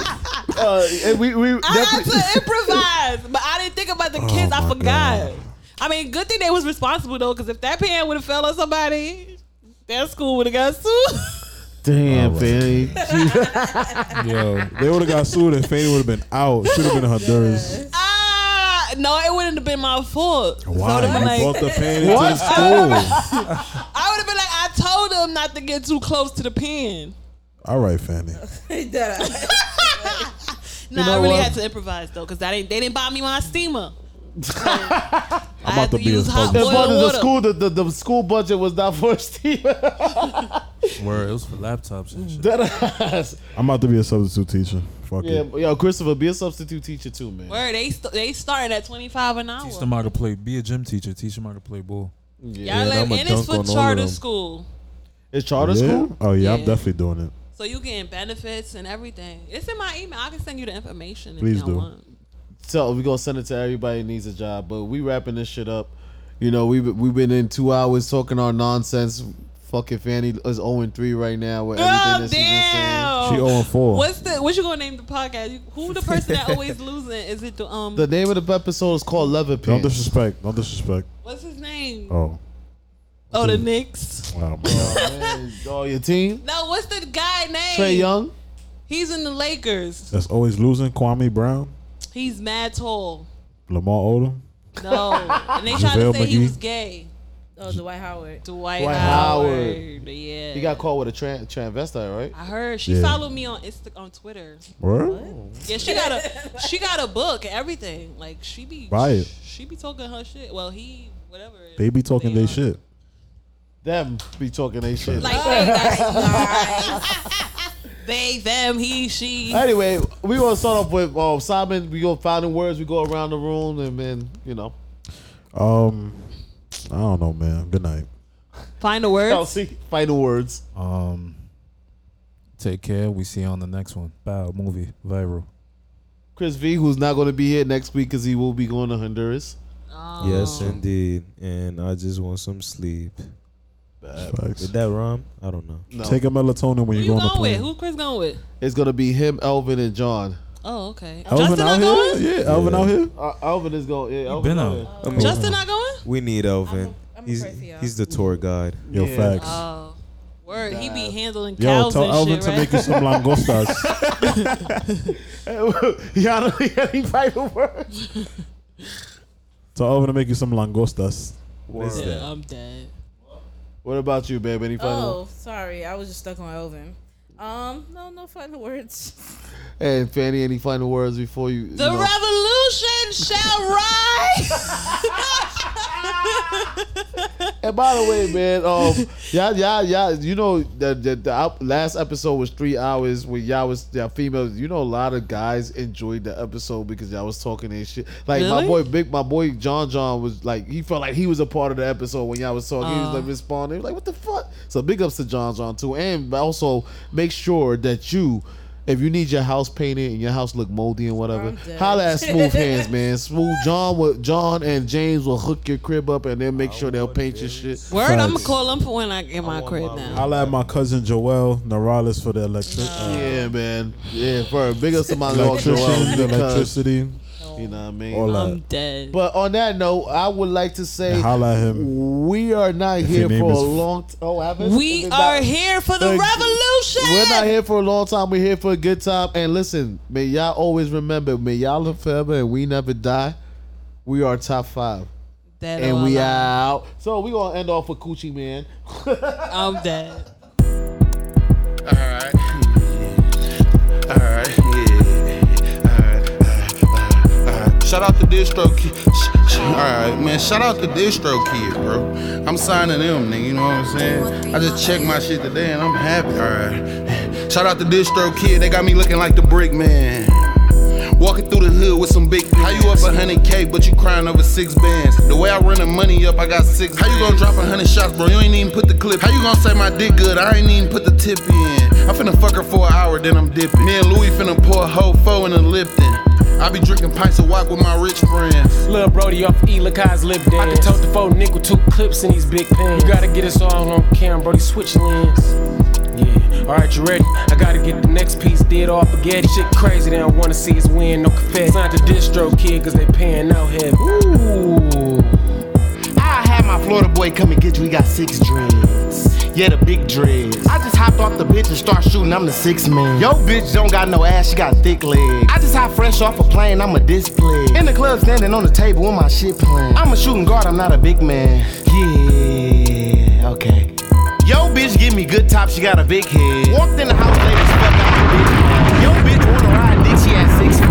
Speaker 1: Uh, and we we
Speaker 4: I had
Speaker 1: definitely. Oh
Speaker 4: to improvise, but I didn't think about the kids. I forgot. I mean, good thing they was responsible though, because if that pan would have fell on somebody, that school would have got sued.
Speaker 1: Damn,
Speaker 4: Oh,
Speaker 1: Fanny.
Speaker 2: Yo, they would have got sued and Fanny would have been out. Should have been in her dirts.
Speaker 4: Ah, no, it wouldn't have been my fault.
Speaker 2: Why?
Speaker 4: So
Speaker 2: You
Speaker 4: then, like-
Speaker 2: brought the pan into the school.
Speaker 4: I would have been like, I told them not to get too close to the pen.
Speaker 2: All right, Fanny.
Speaker 4: No,
Speaker 2: know
Speaker 4: I really
Speaker 2: what?
Speaker 4: had to improvise though, because that ain't they didn't buy me my steamer.
Speaker 2: I'm about to be a
Speaker 4: use hot
Speaker 2: fucking
Speaker 1: As far as the
Speaker 4: water.
Speaker 1: school, the, the, the school budget was not for Steve.
Speaker 3: Where it was for laptops and shit.
Speaker 1: Deadass.
Speaker 2: I'm about to be a substitute teacher. Fuck
Speaker 1: Yeah,
Speaker 2: it.
Speaker 1: but yo, Christopher, be a substitute teacher too, man.
Speaker 4: Where they st- they starting at twenty five an hour.
Speaker 3: Teach them how to play. Be a gym teacher. Teach them how to play ball.
Speaker 4: Y'all like, and it's for charter school,
Speaker 1: It's charter
Speaker 2: Yeah?
Speaker 1: school.
Speaker 2: Oh yeah, I'm
Speaker 4: Yeah.
Speaker 2: definitely doing it.
Speaker 4: so you getting benefits and everything. It's in my email. I can send you the information. If
Speaker 1: Please
Speaker 4: y'all
Speaker 1: do.
Speaker 4: Want.
Speaker 1: So we gonna send it to everybody who needs a job. But we wrapping this shit up. You know, we we've been in two hours talking our nonsense. Fucking Fanny is 0 and 3 right now with everything
Speaker 4: Oh
Speaker 1: that she's
Speaker 4: damn!
Speaker 1: been saying.
Speaker 2: oh
Speaker 4: What's the Oh. what you gonna name the podcast? You, who the person that always losing? Is it the um?
Speaker 1: The name of the episode is called Leather Pants.
Speaker 2: Don't disrespect. Don't disrespect.
Speaker 4: what's his name?
Speaker 2: Oh.
Speaker 4: Oh, the Knicks.
Speaker 2: Wow, man.
Speaker 1: Oh, your team?
Speaker 4: No, what's the guy name?
Speaker 1: Trey Young?
Speaker 4: He's in the Lakers.
Speaker 2: That's always losing. Kwame Brown,
Speaker 4: He's mad tall.
Speaker 2: Lamar Odom.
Speaker 4: No, and they tried to
Speaker 2: JaVale
Speaker 4: say he
Speaker 2: McGee?
Speaker 4: was gay.
Speaker 10: Oh, Dwight Howard.
Speaker 4: Dwight,
Speaker 1: Dwight
Speaker 4: Howard.
Speaker 1: Howard.
Speaker 4: Yeah.
Speaker 1: He got caught with a tran transvestite, right?
Speaker 4: I heard she
Speaker 1: Yeah.
Speaker 4: followed me on Insta on Twitter.
Speaker 2: Word?
Speaker 4: Yeah, she got a she got a book and everything. Like she be
Speaker 2: Riot.
Speaker 4: She be talking her shit. Well, he whatever. it
Speaker 2: They be talking their shit.
Speaker 1: Them be talking they shit.
Speaker 4: is. Like they, like, they, them, he, she.
Speaker 1: Anyway, we gonna start off with uh, Simon. We go finding words. We go around the room, and then you know.
Speaker 2: Um, I don't know, man. Good night.
Speaker 4: Find the words.
Speaker 1: Kelsey, final words.
Speaker 3: Um, take care. We see you on the next one. Bow movie viral.
Speaker 1: Chris V, who's not gonna be here next week because he will be going to Honduras.
Speaker 5: Yes, indeed. And I just want some sleep.
Speaker 2: Facts.
Speaker 5: Did that rhyme? I don't know.
Speaker 1: No.
Speaker 2: Take a melatonin when you go on the
Speaker 4: Going with
Speaker 2: plane.
Speaker 4: who? Chris going with?
Speaker 1: It's gonna be him, Elvin, and John.
Speaker 4: Oh, okay.
Speaker 2: Elvin
Speaker 4: Justin
Speaker 2: out
Speaker 4: not
Speaker 2: here?
Speaker 4: going.
Speaker 2: Yeah, Elvin out here.
Speaker 1: Uh, Elvin is going. Yeah, Elvin
Speaker 5: been
Speaker 1: out
Speaker 5: out.
Speaker 1: here.
Speaker 5: I mean-
Speaker 4: Justin not going.
Speaker 5: We need Elvin. he's he's the tour guide.
Speaker 2: Yo, Yeah. facts.
Speaker 4: Oh, word. He be handling
Speaker 2: Yo,
Speaker 4: cows
Speaker 2: tell
Speaker 4: and
Speaker 2: Elvin
Speaker 4: shit,
Speaker 2: to
Speaker 4: right?
Speaker 2: make you some langostas.
Speaker 1: Y'all don't need any final words.
Speaker 2: tell Elvin to make you some langostas.
Speaker 1: Word.
Speaker 4: Yeah, I'm dead.
Speaker 1: What about you, babe? Any final?
Speaker 10: Oh, sorry. I was just stuck on Elvin. Um, no, no final words.
Speaker 1: And Fanny, any final words before you? you
Speaker 4: The
Speaker 1: know?
Speaker 4: revolution shall rise.
Speaker 1: And by the way, man, um, yeah, yeah, yeah. You know, the, the, the up- last episode was three hours when y'all was y'all females. You know, a lot of guys enjoyed the episode because y'all was talking and shit. Like my
Speaker 16: Really?
Speaker 1: boy Big, my boy John John was like, he felt like he was a part of the episode when y'all was talking. he was
Speaker 16: Oh.
Speaker 1: like responding, he was like, "What the fuck?" So big ups to John John too, and also make sure that you. If you need your house painted and your house look moldy and whatever,
Speaker 16: I'm dead.
Speaker 1: holla at Smooth Hands, man. Smooth John, will, John and James will hook your crib up and they'll make sure they'll paint your shit.
Speaker 4: Word, I'm gonna
Speaker 2: Facts.
Speaker 4: call him for when I get my crib now.
Speaker 2: I'll add my cousin Joel Naralis for the electric.
Speaker 1: Yeah, man. Yeah, for big ups to my Lord Joel,
Speaker 2: electricity, the
Speaker 1: because-
Speaker 2: electricity.
Speaker 1: You know what I mean?
Speaker 2: All that.
Speaker 4: I'm dead.
Speaker 1: But on that note, I would like to say
Speaker 2: And holla at him.
Speaker 1: we are not
Speaker 2: If
Speaker 1: here
Speaker 2: your name
Speaker 1: for a
Speaker 2: is-
Speaker 1: long time. Oh, I haven't-
Speaker 4: We
Speaker 1: it's
Speaker 4: are
Speaker 1: not-
Speaker 4: here for the
Speaker 1: Thank you.
Speaker 4: revolution.
Speaker 1: We're not here for a long time. We're here for a good time. And listen, may y'all always remember, may y'all live forever and we never die. We are top five.
Speaker 4: Dead
Speaker 1: and
Speaker 4: or
Speaker 1: we
Speaker 4: alive.
Speaker 1: out. So we gonna end off with Coochie Man.
Speaker 4: I'm dead.
Speaker 17: Alright. Alright. Shout out to Distro Kid. Alright, man. Shout out to Distro Kid, bro. I'm signing them, nigga. You know what I'm saying? I just checked my shit today and I'm happy. Alright. Shout out to Distro Kid. They got me looking like the brick man. Walking through the hood with some big. How you up a hundred K, but you crying over six bands? The way I run the money up, I got six. How you gonna drop a hundred shots, bro? You ain't even put the clip. How you gonna say my dick good? I ain't even put the tip in. I'm finna fuck her for an hour, then I'm dipping. Me and Louis finna pour a whole four in a Lipton. I be drinking pints of wop with my rich friends.
Speaker 3: Lil Brody off Elekai's lip dance. I can tote the four nickel two clips in these big pins. You gotta get us all on camera, Brody. Switch lens. Yeah. Alright, you ready? I gotta get the next piece did off spaghetti. Shit crazy, they don't wanna see us win, no confetti. Signed the distro kid, cause they paying out here. Ooh.
Speaker 8: I had my Florida boy come and get you. He got six dreads. Yeah, the big dreads. I just hopped off the bitch and start shooting. I'm the six man. Yo, bitch don't got no ass. She got thick legs. I just hop fresh off a plane. I'm a display. In the club, standing on the table with my shit playing. I'm a shooting guard. I'm not a big man. Yeah, okay. Yo, bitch, give me good top. She got a big head. Walked in the house, ladies fucked out the bitch. Yo, bitch wanna ride dick. She had six.